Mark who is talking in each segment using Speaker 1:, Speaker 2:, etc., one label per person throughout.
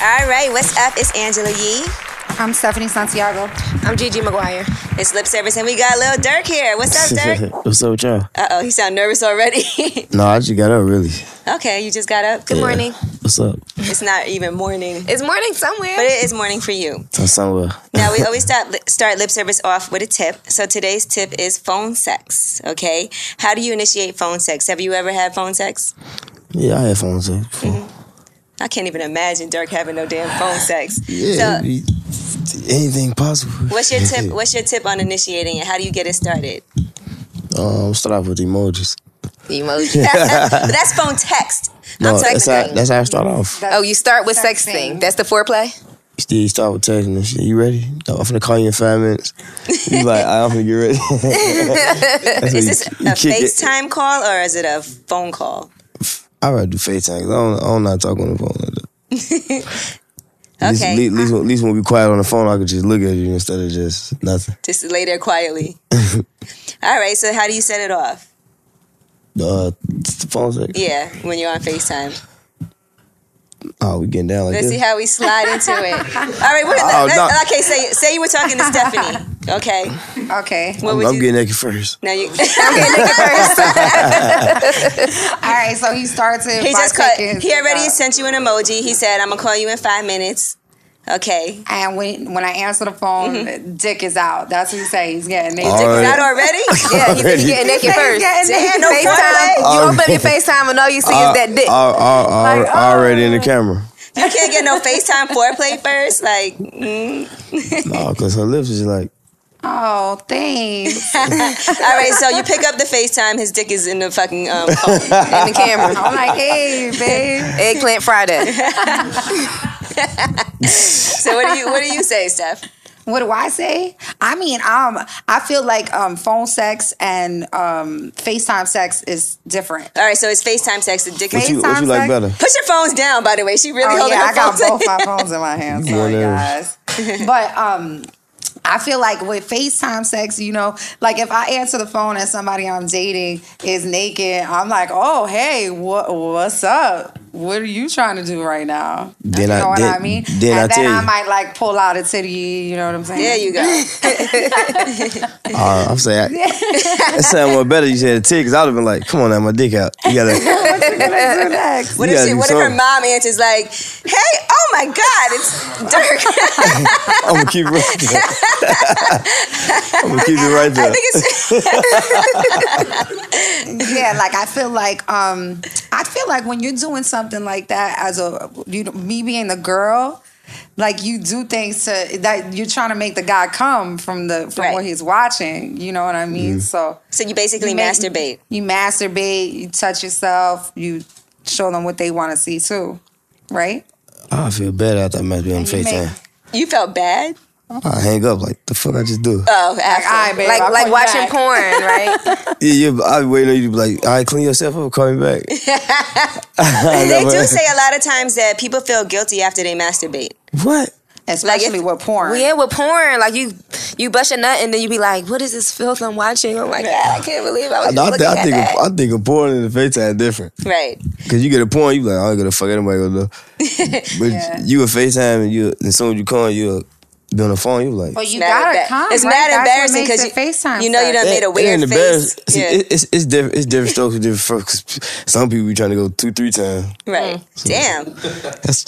Speaker 1: All right, what's up? It's Angela Yee.
Speaker 2: I'm Stephanie Santiago.
Speaker 3: I'm Gigi McGuire.
Speaker 1: It's Lip Service, and we got Lil Dirk here. What's up, Dirk?
Speaker 4: What's up with y'all?
Speaker 1: Uh oh, he sound nervous already.
Speaker 4: No, I just got up really.
Speaker 1: okay, you just got up.
Speaker 3: Good morning.
Speaker 4: What's up?
Speaker 1: It's not even morning,
Speaker 3: It's morning somewhere.
Speaker 1: but it is morning for you.
Speaker 4: I'm somewhere.
Speaker 1: Now we always start start lip service off with a tip. So today's tip is phone sex. Okay, how do you initiate phone sex? Have you ever had phone sex?
Speaker 4: Yeah, I had phone sex before.
Speaker 1: Mm-hmm. I can't even imagine Dirk having no damn phone sex. So,
Speaker 4: Yeah, it be anything possible.
Speaker 1: what's your tip? What's your tip on initiating it? How do you get it started?
Speaker 4: um, start off with emojis.
Speaker 3: The emoji.
Speaker 1: But that's phone text.
Speaker 4: No,
Speaker 1: I'm
Speaker 4: that's how,
Speaker 1: texting.
Speaker 4: that's how I start off.
Speaker 3: oh, you start with sexting.
Speaker 2: Sexting.
Speaker 3: That's the foreplay.
Speaker 4: You still start with texting and shit. You ready? No, I'm finna call you in five minutes. You like, I am finna get ready.
Speaker 1: Is
Speaker 4: That's when
Speaker 1: this
Speaker 4: you-
Speaker 1: a
Speaker 4: you kick it.
Speaker 1: FaceTime call or is it a phone call?
Speaker 4: I rather do FaceTime. 'cause I don't, I don't not talk on the phone like that. At least,
Speaker 1: Okay.
Speaker 4: at least, when- at least when we quiet on the phone, I could just look at you instead of just nothing.
Speaker 1: Just lay there quietly. All right, so how do you set it off?
Speaker 4: Uh, it's the phone sex.
Speaker 1: Yeah, when you're on FaceTime.
Speaker 4: Oh, we getting down like
Speaker 1: Let's
Speaker 4: this.
Speaker 1: see how we slide into it. All right, what,
Speaker 4: Oh,
Speaker 1: let,
Speaker 4: no.
Speaker 1: let- okay, say, say you were talking to Stephanie. Okay.
Speaker 2: Okay.
Speaker 1: What
Speaker 4: I'm,
Speaker 1: would
Speaker 4: I'm
Speaker 1: you
Speaker 4: getting naked first.
Speaker 1: now you
Speaker 2: All right, so he started
Speaker 1: He
Speaker 2: by
Speaker 1: just cut
Speaker 2: taking his
Speaker 1: he already
Speaker 2: dick out.
Speaker 1: sent you an emoji. He said, I'm gonna call you in five minutes. Okay.
Speaker 2: And when when I answer the phone,
Speaker 1: Mm-hmm.
Speaker 2: dick is out. That's what he say. He's getting naked.
Speaker 4: All
Speaker 1: Is
Speaker 4: right.
Speaker 1: that already?
Speaker 3: Yeah, you think you're getting naked
Speaker 2: He's
Speaker 3: first.
Speaker 2: getting naked.
Speaker 1: no
Speaker 3: FaceTime.
Speaker 1: foreplay.
Speaker 3: You open up your FaceTime and all you see
Speaker 4: Uh,
Speaker 3: is that dick.
Speaker 4: Al- al- al-
Speaker 1: oh.
Speaker 2: Like,
Speaker 4: already in the camera.
Speaker 1: You can't get no FaceTime foreplay first. Like, mm.
Speaker 4: No, because her lips is like,
Speaker 2: Oh, thanks.
Speaker 1: all right, so you pick up the FaceTime. His dick is in the fucking um, phone.
Speaker 3: in the camera.
Speaker 2: I'm like, hey, babe.
Speaker 3: Eggplant Friday.
Speaker 1: So what do you what do you say, Steph?
Speaker 2: What do I say? I mean, um, I feel like um, phone sex and um, FaceTime sex is different.
Speaker 1: All right, so it's FaceTime sex. The dick.
Speaker 4: what
Speaker 1: Is,
Speaker 4: you, what you
Speaker 2: FaceTime
Speaker 4: like
Speaker 2: sex?
Speaker 4: better?
Speaker 1: put your phones down, by the way. She really
Speaker 2: Oh
Speaker 1: holding
Speaker 2: yeah, I
Speaker 1: her
Speaker 2: got
Speaker 1: phones.
Speaker 2: both my phones in my hands. Sorry,
Speaker 4: Whatever.
Speaker 2: guys. But um, I feel like with FaceTime sex, you know, like if I answer the phone and somebody I'm dating is naked, I'm like, oh hey, what what's up? What are you trying to do right now?
Speaker 4: Then
Speaker 2: you
Speaker 4: I-
Speaker 2: know what
Speaker 4: then-
Speaker 2: I mean?
Speaker 4: then
Speaker 2: and
Speaker 4: I
Speaker 2: then
Speaker 4: tell
Speaker 2: I
Speaker 4: you.
Speaker 2: might like pull out a titty. You know what I'm saying?
Speaker 1: there you go.
Speaker 4: Uh, I'm saying, that sound more better. You said a tick, because I would have been like, come on now, my dick out. You gotta, you
Speaker 2: Let's do next.
Speaker 1: What if
Speaker 4: gotta
Speaker 1: she,
Speaker 4: do
Speaker 1: what if her
Speaker 4: something.
Speaker 1: mom answers like, "Hey, oh my God, it's Dirk."
Speaker 4: I'm gonna keep it right there. I'm gonna keep it right
Speaker 1: I
Speaker 4: there.
Speaker 1: think it's
Speaker 2: yeah like i feel like um i feel like when you're doing something like that as a you know me being the girl like you do things to that you're trying to make the guy come from the from
Speaker 1: Right.
Speaker 2: what he's watching you know what i mean
Speaker 4: Mm-hmm.
Speaker 2: so
Speaker 1: so you basically
Speaker 2: you make-
Speaker 1: masturbate.
Speaker 2: you masturbate you touch yourself you show them what they want to see too right
Speaker 4: I feel better after I messed with on
Speaker 2: you make-
Speaker 4: FaceTime.
Speaker 1: You felt bad.
Speaker 4: I hang up like, the fuck I just do?
Speaker 1: Oh, after.
Speaker 2: all right, babe,
Speaker 3: Like
Speaker 2: I'll call
Speaker 3: like
Speaker 2: you
Speaker 3: watching
Speaker 2: back.
Speaker 3: porn, right?
Speaker 4: Yeah, yeah, I be waiting on you to be like, all right, clean yourself up, call me back. I
Speaker 1: they
Speaker 4: never-
Speaker 1: do say a lot of times that people feel guilty after they masturbate.
Speaker 4: what?
Speaker 2: especially
Speaker 1: if-
Speaker 2: with porn
Speaker 3: yeah, with porn, like you you bust a nut and then you be like, what is this filth I'm watching? I'm like, God, I can't believe I was
Speaker 4: I,
Speaker 3: just
Speaker 4: I,
Speaker 3: looking
Speaker 4: think, I,
Speaker 3: at
Speaker 4: think
Speaker 3: that.
Speaker 4: of, I think of porn and the FaceTime different.
Speaker 1: Right.
Speaker 4: Cause you get a point, you be like, I don't give a fuck anybody gonna know. But
Speaker 2: Yeah.
Speaker 4: you a FaceTime and you as soon as you call you be on the phone, you like
Speaker 2: but you
Speaker 1: Mad
Speaker 2: gotta
Speaker 1: embar-
Speaker 2: come
Speaker 1: It's
Speaker 2: right?
Speaker 1: mad
Speaker 2: That's what
Speaker 1: embarrassing
Speaker 2: makes
Speaker 1: because you,
Speaker 2: it FaceTime
Speaker 1: you know you
Speaker 2: sex.
Speaker 1: done made a
Speaker 4: It- it ain't
Speaker 1: weird face.
Speaker 4: embarrassing. See,
Speaker 1: Yeah.
Speaker 4: it- it's it's different. It's different strokes for different folks. 'Cause Some people be trying to go two, three times.
Speaker 1: right. Damn.
Speaker 4: That's that's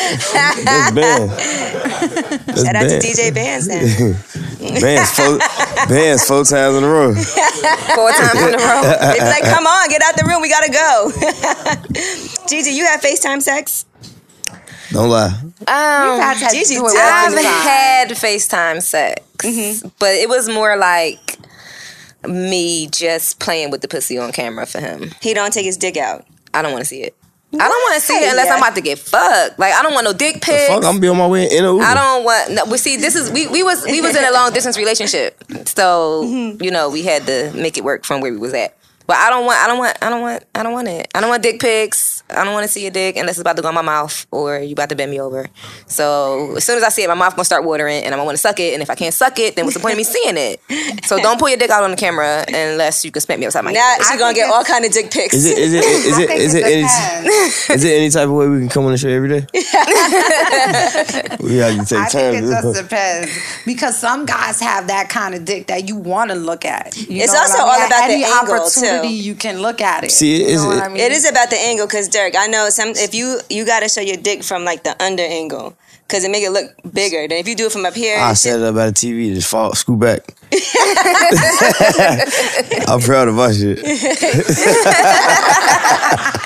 Speaker 4: banned. That's
Speaker 1: Shout out to
Speaker 4: banned.
Speaker 1: DJ Bands then.
Speaker 4: Bands four, bands four times in a row.
Speaker 3: four times in a row. Um,
Speaker 1: They'd be like, come on, get out the room. We got to go. Gigi, you have FaceTime sex?
Speaker 4: Don't lie.
Speaker 3: Um,
Speaker 2: You gotta
Speaker 1: Gigi,
Speaker 2: do it with
Speaker 1: I've
Speaker 3: I've
Speaker 2: FaceTime.
Speaker 3: had FaceTime sex,
Speaker 2: Mm-hmm.
Speaker 3: but it was more like me just playing with the pussy on camera for him.
Speaker 1: He don't take his dick out.
Speaker 3: I don't want to see it. I don't want to see it unless
Speaker 1: Yeah.
Speaker 3: I'm about to get fucked. Like I don't want no dick pics.
Speaker 4: Fuck, I'm gonna be on my way in a Uber.
Speaker 3: I don't want. No, we see this is we, we was
Speaker 1: Mm-hmm.
Speaker 3: we was in a long distance relationship, so you know we had to make it work from where we was at. But I don't want. I don't want. I don't want. I don't want it. I don't want dick pics. I don't want to see your dick unless it's about to go in my mouth or you about to bend me over. So as soon as I see it, my mouth gonna start watering and I'm gonna want to suck it. And if I can't suck it, then what's the point of me seeing it? So don't pull your dick out on the camera unless you can spank me upside my
Speaker 1: Now
Speaker 3: head.
Speaker 1: she's gonna get all kind of dick pics.
Speaker 4: Is it is it is
Speaker 2: I
Speaker 4: it
Speaker 2: think
Speaker 4: is it
Speaker 2: it's a
Speaker 4: any
Speaker 2: pass.
Speaker 4: is it any type of way we can come on the show every day? we have to
Speaker 2: I
Speaker 4: take
Speaker 2: think it just
Speaker 4: turns.
Speaker 2: depends because some guys have that kind of dick that you want to look at. You
Speaker 1: It's
Speaker 2: know what
Speaker 1: also
Speaker 2: I mean?
Speaker 1: all about
Speaker 2: At
Speaker 1: the
Speaker 2: any
Speaker 1: angle, too.
Speaker 2: opportunity you can look at it.
Speaker 4: See, it
Speaker 2: you
Speaker 4: is-
Speaker 2: know what
Speaker 4: it-
Speaker 2: I mean?
Speaker 1: It is
Speaker 3: Mm-hmm.
Speaker 1: about the angle, cause Dirk, I know some. If you you gotta show your dick from like the under angle, cause it make it look bigger. Than if you do it from up here,
Speaker 4: I
Speaker 1: and shit,
Speaker 4: set it up at the TV, just fall, scoot back. I'm proud of my shit.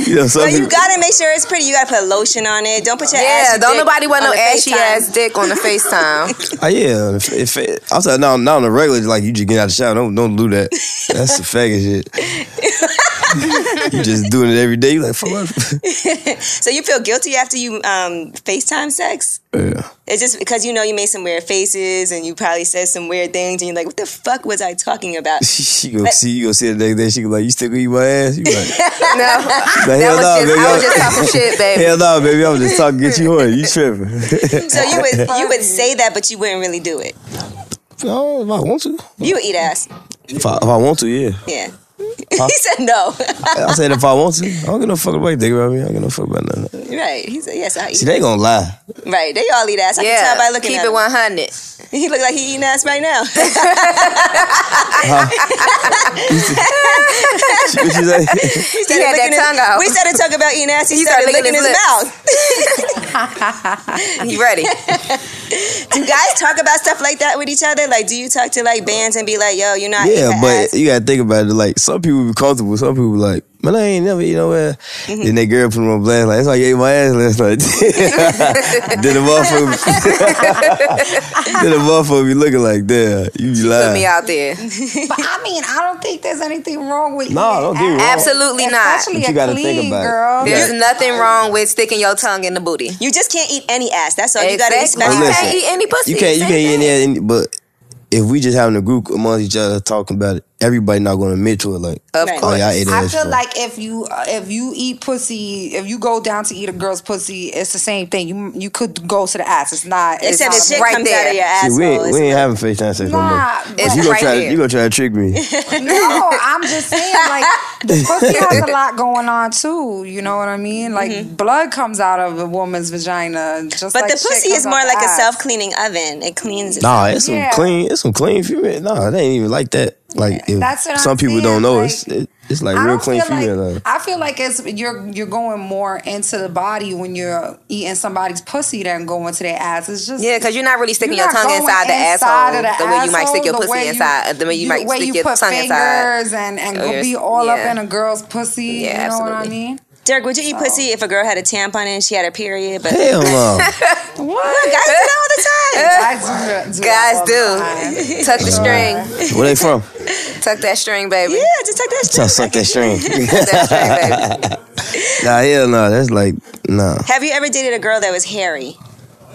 Speaker 4: you know, some
Speaker 1: but you
Speaker 4: people,
Speaker 1: gotta make sure it's pretty. You gotta put lotion on it. Don't put your ass.
Speaker 3: Yeah, don't
Speaker 1: dick
Speaker 3: nobody want
Speaker 1: on
Speaker 3: no
Speaker 1: the
Speaker 3: ashy
Speaker 1: FaceTime.
Speaker 3: ass dick on the FaceTime.
Speaker 4: oh yeah. If, if it, I'm talking now, now on the regular, like you just get out of the shower. Don't don't do that. That's the faggot shit. you just doing it every day. You like fuck. what?
Speaker 1: So you feel guilty after you um FaceTime sex?
Speaker 4: yeah.
Speaker 1: It's just because you know you made some weird faces and you probably said some weird things and you're like, what the fuck was I talking about?
Speaker 4: She gonna see you gonna see the next day. She gonna like you still gonna eat my ass. You like,
Speaker 3: No.
Speaker 4: like
Speaker 3: That
Speaker 4: hell
Speaker 3: was
Speaker 4: no,
Speaker 3: just,
Speaker 4: baby.
Speaker 3: I
Speaker 4: I'm-
Speaker 3: was just talking shit, baby.
Speaker 4: Hell no, baby. I was just talking to get you horny. You tripping?
Speaker 1: So you would you would say that, but you wouldn't really do it.
Speaker 4: no, if I want to,
Speaker 1: You would eat ass.
Speaker 4: if I, if I want to, yeah.
Speaker 1: Yeah. he said no.
Speaker 4: I said if I want to. I don't give no fuck about you think about me. I don't give no fuck about nothing.
Speaker 1: right. He said yes. I eat.
Speaker 4: See, they gonna lie.
Speaker 1: Right. They all eat ass. I can
Speaker 3: Yeah,
Speaker 1: tell by looking
Speaker 3: keep
Speaker 1: at
Speaker 3: it
Speaker 1: him.
Speaker 3: 100.
Speaker 1: He look like he eating ass right now.
Speaker 4: She- What you say?
Speaker 1: he
Speaker 3: He had that
Speaker 1: licking his-
Speaker 3: tongue out.
Speaker 1: We started talking about eating ass. He,
Speaker 3: He
Speaker 1: started,
Speaker 3: started licking
Speaker 1: licking his,
Speaker 3: his
Speaker 1: mouth.
Speaker 3: You ready?
Speaker 1: Do you guys talk about stuff like that with each other? Like, do you talk to like bands and be like, yo, you know, I eat
Speaker 4: yeah,
Speaker 1: her
Speaker 4: but
Speaker 1: ass.
Speaker 4: you gotta think about it. Like some people be comfortable. Some people be like, man, I ain't never eat no ass.
Speaker 3: Mm-hmm.
Speaker 4: Then that girl put them on blast. Like that's why you ate my ass last night. then the motherfucker, then the motherfucker be looking like, damn, you be
Speaker 3: Put me
Speaker 4: lying.
Speaker 3: out there.
Speaker 2: But I mean, I don't think there's anything wrong with
Speaker 4: No,
Speaker 2: eating
Speaker 4: don't get me
Speaker 2: ass.
Speaker 4: wrong.
Speaker 3: Absolutely not.
Speaker 2: Especially
Speaker 4: But you
Speaker 2: a
Speaker 4: gotta
Speaker 2: clean
Speaker 4: think about it.
Speaker 2: girl.
Speaker 4: Yeah.
Speaker 3: There's nothing wrong with sticking your tongue in the booty.
Speaker 1: You just can't eat any ass. That's all. Oh, You gotta
Speaker 3: Exactly.
Speaker 1: expect.
Speaker 4: Well,
Speaker 3: You
Speaker 4: listen,
Speaker 3: can't eat any pussy.
Speaker 4: You can't, you
Speaker 3: Same
Speaker 4: can't eat
Speaker 3: thing.
Speaker 4: any ass. any- But if we just having a group amongst each other talking about it, everybody not gonna admit to it. Like,
Speaker 3: Of
Speaker 1: Right.
Speaker 4: oh
Speaker 3: course.
Speaker 4: yeah, I
Speaker 2: I
Speaker 4: ate ass.
Speaker 2: feel
Speaker 4: bro.
Speaker 2: like if you uh, if you eat pussy, if you go down to eat a girl's pussy, it's the same thing. You you could go to the ass. It's not. It's
Speaker 1: Except
Speaker 2: not
Speaker 1: the
Speaker 2: a-
Speaker 1: shit
Speaker 3: right
Speaker 1: comes out
Speaker 3: there.
Speaker 1: of your
Speaker 4: See,
Speaker 1: asshole.
Speaker 4: we ain't,
Speaker 1: It's-
Speaker 4: we ain't having FaceTime sex no more.
Speaker 2: Nah,
Speaker 4: But
Speaker 3: It's
Speaker 4: you gonna
Speaker 3: right
Speaker 4: try,
Speaker 3: here.
Speaker 4: you gonna try to trick me?
Speaker 2: No, I'm just saying, like, the pussy has a lot going on too. You know what I mean? Like,
Speaker 3: Mm-hmm.
Speaker 2: blood comes out of a woman's vagina. Just
Speaker 1: But
Speaker 2: like
Speaker 1: the
Speaker 2: shit
Speaker 1: pussy
Speaker 2: comes
Speaker 1: is
Speaker 2: out
Speaker 1: more
Speaker 2: the
Speaker 1: like a
Speaker 2: ass.
Speaker 1: self cleaning oven. It cleans. itself.
Speaker 4: Nah, it's some
Speaker 2: Yeah.
Speaker 4: clean. It's some clean female. Nah, it ain't even like that. Like if
Speaker 2: That's what I'm
Speaker 4: some people
Speaker 2: saying,
Speaker 4: don't know.
Speaker 2: like,
Speaker 4: it's it, it's like
Speaker 2: I
Speaker 4: real
Speaker 2: don't
Speaker 4: clean
Speaker 2: feel
Speaker 4: female.
Speaker 2: like,
Speaker 4: though.
Speaker 2: I feel like it's you're you're going more into the body when you're eating somebody's pussy than going to their ass. It's just
Speaker 3: Yeah, because you're not really sticking
Speaker 2: You're
Speaker 3: your
Speaker 2: not
Speaker 3: tongue
Speaker 2: going
Speaker 3: inside the
Speaker 2: inside
Speaker 3: asshole
Speaker 2: of
Speaker 3: the way you might stick your
Speaker 2: asshole, the
Speaker 3: pussy
Speaker 2: way
Speaker 3: inside, the way you might
Speaker 2: way
Speaker 3: stick
Speaker 2: you
Speaker 3: your
Speaker 2: put
Speaker 3: tongue inside.
Speaker 2: fingers and and
Speaker 3: Oh,
Speaker 2: go
Speaker 3: your-
Speaker 2: be all
Speaker 3: yeah.
Speaker 2: up in a girl's pussy.
Speaker 3: Yeah,
Speaker 2: you know what I
Speaker 3: absolutely.
Speaker 2: mean?
Speaker 1: Dirk, would you eat pussy if a girl had a tampon and she had her period? But
Speaker 4: Hell no.
Speaker 2: What
Speaker 1: guys do that all
Speaker 2: guys do?
Speaker 1: the time.
Speaker 2: do that
Speaker 3: Guys
Speaker 2: all the time.
Speaker 3: do. Tuck the string.
Speaker 4: Where they from?
Speaker 3: Tuck that string, baby.
Speaker 1: Yeah, just take that
Speaker 4: So
Speaker 1: shit.
Speaker 4: suck that string.
Speaker 3: Tuck that string, baby.
Speaker 4: nah, hell no. That's like nah.
Speaker 1: Have you ever dated a girl that was hairy?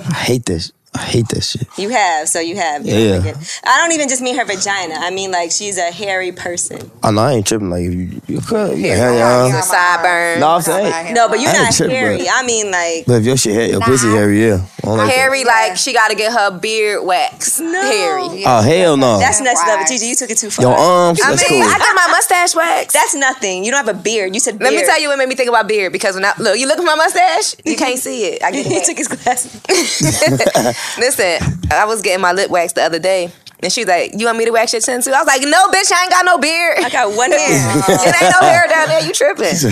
Speaker 4: I hate that. sh- I hate that shit.
Speaker 1: You have, so you have. You
Speaker 4: Yeah.
Speaker 1: don't forget. I don't even just mean her vagina. I mean like she's a hairy person.
Speaker 4: I know Oh, I ain't tripping. Like if you, you could, you can
Speaker 3: Here,
Speaker 4: hang
Speaker 2: yeah.
Speaker 3: Your
Speaker 4: out.
Speaker 3: sideburn.
Speaker 4: No, I'm saying.
Speaker 2: Right.
Speaker 1: No, but you're
Speaker 4: I ain't
Speaker 1: not
Speaker 4: tripping,
Speaker 1: hairy.
Speaker 4: bro.
Speaker 1: I mean like
Speaker 4: But if your shit, hair, your pussy
Speaker 2: Nah.
Speaker 4: hairy, yeah. I don't like
Speaker 3: Hairy,
Speaker 2: Yeah.
Speaker 3: like she got to get her beard waxed.
Speaker 1: No.
Speaker 3: Hairy.
Speaker 4: That. Oh hell no.
Speaker 1: that's next level.
Speaker 2: Right.
Speaker 1: Gigi, you took it too far.
Speaker 4: Your arms.
Speaker 3: I
Speaker 4: that's
Speaker 3: mean,
Speaker 4: cool.
Speaker 3: I got my mustache waxed.
Speaker 1: that's nothing. You don't have a beard. You said beard.
Speaker 3: Let me tell you what made me think about beard because when I look, you look at my mustache, you can't see it. I get
Speaker 1: he
Speaker 3: it.
Speaker 1: took his glasses.
Speaker 3: Listen, I was getting my lip waxed the other day. And she was like, You want me to wax your chin too? I was like, No, bitch, I ain't got no beard.
Speaker 1: I got one hair.
Speaker 3: it ain't no hair down there. You tripping.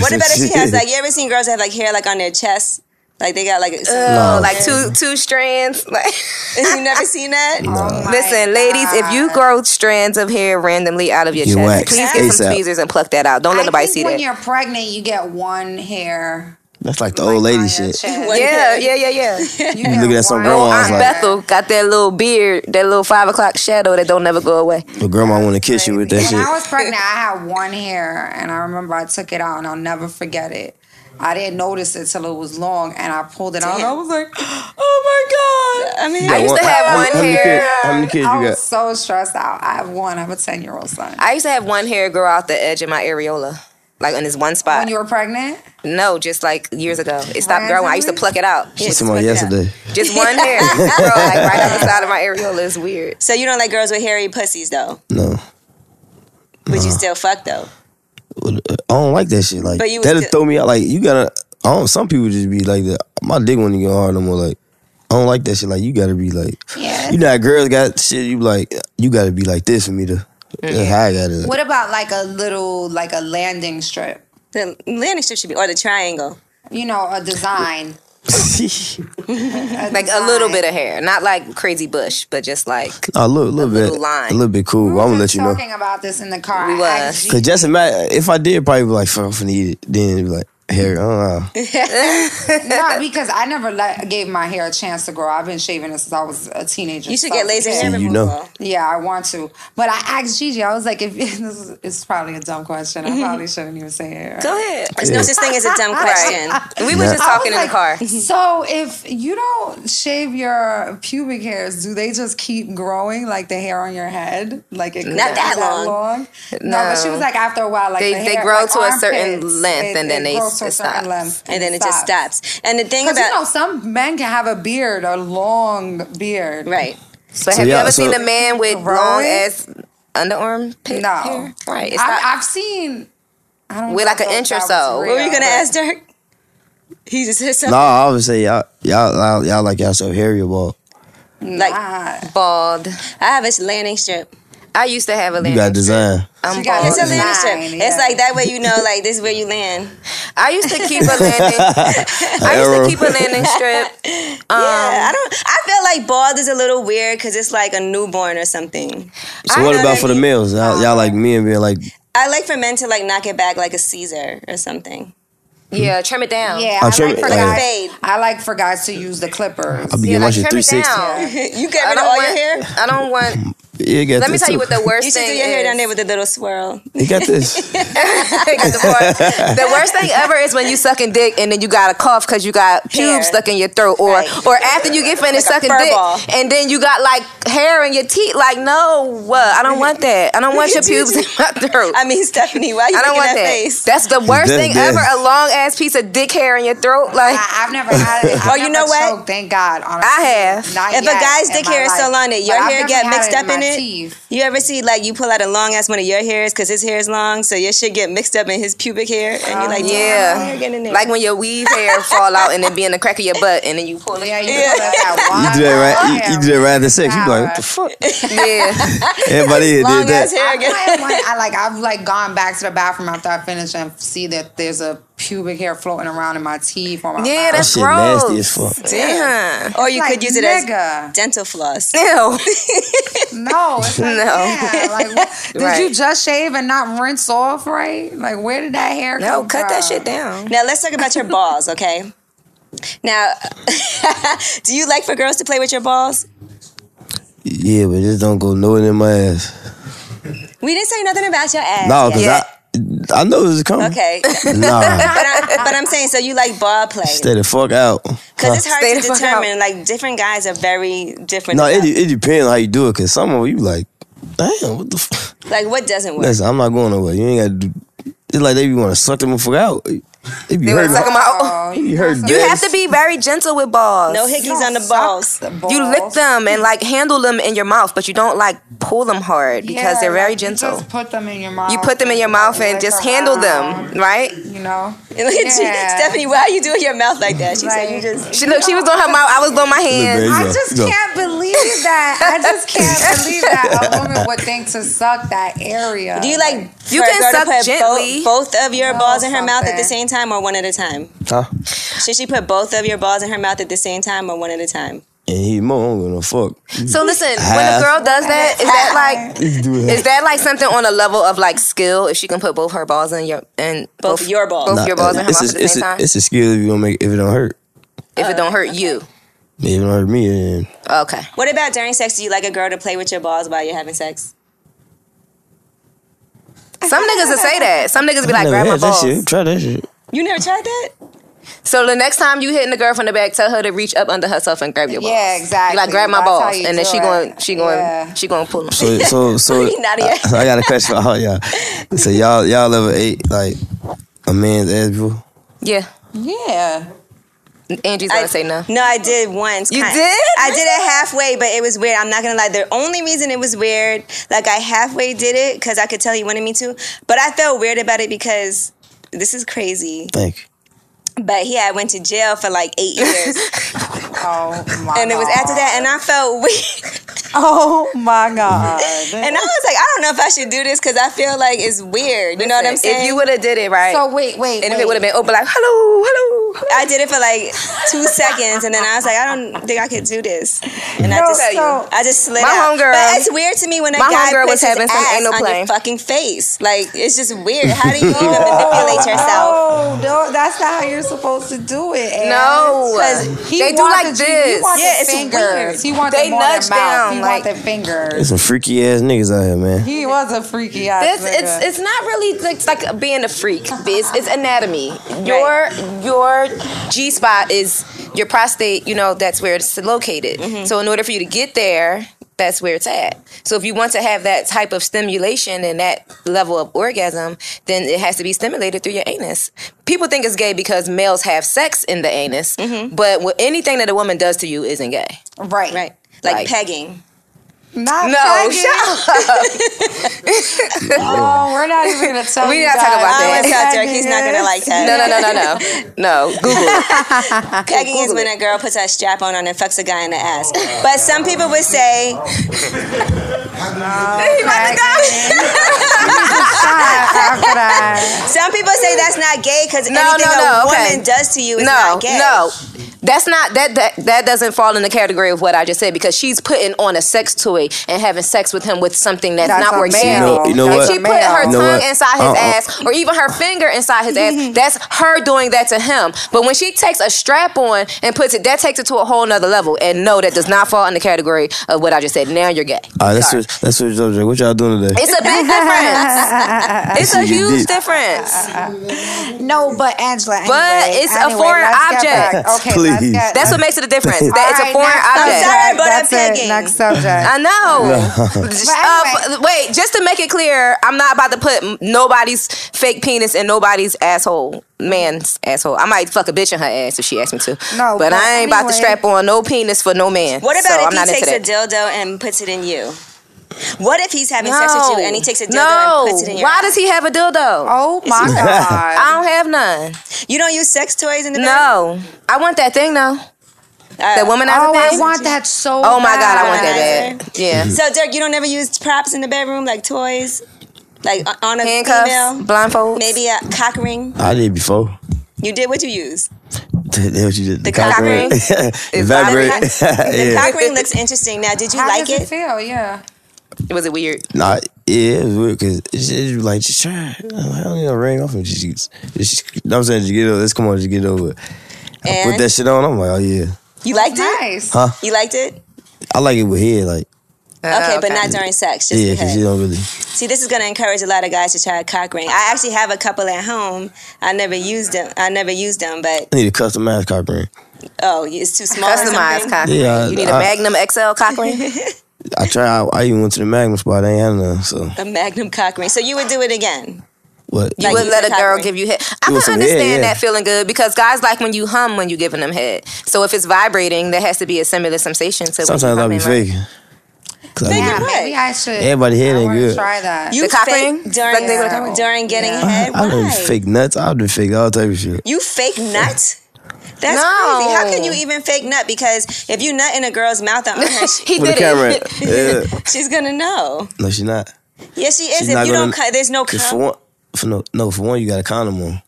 Speaker 1: What about if she has like you ever seen girls that have like hair like on their chest? Like they got like some-
Speaker 3: Oh, like two two strands. Like
Speaker 1: you never seen that?
Speaker 4: Uh,
Speaker 2: Oh my
Speaker 3: Listen, ladies, if you
Speaker 2: God.
Speaker 3: grow strands of hair randomly out of your
Speaker 4: You
Speaker 3: chest,
Speaker 4: wax
Speaker 3: please get some
Speaker 4: ASAP.
Speaker 3: tweezers and pluck that out. Don't let
Speaker 2: I
Speaker 3: nobody
Speaker 2: think
Speaker 3: see
Speaker 2: when
Speaker 3: that.
Speaker 2: you're pregnant, you get one hair.
Speaker 4: That's like the old
Speaker 2: like, on
Speaker 4: lady
Speaker 2: your
Speaker 4: shit.
Speaker 2: chest.
Speaker 1: One
Speaker 3: Yeah,
Speaker 1: hair.
Speaker 3: yeah, yeah, yeah.
Speaker 2: You get
Speaker 4: looking at some
Speaker 2: one
Speaker 4: girl, I was
Speaker 3: Aunt
Speaker 4: like-
Speaker 3: Bethel got that little beard, that little five o'clock shadow that don't never go away.
Speaker 4: But grandma want to kiss you with that
Speaker 2: when
Speaker 4: shit.
Speaker 2: I was pregnant, I had one hair, and I remember I took it out, and I'll never forget it. I didn't notice it till it was long, and I pulled it out.
Speaker 1: Damn.
Speaker 2: I was like, "Oh my god!"
Speaker 1: I mean,
Speaker 4: You got
Speaker 3: I used to have
Speaker 4: how-
Speaker 3: one
Speaker 4: how many
Speaker 3: hair.
Speaker 4: kid- how many kids
Speaker 2: I
Speaker 4: you
Speaker 2: was
Speaker 4: got?
Speaker 2: so stressed out. I have one. I have a ten year old son.
Speaker 3: I used to have one hair grow out the edge of my areola, like in this one spot.
Speaker 2: When you were pregnant,
Speaker 3: no, just like years ago, it stopped growing. I used to
Speaker 2: Randomly?
Speaker 3: pluck it out.
Speaker 1: Yeah,
Speaker 4: What's
Speaker 1: just
Speaker 4: him on
Speaker 1: look it up.
Speaker 4: yesterday?
Speaker 3: Just one hair, grow, like right on the side of my areola. It's weird.
Speaker 1: So you don't like girls with hairy pussies though.
Speaker 4: No.
Speaker 1: Would you still fuck though?
Speaker 4: I don't like that shit. Like
Speaker 1: But you was
Speaker 4: that'll
Speaker 1: still-
Speaker 4: throw me out. Like you gotta. I don't. Some people just be like that. My dick won't even go hard no more. Like I don't like that shit. Like you gotta be like.
Speaker 2: Yeah.
Speaker 4: You know, how girls got shit. You like you gotta be like this for me to. That's how I got it.
Speaker 2: what about like a little like a landing strip?
Speaker 1: The landing strip should be or the triangle.
Speaker 2: You know, a design.
Speaker 3: Like a little bit of hair, not like crazy bush, but just like
Speaker 4: I look a little bit,
Speaker 3: little line.
Speaker 4: a little bit
Speaker 3: Mm,
Speaker 4: cool. I'm gonna let you know.
Speaker 2: Talking about this in the car.
Speaker 3: We
Speaker 2: I
Speaker 3: was.
Speaker 2: asked you-
Speaker 4: Cause just imagine if I did, probably be like, "Fuck, I'm finna eat it." Then it'd be like, "Hair, I don't know.
Speaker 2: No, because I never let, gave my hair a chance to grow. I've been shaving it since I was a teenager.
Speaker 1: You should
Speaker 2: so
Speaker 1: get laser
Speaker 2: yeah.
Speaker 1: hair
Speaker 4: See, you
Speaker 1: removal.
Speaker 4: know.
Speaker 2: Yeah, I want to. But I asked Gigi, I was like, if this is it's probably a dumb question. I probably shouldn't even say it.
Speaker 3: Mm-hmm. Go ahead.
Speaker 1: There's no such thing as a dumb question.
Speaker 3: We was just
Speaker 2: I was
Speaker 3: talking in the
Speaker 2: like,
Speaker 3: car.
Speaker 2: So if you don't shave your pubic hairs, do they just keep growing like the hair on your head? Like it
Speaker 1: Not
Speaker 2: grows
Speaker 1: that long.
Speaker 2: No, but she
Speaker 3: No.
Speaker 2: was like after a while, like
Speaker 3: They-
Speaker 2: the
Speaker 3: they
Speaker 2: hair-
Speaker 3: grow
Speaker 2: like
Speaker 3: to a certain
Speaker 2: armpits,
Speaker 3: length and then they-
Speaker 2: grows to a
Speaker 3: it
Speaker 2: certain
Speaker 3: stops.
Speaker 2: length
Speaker 1: And then it just stops. And the thing
Speaker 2: Because
Speaker 1: about
Speaker 2: you know, some men can have a beard, a long beard.
Speaker 1: right.
Speaker 3: But have you
Speaker 4: yeah,
Speaker 3: ever
Speaker 4: so-
Speaker 3: seen a man with
Speaker 2: Growing?
Speaker 3: long ass underarm pi-
Speaker 2: No.
Speaker 3: hair? Right. It's
Speaker 2: I,
Speaker 3: not-
Speaker 2: I've seen. I don't
Speaker 3: With
Speaker 2: know
Speaker 3: like an
Speaker 2: if
Speaker 3: inch or
Speaker 2: that was
Speaker 3: so.
Speaker 1: What were you
Speaker 2: real,
Speaker 1: gonna
Speaker 2: but-
Speaker 1: ask Dirk? He just said something.
Speaker 4: Nah, I would say y'all, y'all, y'all, y'all like y'all so hairy about.
Speaker 1: Like
Speaker 2: Ah,
Speaker 3: bald.
Speaker 1: I have a landing strip.
Speaker 3: I used to have a
Speaker 4: You
Speaker 3: landing.
Speaker 4: got design.
Speaker 3: I'm
Speaker 2: She got-
Speaker 3: bald.
Speaker 1: It's a landing
Speaker 2: Design,
Speaker 1: strip.
Speaker 2: yeah.
Speaker 1: It's like that way you know like this is where you land.
Speaker 3: I used to keep a landing. I used to keep a landing strip.
Speaker 1: yeah, I don't. I feel like bald is a little weird because it's like a newborn or something.
Speaker 4: So
Speaker 1: I
Speaker 4: what
Speaker 1: know
Speaker 4: about
Speaker 1: that
Speaker 4: for the
Speaker 1: you-
Speaker 4: males? Y'all, y'all
Speaker 3: Oh.
Speaker 4: like me and being like,
Speaker 1: I like for men to like knock it back like a Caesar or something.
Speaker 3: Yeah, trim it down.
Speaker 2: yeah,
Speaker 4: I
Speaker 2: I,
Speaker 4: trim-
Speaker 2: like for
Speaker 4: uh,
Speaker 2: guys.
Speaker 1: Fade.
Speaker 2: I like for guys to use the clippers.
Speaker 4: I'll be
Speaker 3: Yeah,
Speaker 4: getting my
Speaker 3: like
Speaker 4: shit
Speaker 3: trim
Speaker 4: three
Speaker 3: it
Speaker 4: sixty.
Speaker 3: down.
Speaker 1: you get rid
Speaker 3: I
Speaker 1: of
Speaker 3: don't
Speaker 1: all
Speaker 3: want.
Speaker 1: your hair.
Speaker 3: I don't want.
Speaker 4: Yeah, got
Speaker 3: Let me
Speaker 4: this
Speaker 3: tell you
Speaker 4: too.
Speaker 3: what the worst
Speaker 1: You should do
Speaker 3: thing
Speaker 1: your
Speaker 3: is.
Speaker 1: hair down there with a little swirl.
Speaker 4: He got this.
Speaker 3: Got the part. The worst thing ever is when you sucking dick and then you got a cough because you got
Speaker 1: Hair.
Speaker 3: pubes stuck in your throat, or
Speaker 1: Right.
Speaker 3: or after you get finished
Speaker 1: Like a
Speaker 3: sucking
Speaker 1: fur
Speaker 3: dick
Speaker 1: ball.
Speaker 3: and then you got like hair in your teeth. Like no, what? I don't want that. I don't want your pubes in my throat.
Speaker 1: I mean, Stephanie, why are you
Speaker 3: I don't
Speaker 1: making
Speaker 3: want
Speaker 1: that,
Speaker 3: that.
Speaker 1: face?
Speaker 3: That's the worst
Speaker 4: That-
Speaker 3: thing
Speaker 4: that-
Speaker 3: ever. A long ass piece of dick hair in your throat. Like
Speaker 2: I, I've never had it. I've
Speaker 1: Oh, you
Speaker 2: never
Speaker 1: know what?
Speaker 2: Choked, thank God. On a
Speaker 3: I have.
Speaker 2: Not
Speaker 1: If
Speaker 2: yet
Speaker 1: a guy's
Speaker 2: in
Speaker 1: dick
Speaker 2: my
Speaker 1: hair is so
Speaker 2: life.
Speaker 1: long that
Speaker 2: But
Speaker 1: your
Speaker 2: I've
Speaker 1: hair
Speaker 2: never
Speaker 1: get
Speaker 2: had
Speaker 1: mixed up in
Speaker 2: my
Speaker 1: it,
Speaker 2: teeth.
Speaker 1: you ever see like you pull out a long ass one of your hairs because his hair is long, so your shit get mixed up in his pubic hair, and you're like,
Speaker 3: yeah.
Speaker 1: damn, my hair getting in there.
Speaker 3: Like when your weave hair fall out and then be in the crack of your butt and then you pull it.
Speaker 2: Yeah,
Speaker 3: Yeah.
Speaker 2: you yeah.
Speaker 4: You
Speaker 2: that
Speaker 4: do that right. You, you do that right after sex. You be like, what the fuck? Everybody here
Speaker 1: long
Speaker 4: did
Speaker 1: ass
Speaker 4: that.
Speaker 1: hair
Speaker 2: I,
Speaker 1: again.
Speaker 2: had one- I like I've like gone back to the bathroom after I finish and see that there's a pubic hair floating around in my teeth or my
Speaker 3: Yeah,
Speaker 4: That
Speaker 3: that's
Speaker 4: shit
Speaker 3: gross.
Speaker 4: nasty as fuck.
Speaker 3: Damn.
Speaker 1: Or you
Speaker 2: Like,
Speaker 1: could use it
Speaker 2: nigga.
Speaker 1: as dental floss.
Speaker 3: Ew.
Speaker 2: No, it's like,
Speaker 3: No.
Speaker 2: yeah, like, what- did
Speaker 3: Right.
Speaker 2: you just shave and not rinse off right? Like, where did that hair
Speaker 3: No,
Speaker 2: come
Speaker 3: cut that
Speaker 2: from?
Speaker 3: shit down.
Speaker 1: Now let's talk about your balls, okay? Now, do you like for girls to play with your balls?
Speaker 4: Yeah, but just don't go nowhere in my ass.
Speaker 1: We didn't say nothing about your ass.
Speaker 4: No,
Speaker 1: yet.
Speaker 4: cause
Speaker 3: Yeah.
Speaker 4: I, I know this is coming.
Speaker 1: Okay, but,
Speaker 4: Nah,
Speaker 1: I, but I'm saying so you like ball play
Speaker 4: stay the fuck out.
Speaker 1: because it's hard
Speaker 3: Stay
Speaker 1: to
Speaker 3: the fuck out.
Speaker 1: determine. Like different guys are very different.
Speaker 4: No,
Speaker 1: about-
Speaker 4: it, de- it depends how you do it. Cause some of you like, damn, what the. F-?
Speaker 1: like what doesn't work.
Speaker 4: Listen, I'm not going nowhere. You ain't got to. do It's like they be want to suck them fuck out. They be
Speaker 3: They were
Speaker 4: hurting.
Speaker 3: sucking my.
Speaker 2: Oh,
Speaker 4: You heard
Speaker 3: You have to be very gentle with balls.
Speaker 1: No hickeys on the balls.
Speaker 3: You lick them and like handle them in your mouth, but you don't like pull them hard because
Speaker 2: Yeah,
Speaker 3: they're very
Speaker 2: like, you
Speaker 3: gentle.
Speaker 2: Just put them in your mouth.
Speaker 3: You put them in your mouth and
Speaker 2: lick
Speaker 3: just handle
Speaker 2: around,
Speaker 3: them, right?
Speaker 2: You know,
Speaker 1: Look at you,
Speaker 2: Yeah.
Speaker 1: Stephanie. Why are you doing your mouth like that? She said you
Speaker 2: Like-
Speaker 1: just.
Speaker 3: She look, she was doing her mouth, I was doing my hand.
Speaker 2: I
Speaker 4: Yeah,
Speaker 2: just
Speaker 4: you know.
Speaker 2: can't believe that. I just can't believe that a woman would think to suck that area.
Speaker 1: Do you like
Speaker 3: You
Speaker 1: for a
Speaker 3: can
Speaker 1: girl to
Speaker 3: suck
Speaker 1: put
Speaker 3: gently. Oh,
Speaker 1: Both, both of your
Speaker 2: No,
Speaker 1: balls in her mouth at the
Speaker 2: something.
Speaker 1: same time or one at a time?
Speaker 4: Huh?
Speaker 1: Should she put both of your balls in her mouth at the same time or one at a time?
Speaker 4: And he more. I'm gonna fuck.
Speaker 3: So listen, when
Speaker 4: Half.
Speaker 3: a girl does that, is that like
Speaker 4: You do
Speaker 3: is
Speaker 4: that.
Speaker 3: that like something on a level of like skill if she can put both her balls in your and
Speaker 1: Both your balls.
Speaker 3: both your balls in her
Speaker 4: it's
Speaker 3: mouth
Speaker 4: a,
Speaker 3: at the
Speaker 4: it's
Speaker 3: same
Speaker 4: a-
Speaker 3: time
Speaker 4: It's a skill if you don't make if it don't hurt.
Speaker 3: if it don't hurt you.
Speaker 4: If it don't hurt me, then
Speaker 3: Okay.
Speaker 1: What about during sex? Do you like a girl to play with your balls while you're having sex?
Speaker 3: Some niggas will say that. Some niggas be
Speaker 4: I
Speaker 3: like
Speaker 4: never
Speaker 3: grab my
Speaker 4: had that
Speaker 3: balls.
Speaker 4: shit. Try that shit.
Speaker 1: You never tried that?
Speaker 3: So the next time you hitting the girl from the back, tell her to reach up under herself and grab your balls.
Speaker 2: Yeah, exactly.
Speaker 3: Like grab my
Speaker 2: That's how
Speaker 3: balls,
Speaker 2: you
Speaker 3: and then
Speaker 2: do
Speaker 3: she
Speaker 2: it.
Speaker 3: going, she going,
Speaker 2: Yeah.
Speaker 3: she going pull them.
Speaker 4: So so so
Speaker 1: He not
Speaker 4: I,
Speaker 1: yet.
Speaker 4: so I got a question for all y'all. So y'all y'all ever ate like a man's ass before?
Speaker 3: yeah,
Speaker 2: Yeah.
Speaker 3: Angie's gonna say no.
Speaker 1: No, I did once.
Speaker 3: You
Speaker 1: kind-
Speaker 3: did?
Speaker 1: I did it halfway, but it was weird. I'm not gonna lie. The only reason it was weird, like I halfway did it because I could tell you wanted me to, but I felt weird about it because this is crazy.
Speaker 4: Thank you.
Speaker 1: But yeah, I went to jail for like eight years,
Speaker 2: Oh my.
Speaker 1: and it was
Speaker 2: God.
Speaker 1: after that, and I felt weird.
Speaker 2: Oh my god.
Speaker 1: And I was like, I don't know if I should do this because I feel like it's weird. You know what I'm saying?
Speaker 3: If you would have did it right,
Speaker 2: so wait, wait,
Speaker 3: and if
Speaker 2: wait.
Speaker 3: it would have been open, like hello, hello, hello.
Speaker 1: I did it for like two seconds, and then I was like, I don't think I could do this, and I
Speaker 2: No,
Speaker 1: just
Speaker 2: so-
Speaker 1: I just slid
Speaker 3: My
Speaker 1: out.
Speaker 3: homegirl-
Speaker 1: but it's weird to me when a
Speaker 3: my
Speaker 1: guy
Speaker 3: homegirl
Speaker 1: puts
Speaker 3: was having
Speaker 1: his
Speaker 3: some
Speaker 1: ass
Speaker 3: anal
Speaker 1: on
Speaker 3: play.
Speaker 1: your fucking face. Like it's just weird. How do you even manipulate yourself?
Speaker 2: Oh, no, that's not how you're supposed to do it. Ed.
Speaker 3: No,
Speaker 1: 'Cause
Speaker 2: He
Speaker 3: they do
Speaker 2: wanted
Speaker 3: like
Speaker 2: you- He
Speaker 3: this.
Speaker 2: wants
Speaker 1: Yeah,
Speaker 2: the
Speaker 1: it's
Speaker 2: fingers.
Speaker 1: weird.
Speaker 2: He wants
Speaker 3: They
Speaker 2: them on
Speaker 3: nudge
Speaker 2: their mouth. He wants
Speaker 3: down, like-
Speaker 2: the
Speaker 4: There's
Speaker 2: fingers.
Speaker 4: some freaky ass niggas out here, man.
Speaker 2: He was a freaky ass.
Speaker 3: This
Speaker 2: nigga.
Speaker 3: it's it's not really like, like being a freak. It's, it's anatomy. Your your G spot is your prostate. You know that's where it's located. So in order for you to get there, that's where it's at. So if you want to have that type of stimulation and that level of orgasm, then it has to be stimulated through your anus. People think it's gay because males have sex in the anus, but wh- anything that a woman does to you isn't gay.
Speaker 2: right.
Speaker 1: Right, like
Speaker 3: Like-
Speaker 1: pegging.
Speaker 2: Not
Speaker 3: No,
Speaker 2: no.
Speaker 3: shut
Speaker 2: Oh, we're not even gonna tell.
Speaker 3: We
Speaker 2: you
Speaker 3: not
Speaker 2: guys.
Speaker 3: talking about
Speaker 1: I
Speaker 3: that.
Speaker 1: always tell Dirk
Speaker 2: Pegging
Speaker 1: he's not gonna
Speaker 2: is-
Speaker 1: like that.
Speaker 3: no, no, no, no, no, no. Google. it.
Speaker 1: Pegging is
Speaker 3: Google
Speaker 1: when
Speaker 3: it.
Speaker 1: a girl puts a strap on and fucks a guy in the ass. But some people would say
Speaker 3: He about to go.
Speaker 2: After that.
Speaker 1: some people say that's not gay because
Speaker 3: No,
Speaker 1: anything
Speaker 3: no, no,
Speaker 1: a woman
Speaker 3: okay.
Speaker 1: does to you is
Speaker 3: no,
Speaker 1: not gay.
Speaker 3: no. That's not that, that that doesn't fall in the category of what I just said because she's putting on a sex toy and having sex with him with something that's,
Speaker 2: That's
Speaker 3: not
Speaker 2: a
Speaker 3: where she
Speaker 2: male.
Speaker 4: You know- you know
Speaker 3: if
Speaker 4: what?
Speaker 3: she put her
Speaker 4: You know
Speaker 3: tongue
Speaker 4: what?
Speaker 3: inside his
Speaker 4: Uh-uh.
Speaker 3: ass or even her finger inside his ass, that's her doing that to him. But when she takes a strap on and puts it, that takes it to a whole nother level. And no, that does not fall in the category of what I just said. Now you're gay.
Speaker 4: All right, let's
Speaker 3: Sorry.
Speaker 4: Ah, switch, let's switch up, Jay. What y'all doing today?
Speaker 3: It's a big difference. it's a
Speaker 4: She did.
Speaker 3: huge difference.
Speaker 2: No, but Angela.
Speaker 3: But
Speaker 2: anyway,
Speaker 3: it's a
Speaker 2: anyway,
Speaker 3: foreign
Speaker 2: let's get
Speaker 3: object.
Speaker 2: back. Okay, let's
Speaker 4: Please.
Speaker 2: get-
Speaker 3: That's what makes it a difference. that it's a
Speaker 2: Alright, next
Speaker 1: I'm sorry,
Speaker 3: foreign object.
Speaker 1: but I'm
Speaker 2: That's it.
Speaker 1: pegging.
Speaker 2: Next subject.
Speaker 3: I know.
Speaker 2: But
Speaker 3: Uh, wait, just to make it clear, I'm not about to put nobody's fake penis in nobody's asshole, man's asshole. I might fuck a bitch in her ass if she asks me to.
Speaker 2: No,
Speaker 3: but,
Speaker 2: but
Speaker 3: I ain't about to
Speaker 2: anyway.
Speaker 3: strap on no penis for no man.
Speaker 1: What
Speaker 3: So
Speaker 1: about
Speaker 3: I'm
Speaker 1: if
Speaker 3: not
Speaker 1: he
Speaker 3: into
Speaker 1: takes a
Speaker 3: that.
Speaker 1: dildo and puts it in you? What if he's having sex with you and he takes a dildo and puts it in your?
Speaker 3: Why
Speaker 1: ass?
Speaker 3: does he have a dildo?
Speaker 2: oh my god.
Speaker 3: I don't have none.
Speaker 1: you don't use sex toys in the bathroom?
Speaker 3: No, I want that thing though. That
Speaker 1: Uh,
Speaker 3: woman
Speaker 2: Oh, I
Speaker 3: thing.
Speaker 2: want that so.
Speaker 3: Oh my god, I want
Speaker 2: bad.
Speaker 3: that bad. Yeah.
Speaker 1: So Dirk, you don't ever use props in the bedroom like toys, like o- on a
Speaker 3: Handcuffs,
Speaker 1: female,
Speaker 3: blindfold.
Speaker 1: maybe a cock ring.
Speaker 4: I did before.
Speaker 1: You did what you use.
Speaker 4: The hell you did? The,
Speaker 1: cock
Speaker 4: cock
Speaker 1: ring?
Speaker 4: the vibrate.
Speaker 1: The
Speaker 4: yeah.
Speaker 1: cock ring looks interesting. Now, did you
Speaker 2: How
Speaker 1: like
Speaker 2: does
Speaker 1: it?
Speaker 2: it feel? Yeah.
Speaker 3: Was it weird?
Speaker 4: Nah, yeah, it was weird because it's just like, just try. it. I'm like, I don't need a ring off. it. Just, just, just, you know what I'm saying? Just get it over. Let's come on, just get it over. it. I put
Speaker 1: And-
Speaker 4: that shit on. I'm like, oh, yeah.
Speaker 1: You liked it?
Speaker 2: Nice.
Speaker 4: Huh?
Speaker 1: You liked it? Okay,
Speaker 4: I like it with head. Like,
Speaker 3: Oh,
Speaker 1: but not during sex. Just
Speaker 4: yeah,
Speaker 1: because.
Speaker 4: because you don't really.
Speaker 1: See, this is going to encourage a lot of guys to try a cock ring. I actually have a couple at home. I never used them. I never used them, but
Speaker 4: I need a customized cock ring.
Speaker 1: oh, it's too small. or
Speaker 3: Customized
Speaker 1: something?
Speaker 3: cock ring.
Speaker 4: Yeah, I-
Speaker 3: you need a
Speaker 4: I-
Speaker 3: Magnum XL cock ring.
Speaker 4: I try. I, I even went to the Magnum spot. I ain't had none. So,
Speaker 1: The Magnum cock ring. So you would do it again.
Speaker 4: what?
Speaker 3: You
Speaker 1: Like
Speaker 3: would
Speaker 1: you
Speaker 3: let
Speaker 1: said,
Speaker 3: a
Speaker 1: cock
Speaker 3: girl
Speaker 1: ring.
Speaker 3: give you head. I
Speaker 4: Give
Speaker 3: can
Speaker 4: us some
Speaker 3: understand
Speaker 4: head, yeah.
Speaker 3: that feeling good because guys like when you hum when you giving them head. So if it's vibrating, there has to be a similar sensation to.
Speaker 4: Sometimes I'll
Speaker 3: when
Speaker 4: be
Speaker 3: you humming,
Speaker 4: faking. 'Cause I
Speaker 1: Faking
Speaker 4: be-
Speaker 2: Yeah,
Speaker 1: Right.
Speaker 2: maybe I should.
Speaker 4: Everybody head
Speaker 2: I
Speaker 4: ain't
Speaker 2: wanna
Speaker 4: good.
Speaker 2: Try that.
Speaker 1: You
Speaker 3: The cock
Speaker 1: fake
Speaker 3: ring?
Speaker 1: during,
Speaker 3: Like they would come-
Speaker 1: during getting head.
Speaker 4: I done
Speaker 1: Why?
Speaker 4: fake nuts. I done fake all type of shit.
Speaker 1: You fake nut? That's
Speaker 3: No.
Speaker 1: crazy. How can you even fake nut? Because if you nut in a girl's mouth or on her,
Speaker 3: right?
Speaker 1: she,
Speaker 3: he
Speaker 4: With
Speaker 3: did
Speaker 4: the camera.
Speaker 3: it.
Speaker 4: at. yeah.
Speaker 1: she's gonna know.
Speaker 4: No, she not.
Speaker 1: Yeah, she is.
Speaker 4: She's
Speaker 1: if
Speaker 4: not
Speaker 1: you don't,
Speaker 4: gonna-
Speaker 1: cut, there's no
Speaker 4: 'Cause
Speaker 1: cum.
Speaker 4: for one, for no, no, for one, you got a condom on.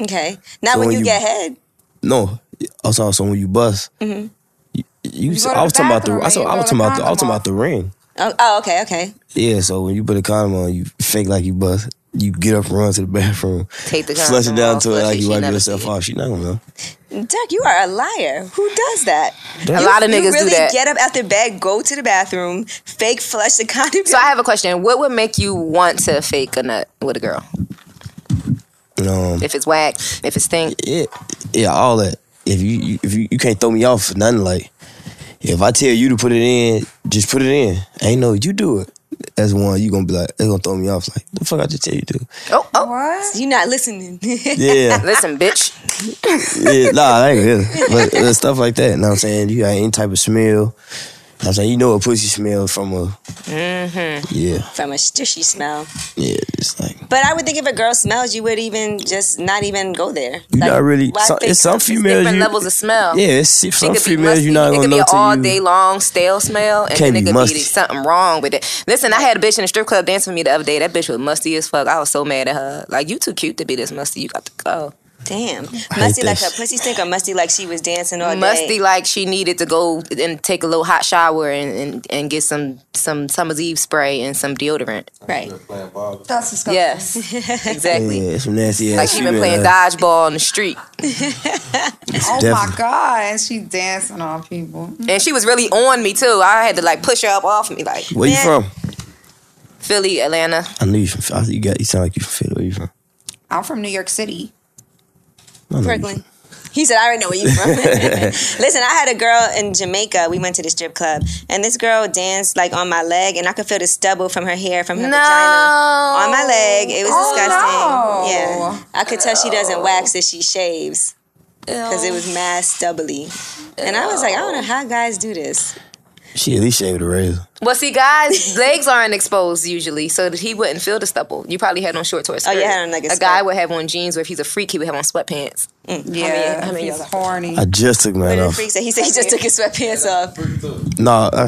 Speaker 1: Okay, not
Speaker 4: So
Speaker 1: when
Speaker 4: when
Speaker 1: you,
Speaker 4: you-
Speaker 1: get head.
Speaker 4: No, I was also when you bust.
Speaker 3: Mm-hmm.
Speaker 4: You, you,
Speaker 2: go to
Speaker 4: I was
Speaker 2: the
Speaker 4: talking about the.
Speaker 2: bathroom
Speaker 4: I was,
Speaker 2: and you
Speaker 4: I was
Speaker 2: throw
Speaker 4: talking
Speaker 2: the
Speaker 4: about. The, I
Speaker 2: condom
Speaker 4: was talking about the ring.
Speaker 1: Oh, oh, okay, okay.
Speaker 4: Yeah, so when you put a condom on, you fake like you bust. You get up and run to the bathroom.
Speaker 3: Take the
Speaker 4: Flush it
Speaker 3: condom
Speaker 4: down
Speaker 3: off,
Speaker 4: to it
Speaker 3: flush
Speaker 4: like
Speaker 3: it,
Speaker 4: you
Speaker 3: she
Speaker 4: wiping
Speaker 3: never
Speaker 4: yourself
Speaker 3: see it.
Speaker 4: off. She not gonna know.
Speaker 1: Dirk, you are a liar. Who does that?
Speaker 3: A lot of
Speaker 1: You
Speaker 3: niggas
Speaker 1: really
Speaker 3: do that.
Speaker 1: get up after bed, go to the bathroom, fake flush the condom.
Speaker 3: so I have a question. What would make you want to fake a nut with a girl?
Speaker 4: Mm, And um,
Speaker 3: If it's whack, if it stink,
Speaker 4: yeah, yeah, all that. If you, you if you, you can't throw me off for nothing, like if I tell you to put it in, just put it in. Ain't no you do it. That's one you gonna be like, they gonna throw me off. Like the fuck I just tell you to. do?
Speaker 3: oh, oh.
Speaker 2: What?
Speaker 1: You're not listening.
Speaker 4: Yeah,
Speaker 3: Listen, bitch.
Speaker 4: yeah, nah, I ain't yeah. But uh, stuff like that. You know what I'm saying? You got any type of smell. I'm saying you know a pussy smell from a. Yeah,
Speaker 1: From a stishy smell.
Speaker 4: yeah. It's like
Speaker 1: But I would think if a girl smells, you would even just not even go there.
Speaker 4: you
Speaker 1: Like,
Speaker 4: not really.
Speaker 1: why
Speaker 4: Some,
Speaker 1: think-
Speaker 4: it's some females.
Speaker 3: Different
Speaker 4: you,
Speaker 3: levels of smell.
Speaker 4: Yeah, it's some
Speaker 3: It could be
Speaker 4: females
Speaker 3: musty.
Speaker 4: you're not
Speaker 3: it
Speaker 4: gonna
Speaker 3: could be
Speaker 4: know
Speaker 3: an
Speaker 4: till
Speaker 3: all
Speaker 4: you-
Speaker 3: day long stale smell, and
Speaker 4: Can't
Speaker 3: then it
Speaker 4: be
Speaker 3: could
Speaker 4: musty.
Speaker 3: be something wrong with it. Listen, I had a bitch in the strip club dancing with me the other day. That bitch was musty as fuck. I was so mad at her. Like you too cute to be this musty. You got to go.
Speaker 1: Damn. Musty like her
Speaker 4: this.
Speaker 1: pussy stink or musty like she was dancing all
Speaker 3: Musty
Speaker 1: day?
Speaker 3: like she needed to go and take a little hot shower and, and, and get some some summer's eve spray and some deodorant.
Speaker 1: Right.
Speaker 2: That's disgusting.
Speaker 3: Yes, exactly.
Speaker 4: Yeah, some nasty ass.
Speaker 3: Like she been
Speaker 4: female.
Speaker 3: playing dodgeball in the street,
Speaker 2: Oh my
Speaker 4: Definitely.
Speaker 2: god, and she dancing on people.
Speaker 3: and she was really on me too. I had to like push her up off me, like
Speaker 4: Where you
Speaker 1: Man.
Speaker 4: from?
Speaker 3: Philly, Atlanta.
Speaker 4: I knew you from. I, you got. You sound like you from Philly. Where you from?
Speaker 2: I'm from New York City.
Speaker 4: I know you
Speaker 1: Brooklyn. He said, I already know where you from. Listen, I had a girl in Jamaica. We went to the strip club, and this girl danced like on my leg, and I could feel the stubble from her hair, from her vagina. On my leg. It was
Speaker 2: Oh, no.
Speaker 1: disgusting. Yeah. I could tell she doesn't wax if she shaves because it was mad stubbly. And I was like, I don't know how guys do this.
Speaker 4: She at least shaved a razor.
Speaker 3: Well, see, guys, legs aren't exposed usually, so that he wouldn't feel the stubble. You probably had on shorts or a
Speaker 1: Oh,
Speaker 3: skirt.
Speaker 1: yeah, I had on, like, a
Speaker 3: a guy
Speaker 1: skirt.
Speaker 3: would have on jeans, or if he's a freak, he would have on sweatpants.
Speaker 2: Yeah,
Speaker 3: how many
Speaker 2: he's
Speaker 3: y'all got?
Speaker 2: horny.
Speaker 4: I just took mine
Speaker 1: The
Speaker 4: off.
Speaker 1: freak said he said he just took his sweatpants off.
Speaker 4: Nah, I,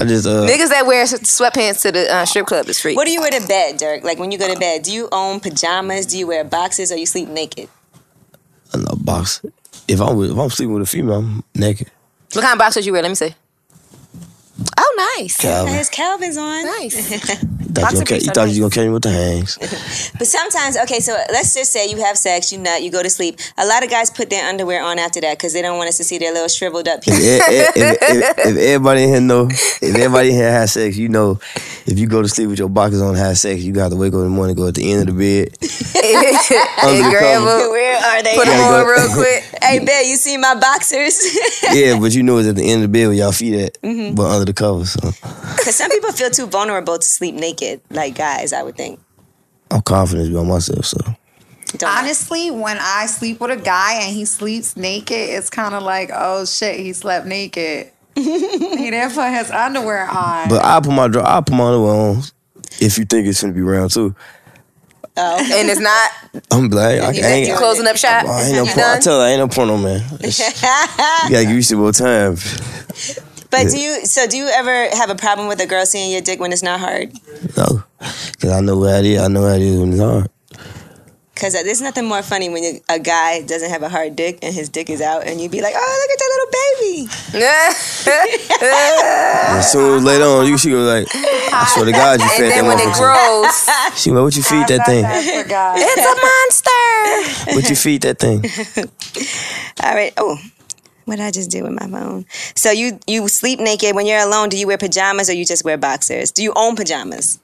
Speaker 4: I just uh.
Speaker 3: Niggas that wear s- sweatpants to the uh, strip club is freak.
Speaker 1: What do you wear to bed, Dirk? Like when you go to bed, do you own pajamas? Do you wear boxes or you sleep naked?
Speaker 4: I know box. If I'm with, if I'm sleeping with a female, I'm naked.
Speaker 3: What kind of boxers you wear? Let me see. Oh, nice.
Speaker 4: Calvin,
Speaker 1: His Calvin's on.
Speaker 3: Nice.
Speaker 4: thought you, gonna, ca-
Speaker 3: Boxer briefs
Speaker 4: you
Speaker 3: are
Speaker 4: thought you gonna catch me with the hangs.
Speaker 1: But sometimes, okay, so let's just say you have sex, you nut, you go to sleep. A lot of guys put their underwear on after that because they don't want us to see their little shriveled up
Speaker 4: if,
Speaker 1: piece.
Speaker 4: if, if, if, if everybody in here know, if everybody in here has sex, you know, if you go to sleep with your boxers on, and have sex, you got to wake up in the morning, go at the end of the bed, under the cover.
Speaker 3: Grandma,
Speaker 1: Where are they?
Speaker 3: put them
Speaker 4: Yeah,
Speaker 3: on
Speaker 4: go-
Speaker 3: real quick.
Speaker 1: Hey, babe, you see my boxers?
Speaker 4: Yeah, but you know it's at the end of the bed where y'all feet at,
Speaker 1: Mm-hmm.
Speaker 4: but under the cover. So
Speaker 1: Because some people feel too vulnerable to sleep naked, like guys, I would think.
Speaker 4: I'm confident about myself. So
Speaker 1: Don't
Speaker 2: Honestly, when I sleep with a guy and he sleeps naked, it's kind of like, oh shit, he slept naked. he didn't put his underwear on.
Speaker 4: But I put my dr- I put my underwear on. If you think it's gonna be round two,
Speaker 1: Oh, okay.
Speaker 3: And it's not.
Speaker 4: I'm black. I, I
Speaker 1: got
Speaker 4: ain't.
Speaker 1: your
Speaker 3: You
Speaker 4: I,
Speaker 1: clothes
Speaker 3: closing up shop.
Speaker 4: I ain't no
Speaker 3: You
Speaker 4: point. I
Speaker 3: done?
Speaker 4: tell her I ain't no point on man. It's- you gotta give you some more time.
Speaker 1: but do you, so do you ever have a problem with a girl seeing your dick when it's not hard?
Speaker 4: No, cause I know how it is. I know how it is when it's hard.
Speaker 1: Because there's nothing more funny when you, a guy doesn't have a hard dick and his dick is out and you'd be like, oh, look at that little baby.
Speaker 4: And soon as later on, you she was like, I swear to God, you fed
Speaker 3: and
Speaker 4: that
Speaker 3: then when it
Speaker 4: motherfucker.
Speaker 3: grows,
Speaker 4: She was like, what you feed that thing?
Speaker 2: for guys.
Speaker 3: it's a monster.
Speaker 4: What you feed that thing?
Speaker 1: All right. Oh, what did I just do with my phone? So you you sleep naked when you're alone. Do you wear pajamas or you just wear boxers? Do you own pajamas?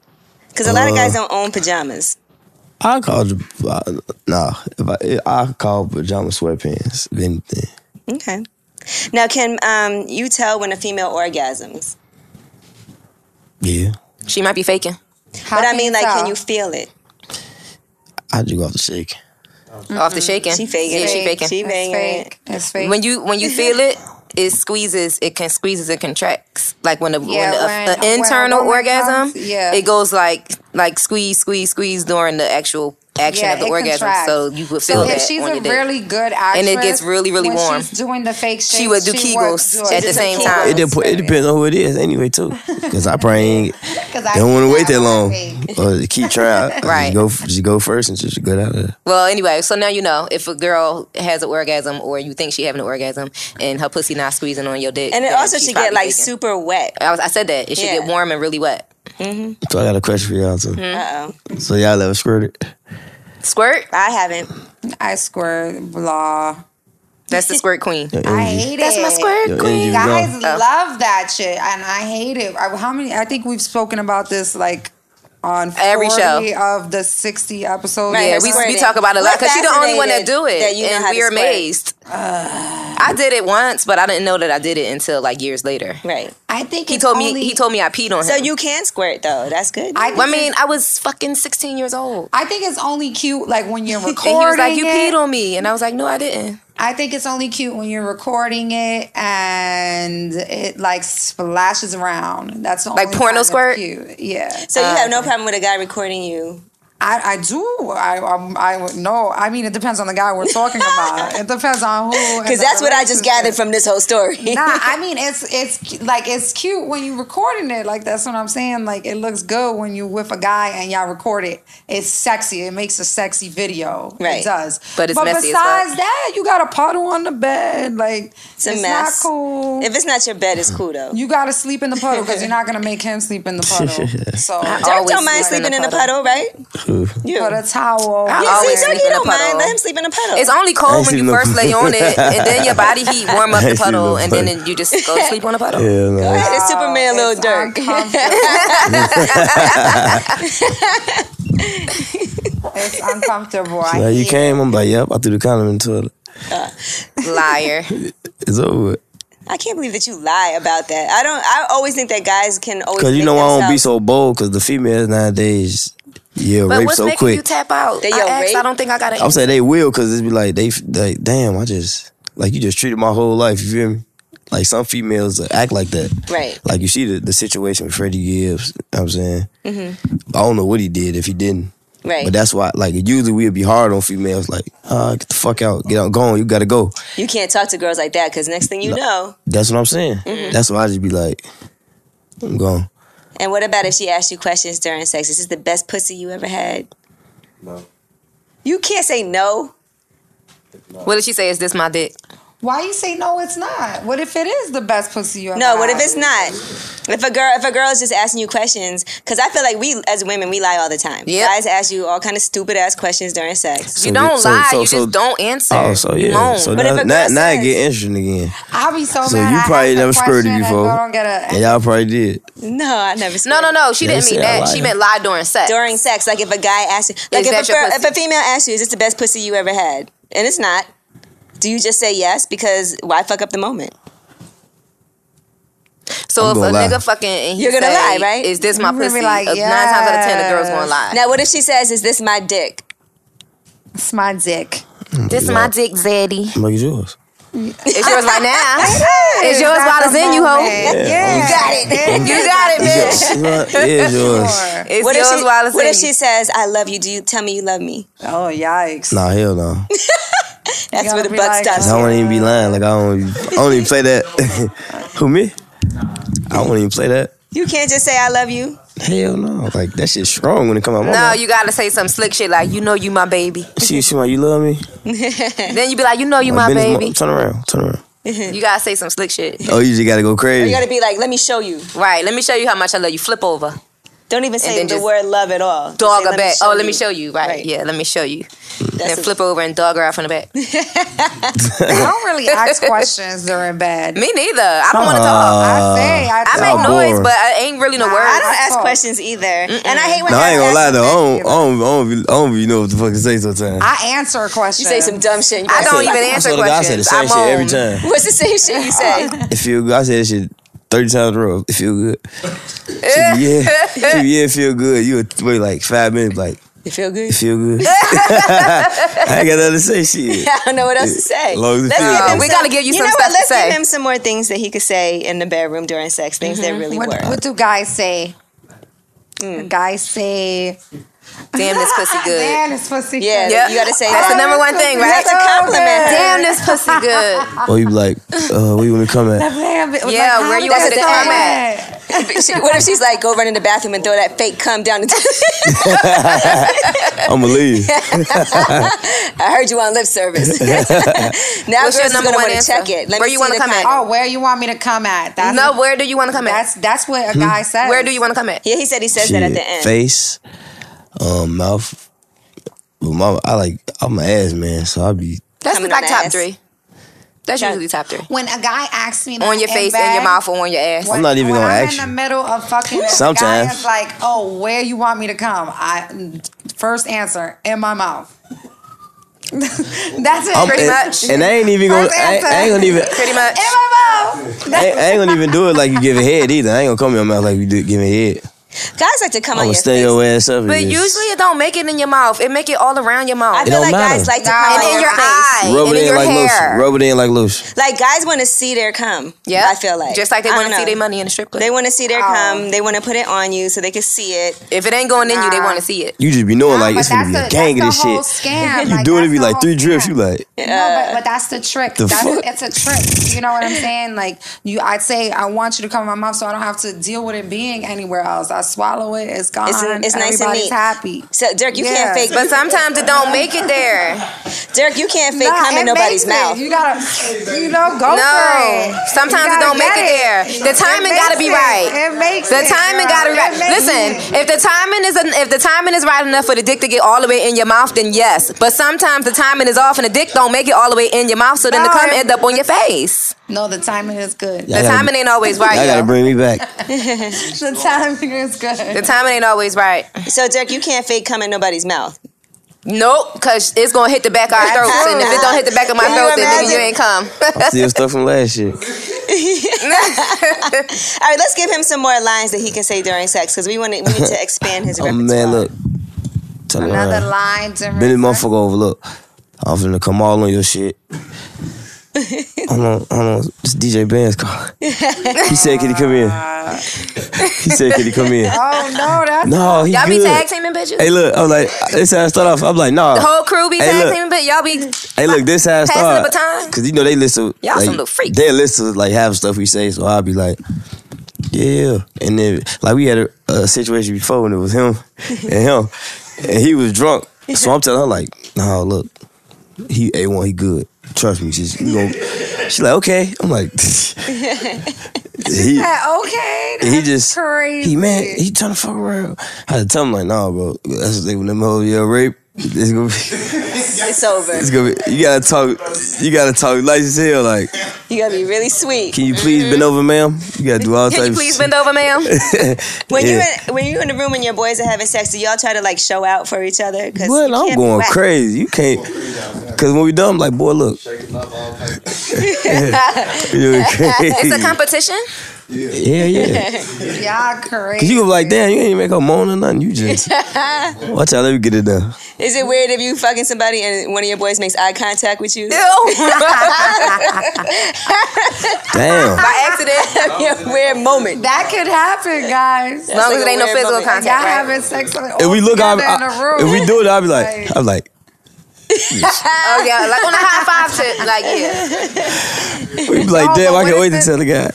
Speaker 1: Because a lot of
Speaker 4: Uh,
Speaker 1: guys don't own pajamas.
Speaker 4: I call the uh, nah. If I I call pajama sweatpants if anything.
Speaker 1: Okay. Now, can um, you tell when a female orgasms?
Speaker 4: Yeah,
Speaker 3: She might be faking.
Speaker 1: But I mean, like, can you feel it?
Speaker 4: I just go off the shake.
Speaker 3: Off the shaking.
Speaker 1: Mm-hmm. She faking.
Speaker 3: Yeah, she
Speaker 1: it.
Speaker 3: faking.
Speaker 1: She
Speaker 2: It's
Speaker 1: banging it.
Speaker 2: fake. It's fake.
Speaker 3: When you when you feel it, it squeezes. It can squeezes and contracts. Like when the
Speaker 2: Yeah, when- when
Speaker 3: an
Speaker 2: a
Speaker 3: internal
Speaker 2: woman
Speaker 3: orgasm,
Speaker 2: comes, yeah.
Speaker 3: it goes like like squeeze, squeeze, squeeze during the actual action
Speaker 2: Yeah,
Speaker 3: of the
Speaker 2: it
Speaker 3: orgasm.
Speaker 2: contracts.
Speaker 3: So you would feel
Speaker 2: so
Speaker 3: that
Speaker 2: if she's
Speaker 3: on
Speaker 2: a
Speaker 3: your dick.
Speaker 2: really good actress,
Speaker 3: it gets really, really
Speaker 2: when
Speaker 3: warm.
Speaker 2: She's doing the fake shit.
Speaker 3: she would do kegels at the same time.
Speaker 4: It, dep- it depends on who it is anyway too. Cause I probably ain't,
Speaker 2: Because
Speaker 4: I don't want to wait that long. Or keep trying. I
Speaker 3: Right.
Speaker 4: Just go, just go first and just get out of there.
Speaker 3: well, anyway, so now you know if a girl has an orgasm or you think she having an orgasm and her pussy not squeezing on your dick,
Speaker 1: And it
Speaker 3: then
Speaker 1: also
Speaker 3: she's
Speaker 1: should get
Speaker 3: probably
Speaker 1: like
Speaker 3: faking.
Speaker 1: super wet.
Speaker 3: I, was, I said that it should
Speaker 1: Yeah.
Speaker 3: get warm and really wet.
Speaker 4: So I got a question for y'all too.
Speaker 3: Hmm.
Speaker 2: Mm-hmm.
Speaker 1: Uh oh.
Speaker 4: So y'all ever squirted?
Speaker 3: Squirt.
Speaker 1: I haven't.
Speaker 2: I squirt, blah.
Speaker 3: That's the squirt queen.
Speaker 4: Your
Speaker 2: I
Speaker 4: energy-
Speaker 2: hate it.
Speaker 3: That's my squirt Oh.
Speaker 4: your
Speaker 3: queen.
Speaker 4: energy
Speaker 2: Guys
Speaker 4: gone.
Speaker 2: love that shit, and I hate it. I, how many? I think we've spoken about this like on 40
Speaker 3: Every show.
Speaker 2: of the 60 episodes.
Speaker 1: Right,
Speaker 3: Yeah,
Speaker 1: her
Speaker 3: we,
Speaker 1: squirting.
Speaker 3: we talk about it a lot
Speaker 1: We're
Speaker 3: because she's the only one that
Speaker 1: fascinated
Speaker 3: do it,
Speaker 1: that you know
Speaker 3: and
Speaker 1: how to
Speaker 3: we're
Speaker 1: squirt.
Speaker 3: amazed. I did it once, but I didn't know that I did it until like years later.
Speaker 1: Right.
Speaker 2: I think
Speaker 3: He told me he told me I peed on
Speaker 1: So
Speaker 3: him.
Speaker 1: you can squirt though. That's good.
Speaker 2: I,
Speaker 3: Well, I
Speaker 2: think
Speaker 3: mean, I was fucking 16 years old,
Speaker 2: I think it's only cute like when you're recording.
Speaker 3: and he was like, "You
Speaker 2: it.
Speaker 3: peed on me," and I was like, "No, I didn't."
Speaker 2: I think it's only cute when you're recording it and it like splashes around. That's the
Speaker 3: Like
Speaker 2: only
Speaker 3: porno
Speaker 2: kind of
Speaker 3: squirt?
Speaker 2: Cute. Yeah,
Speaker 1: so you have
Speaker 2: Uh,
Speaker 1: no problem with a guy recording you.
Speaker 2: I, I do. I um, I would- no. I mean, it depends on the guy we're talking about. it depends on who. and
Speaker 1: Because
Speaker 2: the
Speaker 1: that's what I just gathered from this whole story.
Speaker 2: nah, I mean it's it's like it's cute when you recording it. Like that's what I'm saying. Like it looks good when you with a guy and y'all record it. It's sexy. It makes a sexy video.
Speaker 1: Right.
Speaker 2: It does.
Speaker 3: But it's
Speaker 2: but
Speaker 3: messy as
Speaker 2: besides
Speaker 3: fuck.
Speaker 2: that, you got a puddle on the bed. Like it's,
Speaker 1: a mess.
Speaker 2: not cool.
Speaker 1: if it's not your bed, it's cool though.
Speaker 2: you gotta sleep in the puddle because you're not gonna make him sleep in the puddle. So
Speaker 1: Dirk
Speaker 3: always
Speaker 1: don't mind
Speaker 3: sleep in
Speaker 1: sleeping in
Speaker 3: a
Speaker 1: a puddle, right? You.
Speaker 2: put a towel.
Speaker 3: I
Speaker 1: Yeah, see,
Speaker 3: always
Speaker 1: Dirk,
Speaker 3: sleep
Speaker 1: you
Speaker 3: in a
Speaker 1: don't mind.
Speaker 3: puddle.
Speaker 1: Let him sleep in a puddle.
Speaker 3: It's only cold when
Speaker 4: Actually,
Speaker 3: you
Speaker 4: no.
Speaker 3: first lay on it, and then your body heat warm up the
Speaker 4: Actually,
Speaker 3: puddle,
Speaker 4: no
Speaker 3: and then
Speaker 4: puddle.
Speaker 3: it- you just go to sleep on a puddle.
Speaker 4: Yeah,
Speaker 1: Go
Speaker 4: man.
Speaker 1: ahead, it's Superman,
Speaker 2: Wow,
Speaker 1: little
Speaker 2: it's
Speaker 1: Dirk.
Speaker 2: uncomfortable. it's uncomfortable. I
Speaker 4: Like, you
Speaker 2: hate
Speaker 4: came, I'm like, yep, I threw the condom in the toilet.
Speaker 3: Liar.
Speaker 4: It's over with.
Speaker 1: I can't believe that you lie about that. I don't. I always think that guys can always.
Speaker 4: Cause you
Speaker 1: make
Speaker 4: know I don't be
Speaker 1: themselves-
Speaker 4: so bold. Cause the females nowadays, yeah,
Speaker 3: But
Speaker 4: rape
Speaker 3: what's
Speaker 4: so
Speaker 3: making
Speaker 4: quick.
Speaker 3: you tap out?
Speaker 1: They
Speaker 3: I,
Speaker 1: your
Speaker 3: asked,
Speaker 1: rape?
Speaker 3: I don't think I got an
Speaker 4: I'm
Speaker 3: answer.
Speaker 4: saying they will, cause it's be like they f- like, damn, I just like you just treated my whole life. You feel me? Like some females that act like that.
Speaker 1: Right.
Speaker 4: Like you see the, the situation with Freddie Gibbs. you know what I'm saying. Mm-hmm. I don't know what he did if he didn't.
Speaker 1: Right.
Speaker 4: But that's why, like, usually we'll be hard on females. Like, ah, get the fuck out, get out, go on, you gotta go.
Speaker 1: you can't talk to girls like that because next thing you know.
Speaker 4: That's what I'm saying.
Speaker 1: Mm-hmm.
Speaker 4: That's why I just be like, I'm gone.
Speaker 1: And what about if she asks you questions during sex? Is this the best pussy you ever had?
Speaker 4: No.
Speaker 1: You can't say no.
Speaker 3: What did she say? Is this my dick?
Speaker 2: Why you say no? It's not. What if it is the best pussy you ever?
Speaker 1: No, what if
Speaker 2: had?
Speaker 1: it's not? If a girl, if a girl is just asking you questions, because I feel like we as women we lie all the time.
Speaker 3: Yep.
Speaker 1: Guys ask you all kind of stupid ass questions during sex.
Speaker 3: you
Speaker 4: So
Speaker 3: don't
Speaker 4: we- so-
Speaker 3: lie.
Speaker 4: so-
Speaker 3: you
Speaker 4: so-
Speaker 3: just don't answer.
Speaker 4: Oh, so
Speaker 3: You
Speaker 4: yeah.
Speaker 3: moan.
Speaker 4: So
Speaker 1: But if
Speaker 4: now,
Speaker 1: a
Speaker 4: now,
Speaker 1: girl
Speaker 4: now it
Speaker 1: says-
Speaker 4: get interesting again.
Speaker 2: I'll be so,
Speaker 4: So
Speaker 2: mad.
Speaker 4: you
Speaker 2: I
Speaker 4: probably
Speaker 2: asked a
Speaker 4: never squirted
Speaker 2: question and
Speaker 4: before.
Speaker 2: girl don't get a-
Speaker 4: And y'all probably did.
Speaker 1: No, I never.
Speaker 3: no, no, no. She
Speaker 4: Yeah, you
Speaker 3: didn't mean
Speaker 4: said I
Speaker 3: that.
Speaker 4: lied.
Speaker 3: She meant lie during sex.
Speaker 1: During sex, like if a guy asks you, like
Speaker 3: Is
Speaker 1: if
Speaker 3: that
Speaker 1: a,
Speaker 3: your
Speaker 1: girl, if
Speaker 3: pussy?
Speaker 1: a female asks you, is this the best pussy you ever had? And it's not. Do you just say yes? Because why fuck up the moment?
Speaker 3: so
Speaker 4: I'm
Speaker 3: if a
Speaker 4: gonna lie.
Speaker 3: nigga fucking and he
Speaker 1: You're gonna lie,
Speaker 3: say,
Speaker 1: right?
Speaker 3: Is this my
Speaker 2: You're gonna be
Speaker 3: pussy?
Speaker 2: like,
Speaker 3: Uh, Nine times out of ten, the girl's
Speaker 2: yes.
Speaker 3: gonna lie.
Speaker 1: Now, what if she says, "Is this my dick"?
Speaker 2: It's my dick.
Speaker 3: this
Speaker 4: Yeah.
Speaker 3: my dick, Zaddy.
Speaker 4: Look at yours.
Speaker 3: It's yours right now. It's yours while it's in you, hoe.
Speaker 2: Yeah,
Speaker 3: You got it, bitch.
Speaker 4: It's not- it is yours.
Speaker 3: It's
Speaker 1: What if,
Speaker 3: yours
Speaker 1: she,
Speaker 3: while it's
Speaker 1: what
Speaker 3: in
Speaker 1: if she
Speaker 3: you.
Speaker 1: says, "I love you"? Do you tell me you love me?
Speaker 2: Oh yikes!
Speaker 4: Nah, hell no.
Speaker 1: That's
Speaker 2: gotta
Speaker 1: where the
Speaker 2: be
Speaker 1: buck
Speaker 2: like,
Speaker 1: stops.
Speaker 4: I won't even be lying. Like I don't, even- I don't even play that. Who me? I won't even play that.
Speaker 1: you can't just say, "I love you."
Speaker 4: Hell no. Like that shit's strong when it come out my
Speaker 3: No,
Speaker 4: mouth.
Speaker 3: you gotta say some slick shit like, you know you my baby.
Speaker 4: She, she like, you love me?
Speaker 3: Then you be like, you know you my
Speaker 4: Like, business mo-
Speaker 3: baby.
Speaker 4: turn around, turn around.
Speaker 3: You gotta say some slick shit.
Speaker 4: Oh, you just gotta go
Speaker 1: You
Speaker 4: crazy.
Speaker 1: gotta be like, "Let me show you."
Speaker 3: Right, let me show you how much I love you. Flip over.
Speaker 1: Don't even say
Speaker 3: then
Speaker 1: the
Speaker 3: just
Speaker 1: word love at all. Just
Speaker 3: Dog
Speaker 1: say,
Speaker 3: her back. Oh, let me show you. Right.
Speaker 1: Right.
Speaker 3: Yeah, let me show you.
Speaker 1: That's
Speaker 3: Then
Speaker 1: a-
Speaker 3: flip over and dog her out from the back. Me
Speaker 2: I don't really ask questions during bed.
Speaker 3: neither. I don't want to talk.
Speaker 2: I say I,
Speaker 3: I
Speaker 2: don't.
Speaker 4: how
Speaker 3: make noise,
Speaker 4: boring.
Speaker 3: but I ain't really no
Speaker 2: Nah,
Speaker 3: words.
Speaker 1: I don't ask
Speaker 2: Oh.
Speaker 1: questions either, and I hate when
Speaker 4: no, I
Speaker 1: guys
Speaker 4: ain't
Speaker 1: ask
Speaker 4: gonna lie
Speaker 1: me back.
Speaker 4: though. I don't, I don't, I don't, be- I don't be know what the fuck to say sometimes.
Speaker 2: I answer questions.
Speaker 1: You say some dumb shit. And
Speaker 3: I
Speaker 1: guys are
Speaker 3: don't even
Speaker 1: like,
Speaker 4: swear
Speaker 3: answer
Speaker 4: to God, I say the
Speaker 3: questions.
Speaker 4: same
Speaker 3: I
Speaker 4: shit every
Speaker 3: moan.
Speaker 4: time.
Speaker 1: What's the same shit you say?
Speaker 3: Oh.
Speaker 4: It feel good. I said that shit thirty times in a row. It feel good. She be, yeah, She be, yeah, it feel good. You would wait like five minutes, like
Speaker 1: You feel
Speaker 4: it
Speaker 1: good?
Speaker 4: feel good. I ain't got nothing to say. Shit.
Speaker 1: I don't know what else to say.
Speaker 4: Long as it
Speaker 1: Let's
Speaker 4: feels
Speaker 1: give
Speaker 4: good.
Speaker 1: him
Speaker 3: We
Speaker 1: some-
Speaker 3: gotta give you some
Speaker 1: know
Speaker 3: stuff
Speaker 1: what?
Speaker 3: to
Speaker 1: Let's
Speaker 3: say.
Speaker 1: give him some more things that he could say in the bedroom during sex. Things that
Speaker 3: Mm-hmm.
Speaker 1: really
Speaker 2: What,
Speaker 1: work.
Speaker 2: what do guys say? Guys say,
Speaker 3: Damn, this pussy good.
Speaker 2: "Damn, this pussy
Speaker 1: Yeah,
Speaker 2: good."
Speaker 3: Yeah.
Speaker 1: you gotta say
Speaker 3: That's
Speaker 1: that.
Speaker 3: the number one thing,
Speaker 1: You have
Speaker 3: right?
Speaker 1: to compliment her.
Speaker 3: Damn, this pussy good.
Speaker 4: Or you be like, uh, where you want to come at?
Speaker 2: Damn, it was like,
Speaker 3: Yeah,
Speaker 2: how
Speaker 3: where you
Speaker 2: did that
Speaker 3: at the
Speaker 2: so
Speaker 3: time
Speaker 2: bad?
Speaker 1: She- what if she's like, go run in the bathroom and throw that fake cum down the toilet?
Speaker 4: I'ma leave.
Speaker 1: I heard you on lip service. now
Speaker 3: What's your
Speaker 1: girls are
Speaker 3: number
Speaker 1: gonna
Speaker 3: one
Speaker 1: want to
Speaker 3: answer?
Speaker 1: check it. Let
Speaker 3: Where
Speaker 1: me
Speaker 3: you
Speaker 1: see
Speaker 3: wanna
Speaker 1: the
Speaker 3: come at?
Speaker 1: condom.
Speaker 2: Oh, where you want me to come at? That's
Speaker 3: No, where do you want to come at?
Speaker 2: that's that's what a
Speaker 4: Hmm.
Speaker 2: guy says.
Speaker 3: Where do you want to come at?
Speaker 1: Yeah, he said he says that at the end.
Speaker 4: Face, um, mouth. But my, I like, I'm an ass man, so I be.
Speaker 3: That's
Speaker 1: Coming
Speaker 3: like
Speaker 1: on
Speaker 3: top
Speaker 1: ass.
Speaker 3: three. That's
Speaker 1: That-
Speaker 3: usually top three.
Speaker 2: When a guy asks me
Speaker 3: On
Speaker 2: to
Speaker 3: your
Speaker 2: in
Speaker 3: face, in
Speaker 2: bed,
Speaker 3: your mouth, or on your ass.
Speaker 4: I'm not even
Speaker 2: when
Speaker 4: gonna
Speaker 2: I'm
Speaker 4: ask you.
Speaker 2: in the middle of fucking.
Speaker 4: Sometimes.
Speaker 2: Sometimes it's like, oh, where you want me to come? I first answer in my mouth. That's it.
Speaker 4: I'm-
Speaker 3: Pretty
Speaker 4: and,
Speaker 3: much.
Speaker 4: and I ain't even gonna.
Speaker 2: First
Speaker 4: I, ain't- I ain't
Speaker 2: answer.
Speaker 4: gonna even.
Speaker 3: Pretty much.
Speaker 2: in my mouth.
Speaker 4: I ain't, I ain't gonna even do it like you give a head either. I ain't gonna come in your mouth like you do, give a head.
Speaker 1: Guys like to come on
Speaker 4: I'm gonna
Speaker 1: your
Speaker 4: stay
Speaker 1: face.
Speaker 4: your ass up. and
Speaker 3: But
Speaker 4: just-
Speaker 3: usually it don't make it in your mouth. It make it all around your
Speaker 1: I
Speaker 3: mouth.
Speaker 1: feel
Speaker 4: don't
Speaker 1: like guys
Speaker 4: matter.
Speaker 1: like to
Speaker 2: Nah,
Speaker 1: come
Speaker 2: and
Speaker 1: on
Speaker 2: in your
Speaker 1: your, face.
Speaker 3: eye.
Speaker 4: rub
Speaker 3: and
Speaker 4: it
Speaker 3: in
Speaker 4: in,
Speaker 3: your
Speaker 4: like
Speaker 3: hair.
Speaker 4: loose. Rub it in like loose.
Speaker 1: Like guys want to see their cum.
Speaker 3: Yeah,
Speaker 1: I feel like
Speaker 3: just like they
Speaker 1: I
Speaker 3: want to
Speaker 1: don't
Speaker 3: see
Speaker 1: know.
Speaker 3: their money in the strip club.
Speaker 1: They want to see their
Speaker 2: Oh.
Speaker 1: cum. They want to put it on you so they can see it.
Speaker 3: if it ain't going in you, they
Speaker 2: Nah.
Speaker 3: want to see it.
Speaker 4: You just be knowing like
Speaker 2: Nah,
Speaker 4: it's
Speaker 2: but
Speaker 4: gonna be a
Speaker 2: that's
Speaker 4: gang
Speaker 2: the-
Speaker 4: of
Speaker 2: that's
Speaker 4: this
Speaker 2: the whole
Speaker 4: shit.
Speaker 2: scam.
Speaker 4: You
Speaker 2: Like,
Speaker 4: do it, it
Speaker 2: that's
Speaker 4: be
Speaker 2: the
Speaker 4: like
Speaker 2: whole
Speaker 4: three drips.
Speaker 2: scam.
Speaker 4: You like.
Speaker 2: No, but, but that's the trick.
Speaker 4: The
Speaker 2: that's
Speaker 4: fuck?
Speaker 2: it's a trick. You know what I'm saying? Like you, I'd say I want you to come in my mouth, so I don't have to deal with it being anywhere else. I swallow it. It's gone.
Speaker 1: It's- it's nice and
Speaker 2: Everybody's
Speaker 1: neat.
Speaker 2: happy.
Speaker 1: So Dirk, you
Speaker 2: Yeah.
Speaker 1: can't fake.
Speaker 3: But sometimes it don't make it there.
Speaker 1: Dirk, you can't fake
Speaker 2: Nah,
Speaker 1: cum in
Speaker 2: it makes
Speaker 1: nobody's
Speaker 2: it.
Speaker 1: mouth.
Speaker 2: You gotta, you know, go for
Speaker 3: No,
Speaker 2: it.
Speaker 3: sometimes
Speaker 2: You
Speaker 3: it
Speaker 2: gotta
Speaker 3: don't make
Speaker 2: get
Speaker 3: it there. The timing
Speaker 2: makes
Speaker 3: gotta be
Speaker 2: it.
Speaker 3: right.
Speaker 2: It makes
Speaker 3: The
Speaker 2: it,
Speaker 3: timing
Speaker 2: girl.
Speaker 3: gotta be right.
Speaker 2: It makes
Speaker 3: Listen,
Speaker 2: it.
Speaker 3: if the timing is if the timing is right enough for the dick to get all the way in your mouth, then yes. But sometimes the timing is off and the dick don't make it all the way in your mouth, so then the
Speaker 2: No,
Speaker 3: cum
Speaker 2: it-
Speaker 3: end up on your face.
Speaker 2: no, the timing is good.
Speaker 3: The
Speaker 4: I gotta-
Speaker 3: timing ain't always
Speaker 4: I
Speaker 3: right.
Speaker 4: gotta
Speaker 3: yo.
Speaker 4: bring me back.
Speaker 2: The timing is
Speaker 3: The
Speaker 2: good.
Speaker 3: timing ain't always right.
Speaker 1: So Dirk, you can't fake cum in nobody's mouth.
Speaker 3: Nope, cause it's gonna hit the back of our throats, and if it don't hit the back of my
Speaker 1: Can you
Speaker 3: throat, then nigga,
Speaker 1: imagine?
Speaker 3: you ain't come.
Speaker 4: Still stuff from last year.
Speaker 1: All right, let's give him some more lines that he can say during sex because we want to we need to expand his
Speaker 4: Oh
Speaker 1: repertoire.
Speaker 4: man, look. Turn
Speaker 2: Another
Speaker 4: around.
Speaker 2: line.
Speaker 4: Bend this motherfucker over. Look, I'm finna come all on your shit. hold on, hold on. This DJ Benz calling. He said, "Can he come in?" He said, "Can he come in?"
Speaker 2: Oh no, that's
Speaker 4: No, he
Speaker 3: Y'all be
Speaker 4: good.
Speaker 3: tag teaming bitches.
Speaker 4: Hey, look, I'm like, this how I start off. I'm like, nah.
Speaker 3: The whole crew be
Speaker 4: Hey,
Speaker 3: tag
Speaker 4: look.
Speaker 3: teaming, but y'all be
Speaker 4: hey, look, this how I
Speaker 3: passing
Speaker 4: start.
Speaker 3: the baton?
Speaker 4: Cause you know they listen.
Speaker 3: Y'all
Speaker 4: like,
Speaker 3: some little freaks.
Speaker 4: They listen like half the stuff we say, so I'll be like, yeah. And then like we had a, a situation before when it was him and him, and he was drunk. So I'm telling her like, nah, look, he a one, he good. Trust me, she's you know. She's like, okay. I'm like, he.
Speaker 2: Yeah, okay.
Speaker 4: And he
Speaker 2: that's
Speaker 4: just
Speaker 2: crazy.
Speaker 4: He man, he trying to fuck around. I had to tell him like, nah, bro. That's the thing when them hoes yell rape. It's gonna be,
Speaker 1: It's over.
Speaker 4: it's gonna be. You gotta talk. You gotta talk nice as hell. Like,
Speaker 1: You gotta be really sweet.
Speaker 4: can you please bend over, ma'am? You gotta do all
Speaker 3: Can you
Speaker 4: types.
Speaker 3: please bend over, ma'am?
Speaker 1: When
Speaker 4: yeah.
Speaker 1: you in, when you in the room and your boys are having sex, do y'all try to like show out for each other? Cause
Speaker 4: Well,
Speaker 1: you
Speaker 4: I'm
Speaker 1: can't
Speaker 4: going
Speaker 1: whack.
Speaker 4: crazy. You can't. Cause when we done, I'm like, boy, look. You're crazy.
Speaker 3: It's a competition.
Speaker 4: yeah, yeah.
Speaker 2: Y'all
Speaker 4: Cause
Speaker 2: crazy.
Speaker 4: you gonna be like, damn, you ain't even make a moan or nothing. You just watch out. Let me get it done.
Speaker 1: Is it weird if you fucking somebody and one of your boys makes eye contact with you?
Speaker 4: Damn.
Speaker 3: By accident.
Speaker 1: Yeah, weird moment.
Speaker 2: that could happen, guys.
Speaker 3: As long as
Speaker 1: like
Speaker 3: it
Speaker 1: a
Speaker 3: ain't no
Speaker 1: weird
Speaker 3: physical
Speaker 1: moment.
Speaker 3: contact.
Speaker 2: Y'all
Speaker 3: right?
Speaker 2: having sex all
Speaker 4: If we look, I,
Speaker 2: together in the
Speaker 4: I,
Speaker 2: room.
Speaker 4: if we do it, I'll be like, I'm like,
Speaker 3: Oh yeah, like on a high five tip. Like yeah,
Speaker 4: we be like,
Speaker 2: No, but
Speaker 4: damn, I
Speaker 2: what
Speaker 4: can't wait to
Speaker 2: is
Speaker 4: tell the guy.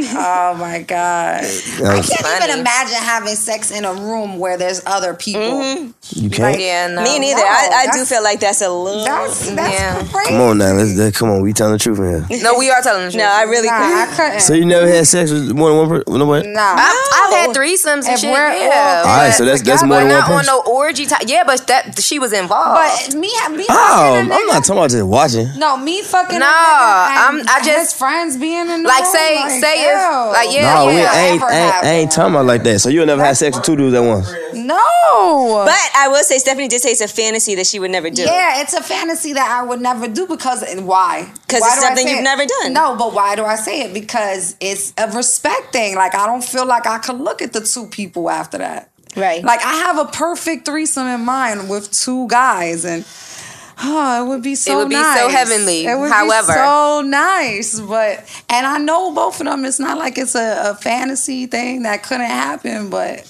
Speaker 2: oh my god,
Speaker 4: Um,
Speaker 2: I can't
Speaker 3: funny.
Speaker 2: even imagine having sex in a room where there's other people.
Speaker 3: Mm-hmm.
Speaker 4: you can't.
Speaker 3: yeah, no.
Speaker 4: Oh,
Speaker 1: Me neither.
Speaker 2: No,
Speaker 1: I, I do
Speaker 2: that's-
Speaker 1: feel like that's a little.
Speaker 2: That's that's
Speaker 3: Mm-hmm. Yeah.
Speaker 2: crazy.
Speaker 4: Come on now, let's that, come on. We telling the truth in here.
Speaker 3: No, we are telling the truth.
Speaker 1: no, I really.
Speaker 2: Nah, I couldn't.
Speaker 4: So you never had sex with more than one person? No one?
Speaker 2: nah,
Speaker 3: I've, I've had threesomes and
Speaker 2: If
Speaker 3: shit.
Speaker 2: we're
Speaker 3: yeah,
Speaker 2: all-
Speaker 4: All right, so that's that's more
Speaker 3: but
Speaker 4: than one
Speaker 3: not on
Speaker 4: person.
Speaker 3: no orgy type. Yeah, but that she was involved.
Speaker 2: But me, me
Speaker 4: Oh,
Speaker 2: fucking a
Speaker 4: I'm
Speaker 2: nigga-
Speaker 4: not talking about just watching.
Speaker 2: No, me fucking.
Speaker 3: No,
Speaker 2: a nigga and
Speaker 3: I'm- I just-
Speaker 2: his friends being in the
Speaker 3: like
Speaker 2: room,
Speaker 3: say
Speaker 2: like,
Speaker 3: say if
Speaker 2: ew.
Speaker 3: like yeah,
Speaker 4: no, we
Speaker 3: yeah.
Speaker 4: I ain't,
Speaker 2: Never
Speaker 4: I ain't, I ain't
Speaker 2: happened.
Speaker 4: talking about like that. So you never had sex with two dudes at once?
Speaker 2: no.
Speaker 1: But I will say, Stephanie did say it's a fantasy that she would never do.
Speaker 2: Yeah, it's a fantasy that I would never do because and why?
Speaker 1: 'Cause
Speaker 2: Why
Speaker 1: it's
Speaker 2: do I
Speaker 1: something
Speaker 2: say
Speaker 1: you've
Speaker 2: it?
Speaker 1: never done.
Speaker 2: No, but why do I say it? Because it's a respect thing. Like I don't feel like I could look at the two people after that.
Speaker 1: Right.
Speaker 2: Like I have a perfect threesome in mind with two guys, and oh, it would be so.
Speaker 3: would be so
Speaker 2: nice.
Speaker 3: heavenly.
Speaker 2: It would
Speaker 3: However-
Speaker 2: be so nice, but and I know both of them. It's not like it's a, a fantasy thing that couldn't happen, but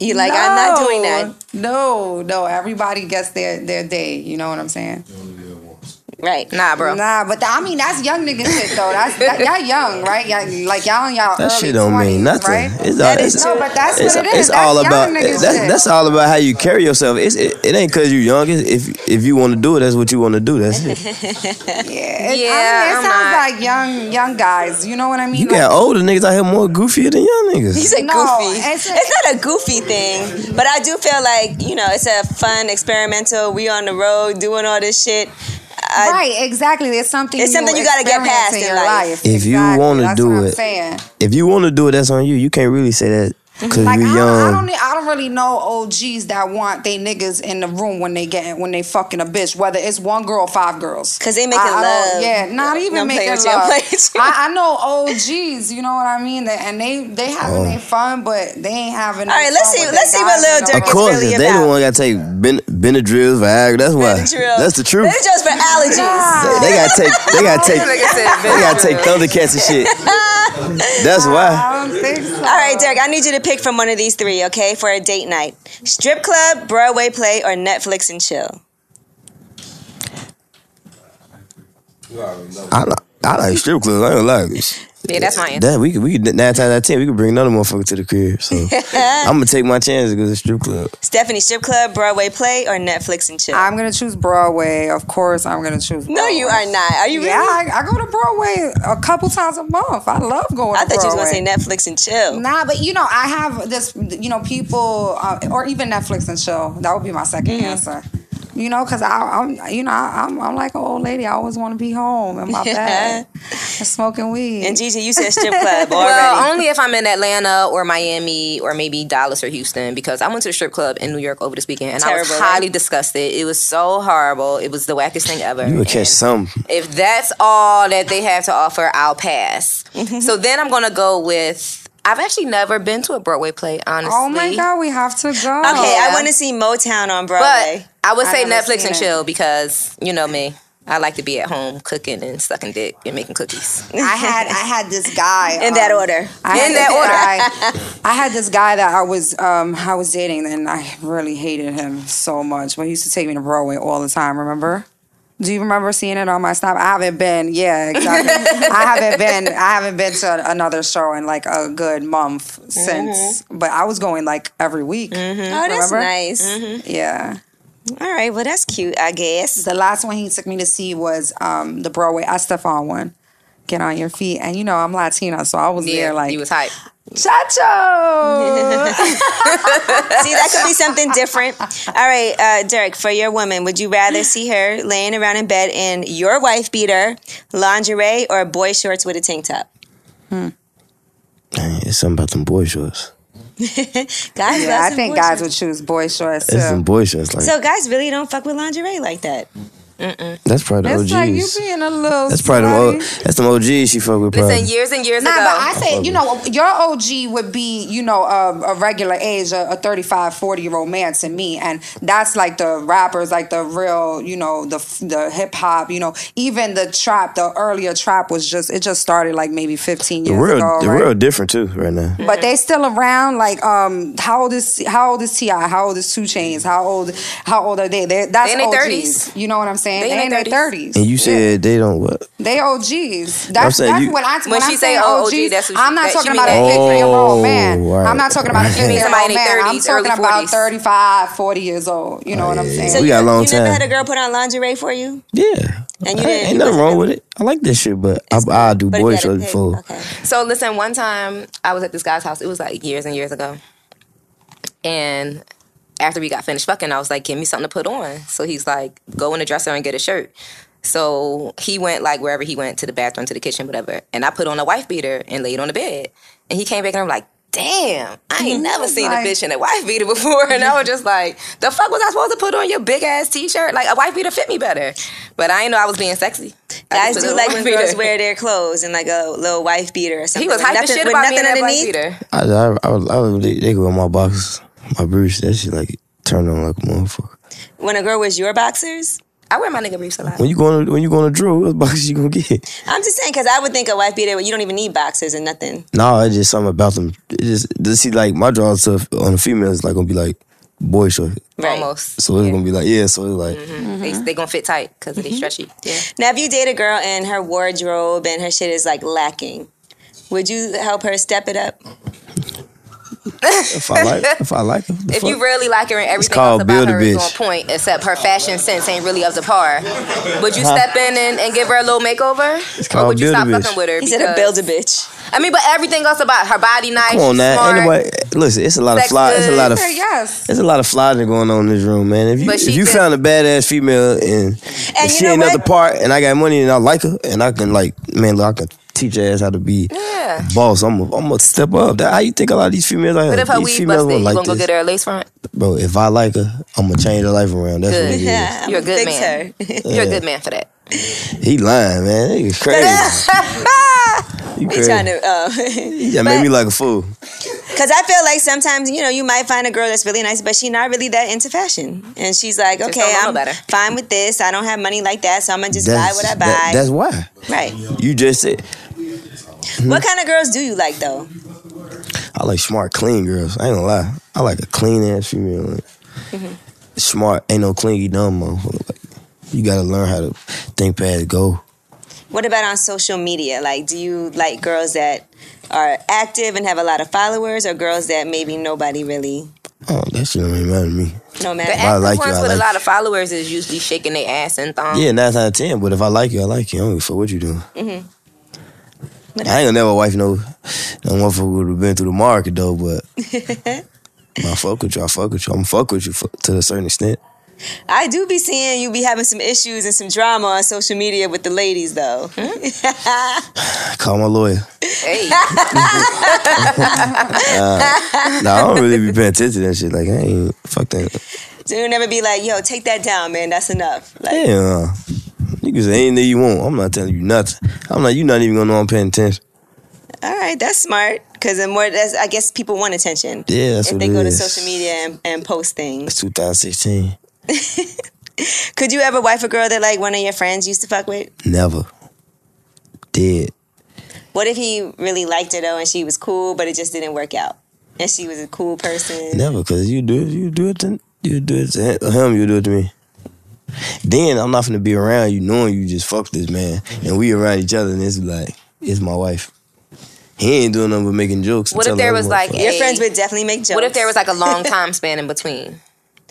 Speaker 1: You like I'm not doing that.
Speaker 2: no. No, no. Everybody gets their their day. You know what I'm saying?
Speaker 1: Right.
Speaker 3: Nah, bro.
Speaker 2: Nah, but th- I mean that's young nigga shit though. That's that, y'all young, right? Y'all, like y'all in y'all
Speaker 4: That
Speaker 2: early
Speaker 4: shit don't
Speaker 2: 20s,
Speaker 4: mean nothing.
Speaker 2: Right?
Speaker 4: It's all,
Speaker 1: That
Speaker 4: it's,
Speaker 1: is
Speaker 2: no, but that's
Speaker 4: it's,
Speaker 2: what it is.
Speaker 4: it's
Speaker 2: That's
Speaker 4: all
Speaker 2: young
Speaker 4: about
Speaker 2: nigga
Speaker 4: that's,
Speaker 2: shit.
Speaker 4: that's all about how you carry yourself. It's, it, it ain't cause you young. It's if if you want to do it, that's what you want to do. That's it.
Speaker 2: yeah. It,
Speaker 3: Yeah,
Speaker 2: I mean, it
Speaker 3: I'm
Speaker 2: sounds
Speaker 3: not-
Speaker 2: like young young guys. You know what I mean?
Speaker 4: You
Speaker 2: Like,
Speaker 4: got older niggas out here more goofier than young niggas.
Speaker 1: He said
Speaker 2: No,
Speaker 1: goofy.
Speaker 2: it's
Speaker 1: It's,
Speaker 2: a-
Speaker 1: not a goofy thing, but I do feel like you know it's a fun experimental. We on the road doing all this shit. I,
Speaker 2: right, exactly. It's something.
Speaker 1: It's something you gotta get
Speaker 2: experience
Speaker 1: past in
Speaker 2: your
Speaker 1: life.
Speaker 4: If you
Speaker 2: Exactly,
Speaker 4: wanna
Speaker 2: that's
Speaker 4: do
Speaker 2: what I'm
Speaker 4: it.
Speaker 2: saying.
Speaker 4: If you want to do it, that's on you. You can't really say that because
Speaker 2: Like
Speaker 4: we
Speaker 2: I,
Speaker 4: young.
Speaker 2: don't, I don't, I don't really know OGs that want they niggas in the room when they get when they fucking a bitch, whether it's one girl or five girls.
Speaker 1: 'Cause they making
Speaker 2: I- I don't-
Speaker 1: love.
Speaker 2: Yeah, not
Speaker 1: No,
Speaker 2: even
Speaker 1: I'm
Speaker 2: making
Speaker 1: playing with you, I'm
Speaker 2: love.
Speaker 1: playing with you.
Speaker 2: I, I know OGs, you know what I mean, and they they
Speaker 4: Oh.
Speaker 2: having their fun, but they ain't having.
Speaker 1: All right, let's see- let's see what Lil Durk
Speaker 4: of
Speaker 1: it's
Speaker 4: course,
Speaker 1: really
Speaker 4: they
Speaker 1: about-
Speaker 4: the one got to take ben, Benadryl, Viagra. That's why.
Speaker 1: Benadryl.
Speaker 4: That's the truth.
Speaker 1: It's just for allergies.
Speaker 4: They- They got to take. They got to take.
Speaker 3: Nigga said
Speaker 4: They got to take
Speaker 3: Benadryl.
Speaker 4: Thundercats and shit. That's why.
Speaker 2: I don't think so.
Speaker 1: All right, Derek, I need you to pick from one of these three, okay, for a date night: strip club, Broadway play, or Netflix and chill.
Speaker 4: I, li- I like strip clubs. I don't like.
Speaker 3: Yeah, that's my answer.
Speaker 4: That we could we could nine times out of ten we could bring another motherfucker to the crib. So I'm gonna take my chance to go to the strip club.
Speaker 1: Stephanie, strip club, Broadway play, or Netflix and chill.
Speaker 2: I'm gonna choose Broadway. Of course, I'm gonna choose.
Speaker 1: no, you are not. Are you really?
Speaker 2: Yeah, I, I go to Broadway a couple times a month. I love going.
Speaker 1: I
Speaker 2: to
Speaker 1: thought you was
Speaker 2: Broadway.
Speaker 1: gonna say Netflix and chill.
Speaker 2: Nah, but you know, I have this, you know, people, uh, or even Netflix and chill. That would be my 2nd
Speaker 1: Mm-hmm.
Speaker 2: answer. You know, because I'm, you know, I- I'm, I'm like an old lady. I always want to be home in my bed, smoking weed.
Speaker 1: And Gigi, you said strip club already.
Speaker 3: Well, only if I'm in Atlanta or Miami or maybe Dallas or Houston because I went to a strip club in New York over this weekend and I was
Speaker 1: Terrible,
Speaker 3: highly
Speaker 1: right?
Speaker 3: disgusted. It was so horrible. It was the wackest thing ever.
Speaker 4: You would catch
Speaker 3: And-
Speaker 4: some.
Speaker 3: if that's all that they have to offer, I'll pass.
Speaker 2: Mm-hmm.
Speaker 3: so then I'm gonna go with. I've actually never been to a Broadway play, honestly.
Speaker 2: oh my God, we have to go. Okay,
Speaker 1: okay,
Speaker 3: yeah.
Speaker 1: I want to see Motown on Broadway.
Speaker 3: But I would
Speaker 2: I
Speaker 3: say
Speaker 2: haven't
Speaker 3: Netflix
Speaker 2: seen
Speaker 3: and
Speaker 2: it.
Speaker 3: chill because you know me. I like to be at home cooking and sucking dick and making cookies.
Speaker 2: I had I had this guy
Speaker 1: in that
Speaker 2: um,
Speaker 1: order.
Speaker 2: I
Speaker 3: In
Speaker 2: had
Speaker 3: that
Speaker 2: this
Speaker 3: order.
Speaker 2: Guy, I had this guy that I was um, I was dating, and I really hated him so much. But he used to take me to Broadway all the time. Remember? Do you remember seeing it on my stop? I haven't been. Yeah, exactly. I haven't been. I haven't been to another show in like a good
Speaker 3: Mm-hmm.
Speaker 2: month since. But I was going like every week.
Speaker 1: Oh, that's
Speaker 2: Remember?
Speaker 1: nice.
Speaker 3: Mm-hmm.
Speaker 2: Yeah.
Speaker 1: All right, well, that's cute, I guess.
Speaker 2: The last one he took me to see was um, the Broadway Estefan one. Get on your feet, and you know I'm Latina, so I was there like
Speaker 3: you was hype.
Speaker 2: Chacho.
Speaker 1: See, that could be something different. All right, uh, Derek, for your woman, would you rather see her laying around in bed in your wife beater, lingerie, or boy shorts with a tank top?
Speaker 4: Man, it's something about them boy shorts.
Speaker 1: Guys,
Speaker 2: Yeah,
Speaker 1: love
Speaker 2: I
Speaker 1: some
Speaker 2: think
Speaker 1: boy
Speaker 2: guys
Speaker 1: shorts.
Speaker 2: would choose boy shorts too.
Speaker 4: It's them boy shorts. Like
Speaker 1: So guys really don't fuck with lingerie like that.
Speaker 4: that's probably the
Speaker 2: it's like you
Speaker 4: OGs.
Speaker 2: being a little.
Speaker 4: That's probably them.
Speaker 2: slutty.
Speaker 4: old- That's them OGs she fuck with. Probably.
Speaker 3: Listen, years and years
Speaker 2: Nah,
Speaker 3: ago.
Speaker 2: but I say, you know, your OG would be, you know, um, a regular age, a, a 35, 40 year old man to me. And that's like the rappers, like the real, you know, the the hip hop, you know, even the trap, the earlier trap was just, it just started like maybe 15
Speaker 4: the
Speaker 2: years
Speaker 4: world,
Speaker 2: ago.
Speaker 4: the
Speaker 2: right? Mm-hmm.
Speaker 4: world different too right now.
Speaker 2: But they still around. Like, um, how old is how old is Ti? How old is Two Chains? How old how old are they? They that's
Speaker 3: They in their
Speaker 2: OGs.
Speaker 3: 30s.
Speaker 2: You know what I'm saying?
Speaker 3: They in
Speaker 2: in
Speaker 3: their
Speaker 2: their thirties.
Speaker 4: And you said they don't what?
Speaker 2: they OGs. That's,
Speaker 4: saying
Speaker 2: that's
Speaker 4: you-
Speaker 2: when I when,
Speaker 3: When
Speaker 2: I
Speaker 3: she
Speaker 2: say
Speaker 3: say
Speaker 2: OGs.
Speaker 3: OG, that's what
Speaker 2: I'm not
Speaker 3: she- that-
Speaker 2: talking
Speaker 3: she
Speaker 2: about a
Speaker 3: mean that.
Speaker 2: 50 year old man.
Speaker 4: Oh, right.
Speaker 2: I'm not talking about a
Speaker 4: You mean
Speaker 2: 50 year
Speaker 3: somebody
Speaker 2: old
Speaker 3: in
Speaker 2: man.
Speaker 3: their
Speaker 2: I'm
Speaker 3: 30s, early
Speaker 2: talking about
Speaker 3: 40s.
Speaker 2: 35, 40 years old. You know what I'm
Speaker 4: yeah,
Speaker 2: saying?
Speaker 4: yeah. We got a long
Speaker 1: you never
Speaker 4: time.
Speaker 1: had a girl put on lingerie for you?
Speaker 4: Yeah.
Speaker 1: And you
Speaker 4: Hey,
Speaker 1: didn't-
Speaker 4: ain't
Speaker 1: you
Speaker 4: nothing
Speaker 1: wasn't
Speaker 4: wrong
Speaker 1: a-
Speaker 4: with it. I like this shit, but I, I do
Speaker 1: But if
Speaker 4: boy
Speaker 1: you had a
Speaker 4: shorts
Speaker 1: pick,
Speaker 4: before.
Speaker 1: Okay.
Speaker 3: So listen, one time I was at this guy's house. It was like years and years ago, and after we got finished fucking, I was like, "Give me something to put on." So he's like, "Go in the dresser and get a shirt." So he went like wherever he went to the bathroom, to the kitchen, whatever, and I put on a wife beater and laid on the bed. And he came back and I'm like. Damn, I ain't never seen
Speaker 2: Like-
Speaker 3: a bitch in a wife beater before. And I was just like, the fuck was I supposed to put on your big ass t shirt? Like, a wife beater fit me better. But I ain't know I was being sexy. I
Speaker 1: Guys
Speaker 3: just put
Speaker 1: do
Speaker 3: on a
Speaker 1: like
Speaker 3: wife
Speaker 1: when
Speaker 3: beater.
Speaker 1: girls wear their clothes and like a little wife beater or something.
Speaker 3: He was
Speaker 1: with
Speaker 3: hyping
Speaker 1: nothing,
Speaker 3: shit
Speaker 1: with
Speaker 3: about me
Speaker 1: nothing
Speaker 3: in that wife
Speaker 1: underneath.
Speaker 3: beater.
Speaker 4: I, I, I, was- I was- they, they go on my boxes, my briefs. That shit like turn on like a motherfucker.
Speaker 1: When a girl wears your boxers,
Speaker 3: I wear my nigga briefs a lot.
Speaker 4: When you going to when you going to drill, what boxes you gonna get?
Speaker 1: I'm just saying because I would think a wife beater, you don't even need boxers and nothing.
Speaker 4: No, it's just something about them. It just this see like my draw stuff on the female is like gonna be like boy short.
Speaker 1: Right.
Speaker 3: Almost.
Speaker 4: So it's
Speaker 3: Yeah. Mm-hmm.
Speaker 4: gonna be like yeah. So it's like
Speaker 3: They, they gonna fit tight because
Speaker 4: Mm-hmm.
Speaker 3: they stretchy. Yeah.
Speaker 1: Now, if you date a girl and her wardrobe and her shit is like lacking, would you help her step it up?
Speaker 4: if I like if I like it,
Speaker 3: If you really like her and everything
Speaker 4: called
Speaker 3: else about
Speaker 4: build a
Speaker 3: her is on
Speaker 4: bitch.
Speaker 3: point, except her fashion sense ain't really up to par, would you step in and, and give her a little makeover,
Speaker 4: called
Speaker 3: or would you
Speaker 4: build a
Speaker 3: stop
Speaker 4: bitch.
Speaker 3: fucking with her?
Speaker 1: He said,
Speaker 3: because-
Speaker 1: "A build a bitch."
Speaker 3: I mean, but everything else about her body nice.
Speaker 4: Come on
Speaker 3: she's
Speaker 4: now,
Speaker 3: smart.
Speaker 4: anybody. Listen, it's a lot of
Speaker 3: Sex
Speaker 4: fly. It's a lot of.
Speaker 3: good.
Speaker 2: Yes.
Speaker 4: There's a lot of flying going on in this room, man. If you
Speaker 3: But she
Speaker 4: if you
Speaker 3: could-
Speaker 4: found a badass female and,
Speaker 1: And
Speaker 4: if
Speaker 1: you
Speaker 4: she
Speaker 1: know
Speaker 4: ain't
Speaker 1: what?
Speaker 4: another part, and I got money and I like her, and I can like, man, look, I can teach her ass how to be
Speaker 3: Yeah.
Speaker 4: a boss. I'm a, I'm gonna step up. That, how you think a lot of these females like
Speaker 3: But if her
Speaker 4: these
Speaker 3: weed
Speaker 4: females
Speaker 3: busted, you
Speaker 4: won't
Speaker 3: gonna go
Speaker 4: this.
Speaker 3: get her a lace front?
Speaker 4: bro. If I like her, I'm gonna change her life around. That's
Speaker 3: Good.
Speaker 4: what it is.
Speaker 1: Yeah,
Speaker 3: You're a good
Speaker 1: fix
Speaker 3: man.
Speaker 1: her.
Speaker 3: You're
Speaker 4: Yeah.
Speaker 3: a good man for that.
Speaker 4: He lying, man. Nigga crazy.
Speaker 1: He
Speaker 4: you crazy.
Speaker 1: trying to, uh,
Speaker 4: yeah, made me like a fool.
Speaker 1: Because I feel like sometimes, you know, you might find a girl that's really nice, but she's not really that into fashion. And she's like,
Speaker 3: Just
Speaker 1: okay,
Speaker 3: don't know
Speaker 1: I'm
Speaker 3: better."
Speaker 1: fine with this. I don't have money like that, so I'm going to just buy what I buy.
Speaker 4: that- that's Mm-hmm. why.
Speaker 1: right.
Speaker 4: You just said
Speaker 1: What kind of girls do you like, though?
Speaker 4: I like smart, clean girls. I ain't gonna lie. I like a clean ass female. Like, Smart, ain't no clingy dumb motherfucker. Like, you gotta learn how to think past go.
Speaker 1: What about on social media? Like, do you like girls that are active and have a lot of followers or girls that maybe nobody really
Speaker 4: Oh, that shit don't even matter to me.
Speaker 1: no
Speaker 3: The
Speaker 1: matter?
Speaker 4: I
Speaker 3: active
Speaker 4: like you,
Speaker 3: ones
Speaker 4: I
Speaker 3: with a
Speaker 4: like
Speaker 3: lot of followers is usually shaking their ass and thong.
Speaker 4: Yeah, nine out of ten. But if I like you, I like you. I don't give a fuck what you doing. I ain't gonna never wife no no motherfucker would have been through the market though. But I fuck with you. I fuck with you. I'm fuck with you for, to a certain extent.
Speaker 1: I do be seeing you be having some issues and some drama on social media with the ladies, though.
Speaker 4: I call my lawyer.
Speaker 3: Hey,
Speaker 4: Nah, I don't really be paying attention to that shit. Like I ain't fuck that.
Speaker 1: so you'll never be like, yo, take that down, man. That's enough. Like,
Speaker 4: Yeah. You can say anything you want. I'm not telling you nothing. I'm not. You're not even gonna know I'm paying attention.
Speaker 1: all right, that's smart. Because the more, that's, I guess people want attention.
Speaker 4: Yeah, that's
Speaker 1: if
Speaker 4: what
Speaker 1: they
Speaker 4: it
Speaker 1: go to
Speaker 4: is.
Speaker 1: social media and, and post things.
Speaker 4: It's 2016.
Speaker 1: Could you ever wife a girl that like one of your friends used to fuck with?
Speaker 4: Never. Dead.
Speaker 1: What if he really liked her though and she was cool, but it just didn't work out? And she was a cool person.
Speaker 4: Never. Cause you do it. You do it to. You do it to him. You do it to me. Then I'm not gonna be around you knowing you just fucked this man, and we around each other, and it's like it's my wife. He ain't doing nothing but making jokes. and
Speaker 3: What if
Speaker 4: telling
Speaker 3: there
Speaker 4: other
Speaker 3: was, like,
Speaker 4: motherfuckers.
Speaker 1: Your
Speaker 3: Hey.
Speaker 1: friends would definitely make jokes.
Speaker 3: what if there was like a long time span in between?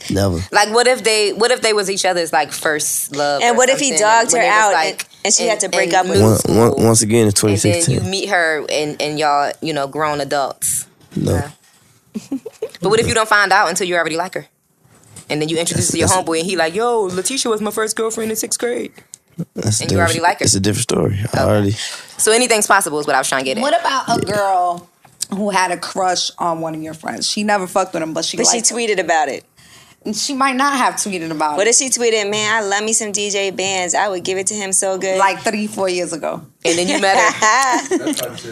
Speaker 4: never?
Speaker 3: Like, what if they, what if they was each other's like first love?
Speaker 1: And
Speaker 3: or
Speaker 1: what if he
Speaker 3: something,
Speaker 1: dogged her
Speaker 3: when it was,
Speaker 1: out and- and she had to break up with
Speaker 3: middle
Speaker 1: him?
Speaker 4: Once,
Speaker 3: school,
Speaker 4: once, once again, it's
Speaker 3: and then you
Speaker 4: 2016.
Speaker 3: meet her and and y'all, you know, grown adults.
Speaker 4: No,
Speaker 3: But what if you don't find out until you already like her? And then you introduce her to your
Speaker 4: That's-
Speaker 3: homeboy, and he like, "Yo, Letitia was my first girlfriend in sixth grade."
Speaker 4: that's a
Speaker 3: And you already
Speaker 4: different-
Speaker 3: like her.
Speaker 4: It's a different story. I already.
Speaker 3: So anything's possible is what I was trying to get at.
Speaker 2: What about a girl who had a crush on one of your friends? She never fucked with him, but she
Speaker 1: But she
Speaker 2: liked him.
Speaker 1: tweeted about it.
Speaker 2: And she might not have tweeted about
Speaker 1: What
Speaker 2: it
Speaker 1: if she tweeted, man, I love me some DJ bands. I would give it to him so good.
Speaker 2: like three, four years ago.
Speaker 3: and then you met her.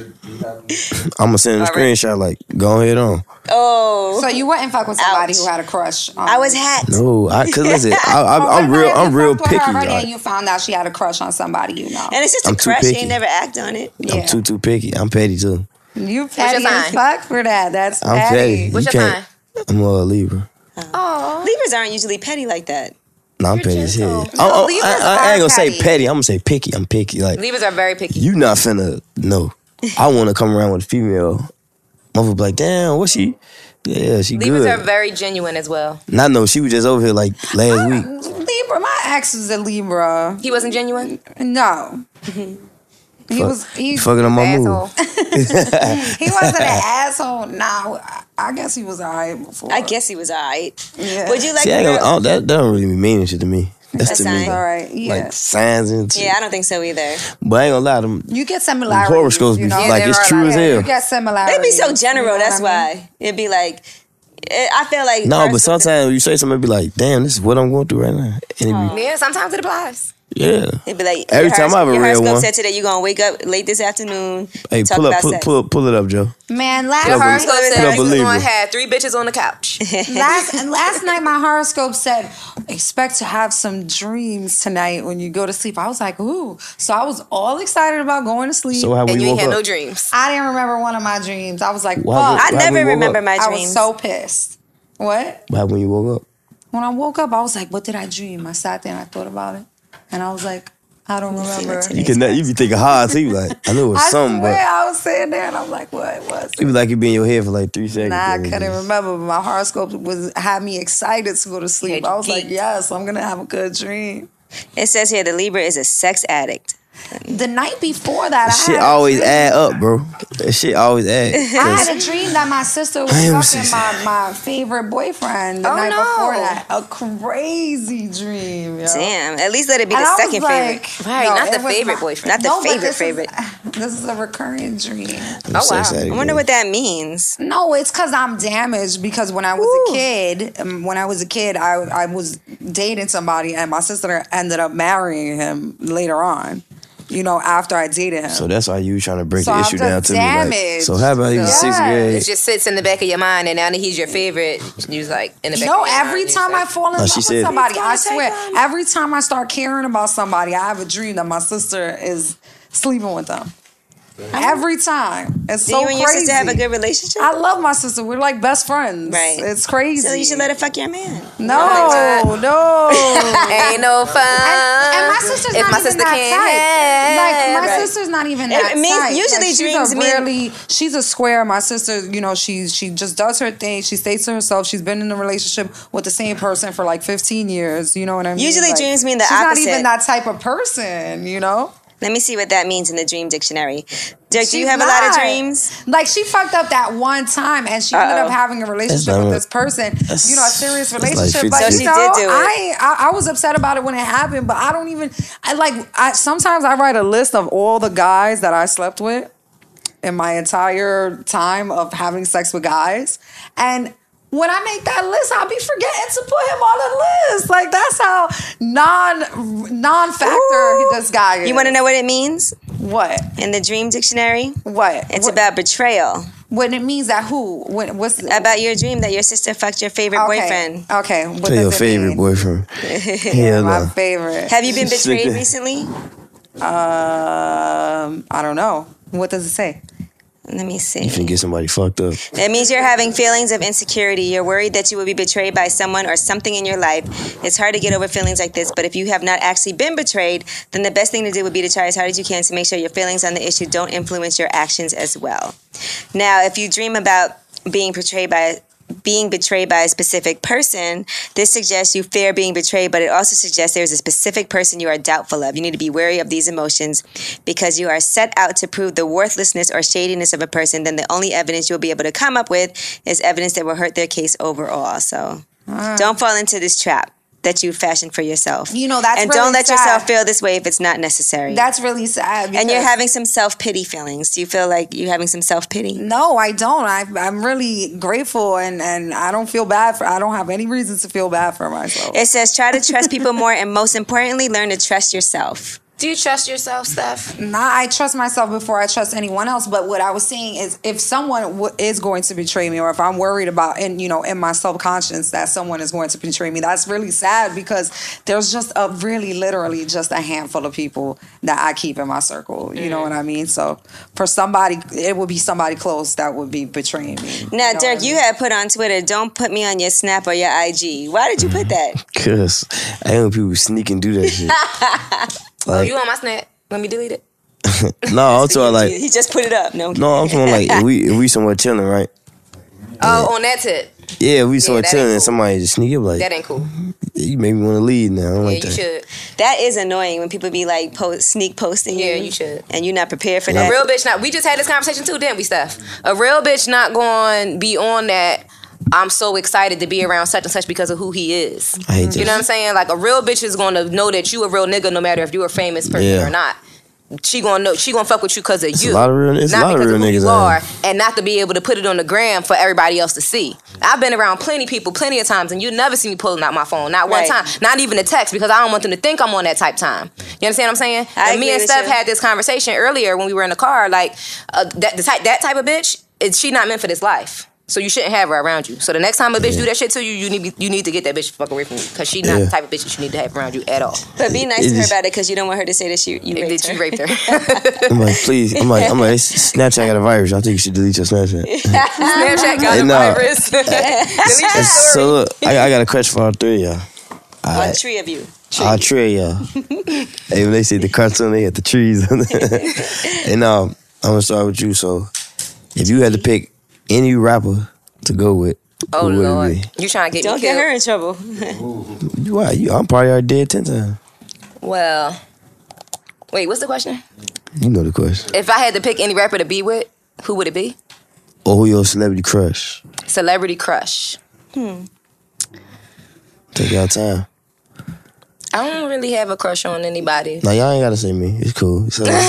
Speaker 4: I'm gonna send him a
Speaker 1: All right.
Speaker 4: screenshot. Like, go ahead on.
Speaker 1: oh.
Speaker 2: So you wouldn't fuck with somebody
Speaker 1: Ouch.
Speaker 2: who had a crush. On
Speaker 1: I was hacked.
Speaker 4: No, I cause listen, I,
Speaker 2: But
Speaker 4: I,
Speaker 2: what
Speaker 4: I'm
Speaker 2: if
Speaker 4: real,
Speaker 2: you
Speaker 4: I'm real
Speaker 2: fucked with
Speaker 4: picky.
Speaker 2: Her already and
Speaker 4: Like,
Speaker 2: you found out she had a crush on somebody you know.
Speaker 1: And it's just a
Speaker 4: I'm too
Speaker 1: crush. You
Speaker 4: picky.
Speaker 1: ain't never act on it.
Speaker 2: yeah.
Speaker 4: I'm too too picky. I'm petty too.
Speaker 2: you petty
Speaker 3: your
Speaker 2: as
Speaker 3: sign?
Speaker 2: fuck for that. That's
Speaker 4: I'm petty.
Speaker 2: petty.
Speaker 3: What's
Speaker 4: you
Speaker 3: your
Speaker 4: can't. I'm a Libra.
Speaker 1: Libras aren't usually petty like that.
Speaker 4: No, I'm
Speaker 3: You're
Speaker 4: petty as hell.
Speaker 3: gentle.
Speaker 4: I'm- I'm-
Speaker 2: Libras
Speaker 4: I, I,
Speaker 2: are
Speaker 4: ain't gonna say
Speaker 2: petty.
Speaker 4: petty. I'm gonna say picky. I'm picky. Like
Speaker 3: Leavers are very picky.
Speaker 4: you not finna no. I want to come around with a female. Motherfucker, be like damn, what she? Yeah, she
Speaker 3: Leavers are
Speaker 4: good.
Speaker 3: very genuine as well.
Speaker 4: Not no, she was just over here like last week.
Speaker 2: Libra. My ex was a Libra.
Speaker 3: He wasn't genuine.
Speaker 2: No. He
Speaker 4: Fuck-
Speaker 2: was he,
Speaker 4: you fucking on my
Speaker 3: Asshole.
Speaker 4: move.
Speaker 2: he wasn't an asshole. Nah, I- I guess he was alright before.
Speaker 1: I guess he was all right.
Speaker 2: Yeah.
Speaker 1: Would you like
Speaker 4: See,
Speaker 1: a
Speaker 4: I ain't gonna,
Speaker 1: girl?
Speaker 4: I don't- that, that don't really mean shit to me. That's,
Speaker 1: That's
Speaker 4: to me.
Speaker 1: fine.
Speaker 2: all right.
Speaker 4: Like
Speaker 2: Yeah.
Speaker 4: signs and shit.
Speaker 1: Yeah, I don't think so either.
Speaker 4: But I ain't gonna lie, them
Speaker 2: you get
Speaker 4: them
Speaker 2: similarities.
Speaker 4: horoscopes
Speaker 2: you
Speaker 4: be
Speaker 2: know?
Speaker 4: like
Speaker 3: there
Speaker 4: it's
Speaker 3: are
Speaker 4: true
Speaker 3: like
Speaker 4: as
Speaker 3: that.
Speaker 4: hell.
Speaker 2: You get similarities.
Speaker 1: It'd be so
Speaker 2: You
Speaker 1: general.
Speaker 2: know
Speaker 1: that's
Speaker 2: what I mean?
Speaker 1: why it'd be like. It, I feel like
Speaker 4: No, but
Speaker 1: versus the-
Speaker 4: sometimes you say something, it be like, "Damn, this is what I'm going through right now." And it be,
Speaker 3: Yeah, sometimes it applies.
Speaker 4: yeah,
Speaker 1: it'd be like
Speaker 4: every
Speaker 1: your
Speaker 4: time
Speaker 1: horoscope-
Speaker 4: I've ever
Speaker 1: your
Speaker 4: read
Speaker 1: horoscope
Speaker 4: one.
Speaker 1: said today you're gonna wake up late this afternoon.
Speaker 4: hey,
Speaker 1: talk
Speaker 4: pull up,
Speaker 1: about
Speaker 4: pull,
Speaker 1: sex.
Speaker 4: pull, pull it up, Joe.
Speaker 2: Man, last,
Speaker 3: Your
Speaker 4: Couple-
Speaker 3: horoscope
Speaker 1: couple
Speaker 3: says you
Speaker 4: believer.
Speaker 3: gonna have three bitches on the couch.
Speaker 2: last last night my horoscope said expect to have some dreams tonight when you go to sleep. I was like, ooh. So I was all excited about going to sleep.
Speaker 4: So how
Speaker 3: and
Speaker 4: we
Speaker 3: you ain't
Speaker 4: woke
Speaker 3: had no
Speaker 4: up?
Speaker 3: dreams.
Speaker 2: I didn't remember one of my dreams. I was like, fuck.
Speaker 4: Why would-
Speaker 1: I
Speaker 4: How we
Speaker 1: never
Speaker 4: woke
Speaker 1: remember
Speaker 4: up?
Speaker 1: my
Speaker 2: I
Speaker 1: dreams.
Speaker 2: was so pissed. What?
Speaker 4: What happened when you woke up?
Speaker 2: When I woke up, I was like, what did I dream? I sat there and I thought about it. And I was like, I don't remember.
Speaker 4: You can you be thinking hard, so you like, I knew it was
Speaker 2: I
Speaker 4: something,
Speaker 2: swear
Speaker 4: but
Speaker 2: I was sitting there and I'm like, what was it?
Speaker 4: you be like you be in your head for like three seconds.
Speaker 2: Nah, I
Speaker 4: and it
Speaker 2: couldn't
Speaker 4: just-
Speaker 2: remember, but my horoscope was had me excited to go to sleep.
Speaker 3: Had you
Speaker 2: I was like,
Speaker 3: geeked.
Speaker 2: yes, I'm gonna have a good dream.
Speaker 1: it says here the Libra is a sex addict.
Speaker 2: the night before that, I
Speaker 4: Shit
Speaker 2: had a
Speaker 4: always
Speaker 2: dream.
Speaker 4: add up, bro. That shit always add.
Speaker 2: I
Speaker 4: 'Cause
Speaker 2: had a dream that my sister was
Speaker 4: Damn,
Speaker 2: fucking
Speaker 4: sis.
Speaker 2: my, my favorite boyfriend the
Speaker 3: Oh,
Speaker 2: night
Speaker 3: no.
Speaker 2: before that. A crazy dream, yo.
Speaker 1: Damn. At least let it be
Speaker 2: And
Speaker 1: the
Speaker 2: I was
Speaker 1: second favorite.
Speaker 2: like,
Speaker 3: Right, not
Speaker 2: it
Speaker 3: the
Speaker 2: was
Speaker 3: favorite boyfriend.
Speaker 1: Not the
Speaker 2: but
Speaker 1: favorite
Speaker 2: this is-
Speaker 1: favorite.
Speaker 2: this is a recurring dream.
Speaker 4: I'm
Speaker 3: Oh,
Speaker 4: so
Speaker 3: wow.
Speaker 4: excited,
Speaker 1: I wonder
Speaker 4: man.
Speaker 1: what that means.
Speaker 2: No, it's because I'm damaged. Because when I was
Speaker 1: Ooh.
Speaker 2: a kid, um, when I was a kid, I I was dating somebody, and my sister ended up marrying him later on. You know, after I dated him.
Speaker 4: So that's why you trying to break
Speaker 2: So
Speaker 4: the
Speaker 2: I'm
Speaker 4: issue down
Speaker 2: just
Speaker 4: to me. Like,
Speaker 2: damaged.
Speaker 4: so how about you in sixth
Speaker 2: Yeah.
Speaker 4: grade?
Speaker 2: It
Speaker 3: It just sits in the back of your mind, and now that he's your favorite, you was like in the back.
Speaker 2: No,
Speaker 3: of your mind,
Speaker 2: every
Speaker 3: you
Speaker 2: time I
Speaker 3: just
Speaker 2: fall in
Speaker 4: Oh,
Speaker 2: love
Speaker 4: she
Speaker 2: with
Speaker 4: said-
Speaker 2: somebody,
Speaker 1: He's
Speaker 2: I
Speaker 1: gonna take
Speaker 2: swear,
Speaker 1: them.
Speaker 2: every time I start caring about somebody, I have a dream that my sister is sleeping with them. Every time, it's
Speaker 1: Do
Speaker 2: so
Speaker 1: you and
Speaker 2: crazy.
Speaker 1: your sister have a good relationship?
Speaker 2: I love my sister. We're like best friends.
Speaker 1: Right.
Speaker 2: It's crazy.
Speaker 1: so you should let her fuck your man.
Speaker 2: no, no.
Speaker 3: ain't no fun.
Speaker 2: And, and my sister's
Speaker 3: if
Speaker 2: not
Speaker 3: my
Speaker 2: even
Speaker 3: sister
Speaker 2: that
Speaker 3: can't
Speaker 2: type.
Speaker 3: have,
Speaker 2: Like my
Speaker 3: right.
Speaker 2: sister's not even
Speaker 1: It-
Speaker 2: that
Speaker 1: it means-
Speaker 2: type.
Speaker 1: usually
Speaker 2: like, she's
Speaker 1: dreams
Speaker 2: a
Speaker 1: mean-
Speaker 2: really she's a square. My sister, you know, she she just does her thing. She stays to herself. She's been in a relationship with the same person for like fifteen years. You know what I mean?
Speaker 1: Usually
Speaker 2: Like,
Speaker 1: dreams mean the
Speaker 2: she's
Speaker 1: opposite.
Speaker 2: not even that type of person. You know.
Speaker 1: Let me see what that means in the dream dictionary. Dirk, do you
Speaker 2: She's
Speaker 1: have a lot of
Speaker 2: not.
Speaker 1: dreams?
Speaker 2: Like she fucked up that one time, and she ended
Speaker 1: Uh-oh.
Speaker 2: up having a relationship
Speaker 4: not
Speaker 2: with
Speaker 4: a-
Speaker 2: this person.
Speaker 4: that's-
Speaker 2: You know, a serious
Speaker 4: that's like
Speaker 2: relationship.
Speaker 4: 50
Speaker 2: but
Speaker 4: So
Speaker 2: you
Speaker 4: she
Speaker 2: know,
Speaker 1: did do it.
Speaker 2: I, ain't- I I was upset about it when it happened, but I don't even. I like. I sometimes I write a list of all the guys that I slept with in my entire time of having sex with guys, and. When I make that list, I'll be forgetting to put him on the list. Like that's how non non factor
Speaker 1: Ooh.
Speaker 2: this guy is.
Speaker 1: You want to know what it means
Speaker 2: what?
Speaker 1: in the dream dictionary?
Speaker 2: What?
Speaker 1: It's
Speaker 2: What-
Speaker 1: about betrayal.
Speaker 2: when it means that who? When what's
Speaker 1: About your dream that your sister fucked your favorite
Speaker 2: okay.
Speaker 1: boyfriend.
Speaker 2: Okay, what
Speaker 4: Tell
Speaker 2: does
Speaker 4: your
Speaker 2: it
Speaker 4: favorite
Speaker 2: mean?
Speaker 4: boyfriend. Hell
Speaker 2: My
Speaker 4: no.
Speaker 2: favorite.
Speaker 1: Have you been
Speaker 4: Sick
Speaker 1: betrayed
Speaker 4: day.
Speaker 1: recently?
Speaker 2: Um, I don't know. What does it say?
Speaker 1: Let me see.
Speaker 4: You can get somebody fucked up.
Speaker 1: It means you're having feelings of insecurity. You're worried that you will be betrayed by someone or something in your life. It's hard to get over feelings like this, but if you have not actually been betrayed, then the best thing to do would be to try as hard as you can to make sure your feelings on the issue don't influence your actions as well. Now, if you dream about being betrayed by being betrayed by a specific person, this suggests you fear being betrayed, but it also suggests there's a specific person you are doubtful of. You need to be wary of these emotions because you are set out to prove the worthlessness or shadiness of a person, then the only evidence you'll be able to come up with is evidence that will hurt their case overall. So don't fall into this trap that you fashioned for yourself.
Speaker 2: Ah. You know, that's
Speaker 1: And
Speaker 2: really
Speaker 1: don't let
Speaker 2: sad.
Speaker 1: yourself feel this way if it's not necessary.
Speaker 2: That's really sad.
Speaker 1: and you're
Speaker 2: because-
Speaker 1: having some self pity feelings. Do you feel like you're having some self pity?
Speaker 2: No, I don't. I, I'm really grateful, and and I don't feel bad for. I don't have any reasons to feel bad for myself.
Speaker 1: It says try to trust people more and most importantly, learn to trust yourself.
Speaker 3: Do you trust yourself, Steph?
Speaker 2: Nah, I trust myself before I trust anyone else. But what I was saying is, if someone w- is going to betray me, or if I'm worried about, and you know, in my subconscious that someone is going to betray me, that's really sad because there's just a really, literally, just a handful of people that I keep in my circle. You know what I mean? So for somebody, it would be somebody close that would be betraying me.
Speaker 1: Now,
Speaker 2: You know
Speaker 1: Dirk,
Speaker 2: what I
Speaker 1: you
Speaker 2: mean?
Speaker 1: had put on Twitter, don't put me on your Snap or your IG. Why did you put that?
Speaker 4: Cause I know people sneak and do that shit.
Speaker 3: Oh,
Speaker 4: like,
Speaker 3: you on my snap? Let me delete it.
Speaker 4: no, I'm talking like,
Speaker 1: he just put it up. No,
Speaker 4: no, I'm talking like, if we if we somewhere chilling, right?
Speaker 3: Oh, on that tip.
Speaker 4: Yeah, if we somewhere
Speaker 3: that ain't
Speaker 4: chilling, and
Speaker 3: cool.
Speaker 4: somebody just sneak up like,
Speaker 3: That ain't cool.
Speaker 4: you make me want to leave now. I don't
Speaker 3: Yeah,
Speaker 4: like
Speaker 3: you
Speaker 4: that.
Speaker 3: should.
Speaker 1: that is annoying when people be like post, sneak posting you.
Speaker 3: Yeah, you should.
Speaker 1: And you're not prepared for
Speaker 4: Yeah.
Speaker 1: that.
Speaker 3: real bitch not we just had this conversation too didn't we steph a real bitch not going be on that i'm so excited to be around such and such because of who he is
Speaker 4: I hate that.
Speaker 3: you know what i'm saying like a real bitch is gonna know that you a real nigga no matter if you're a famous person
Speaker 4: Yeah.
Speaker 3: or not she gonna know she gonna fuck with you because of you
Speaker 4: a lot of real- it's a
Speaker 3: not
Speaker 4: lot of
Speaker 3: because
Speaker 4: real
Speaker 3: who
Speaker 4: niggas
Speaker 3: you
Speaker 4: out
Speaker 3: are
Speaker 4: here.
Speaker 3: and not to be able to put it on the gram for everybody else to see i've been around plenty of people plenty of times and you never see me pulling out my phone not one
Speaker 1: Right.
Speaker 3: time not even a text because i don't want them to think i'm on that type time you understand what i'm saying
Speaker 1: I
Speaker 3: and me
Speaker 1: agree
Speaker 3: and
Speaker 1: with
Speaker 3: Steph
Speaker 1: you.
Speaker 3: had this conversation earlier when we were in the car. Like uh, that, the type, that type of bitch, is she not meant for this life? So you shouldn't have her around you. So the next time a bitch
Speaker 4: Yeah.
Speaker 3: do that shit to you, you need you need to get that bitch the fuck away from you because she not
Speaker 4: Yeah.
Speaker 3: the type of bitch that you need to have around you at all.
Speaker 1: But be nice
Speaker 4: It
Speaker 1: to her
Speaker 4: just-
Speaker 1: about it because you don't want her to say that she, you raped
Speaker 3: That
Speaker 1: her.
Speaker 3: you raped her.
Speaker 4: I'm like, please. I'm like, I'm like, Snapchat got a virus. I think you should delete your Snapchat.
Speaker 3: Snapchat got
Speaker 4: Hey,
Speaker 3: a
Speaker 4: nah.
Speaker 3: virus. Delete your
Speaker 4: so
Speaker 3: story.
Speaker 4: look, I, I got a question for all three of y'all. All
Speaker 1: One
Speaker 4: right.
Speaker 1: tree of you.
Speaker 4: I'll trail y'all. hey, when they say the cartoon, they hit the trees. and um, I'm gonna start with you. So, if you had to pick any rapper to go with,
Speaker 3: Oh
Speaker 4: who would
Speaker 3: lord,
Speaker 4: it
Speaker 3: you trying to get
Speaker 1: Don't
Speaker 3: me
Speaker 1: get
Speaker 3: killed?
Speaker 1: her in trouble.
Speaker 4: be? You, why? You, I'm probably already dead ten times.
Speaker 3: Well, Wait, what's the question?
Speaker 4: You know the question.
Speaker 3: If I had to pick any rapper to be with, who would it be?
Speaker 4: Or who Oh, your celebrity crush?
Speaker 3: Celebrity crush.
Speaker 4: Take y'all time.
Speaker 3: I don't really have a crush on anybody.
Speaker 4: Now y'all ain't gotta say me. It's cool. It's all right.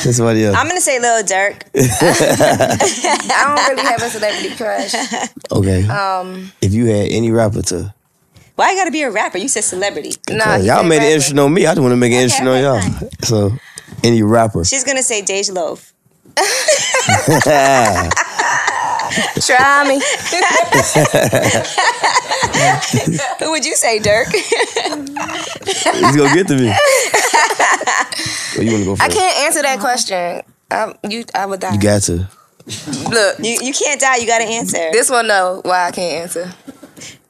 Speaker 4: Say somebody else.
Speaker 1: I'm gonna say Lil Durk.
Speaker 3: I don't really have a celebrity crush.
Speaker 4: Okay.
Speaker 3: Um,
Speaker 4: if you had any rapper to,
Speaker 1: Why you gotta be a rapper? You said celebrity.
Speaker 3: nah, he
Speaker 4: y'all
Speaker 3: a
Speaker 4: made an
Speaker 3: rapper.
Speaker 4: interesting on me. I just want to make an interesting on
Speaker 1: okay,
Speaker 4: y'all. So, any rapper.
Speaker 1: She's gonna say Dej Loaf.
Speaker 3: Try me.
Speaker 1: Who would you say, Dirk?
Speaker 4: It's gonna get to me. Well, you wanna go first?
Speaker 3: I can't answer that question. I, you, I would die.
Speaker 4: You got to.
Speaker 3: Look,
Speaker 1: you, you can't die. You gotta answer.
Speaker 3: this one know why I can't answer.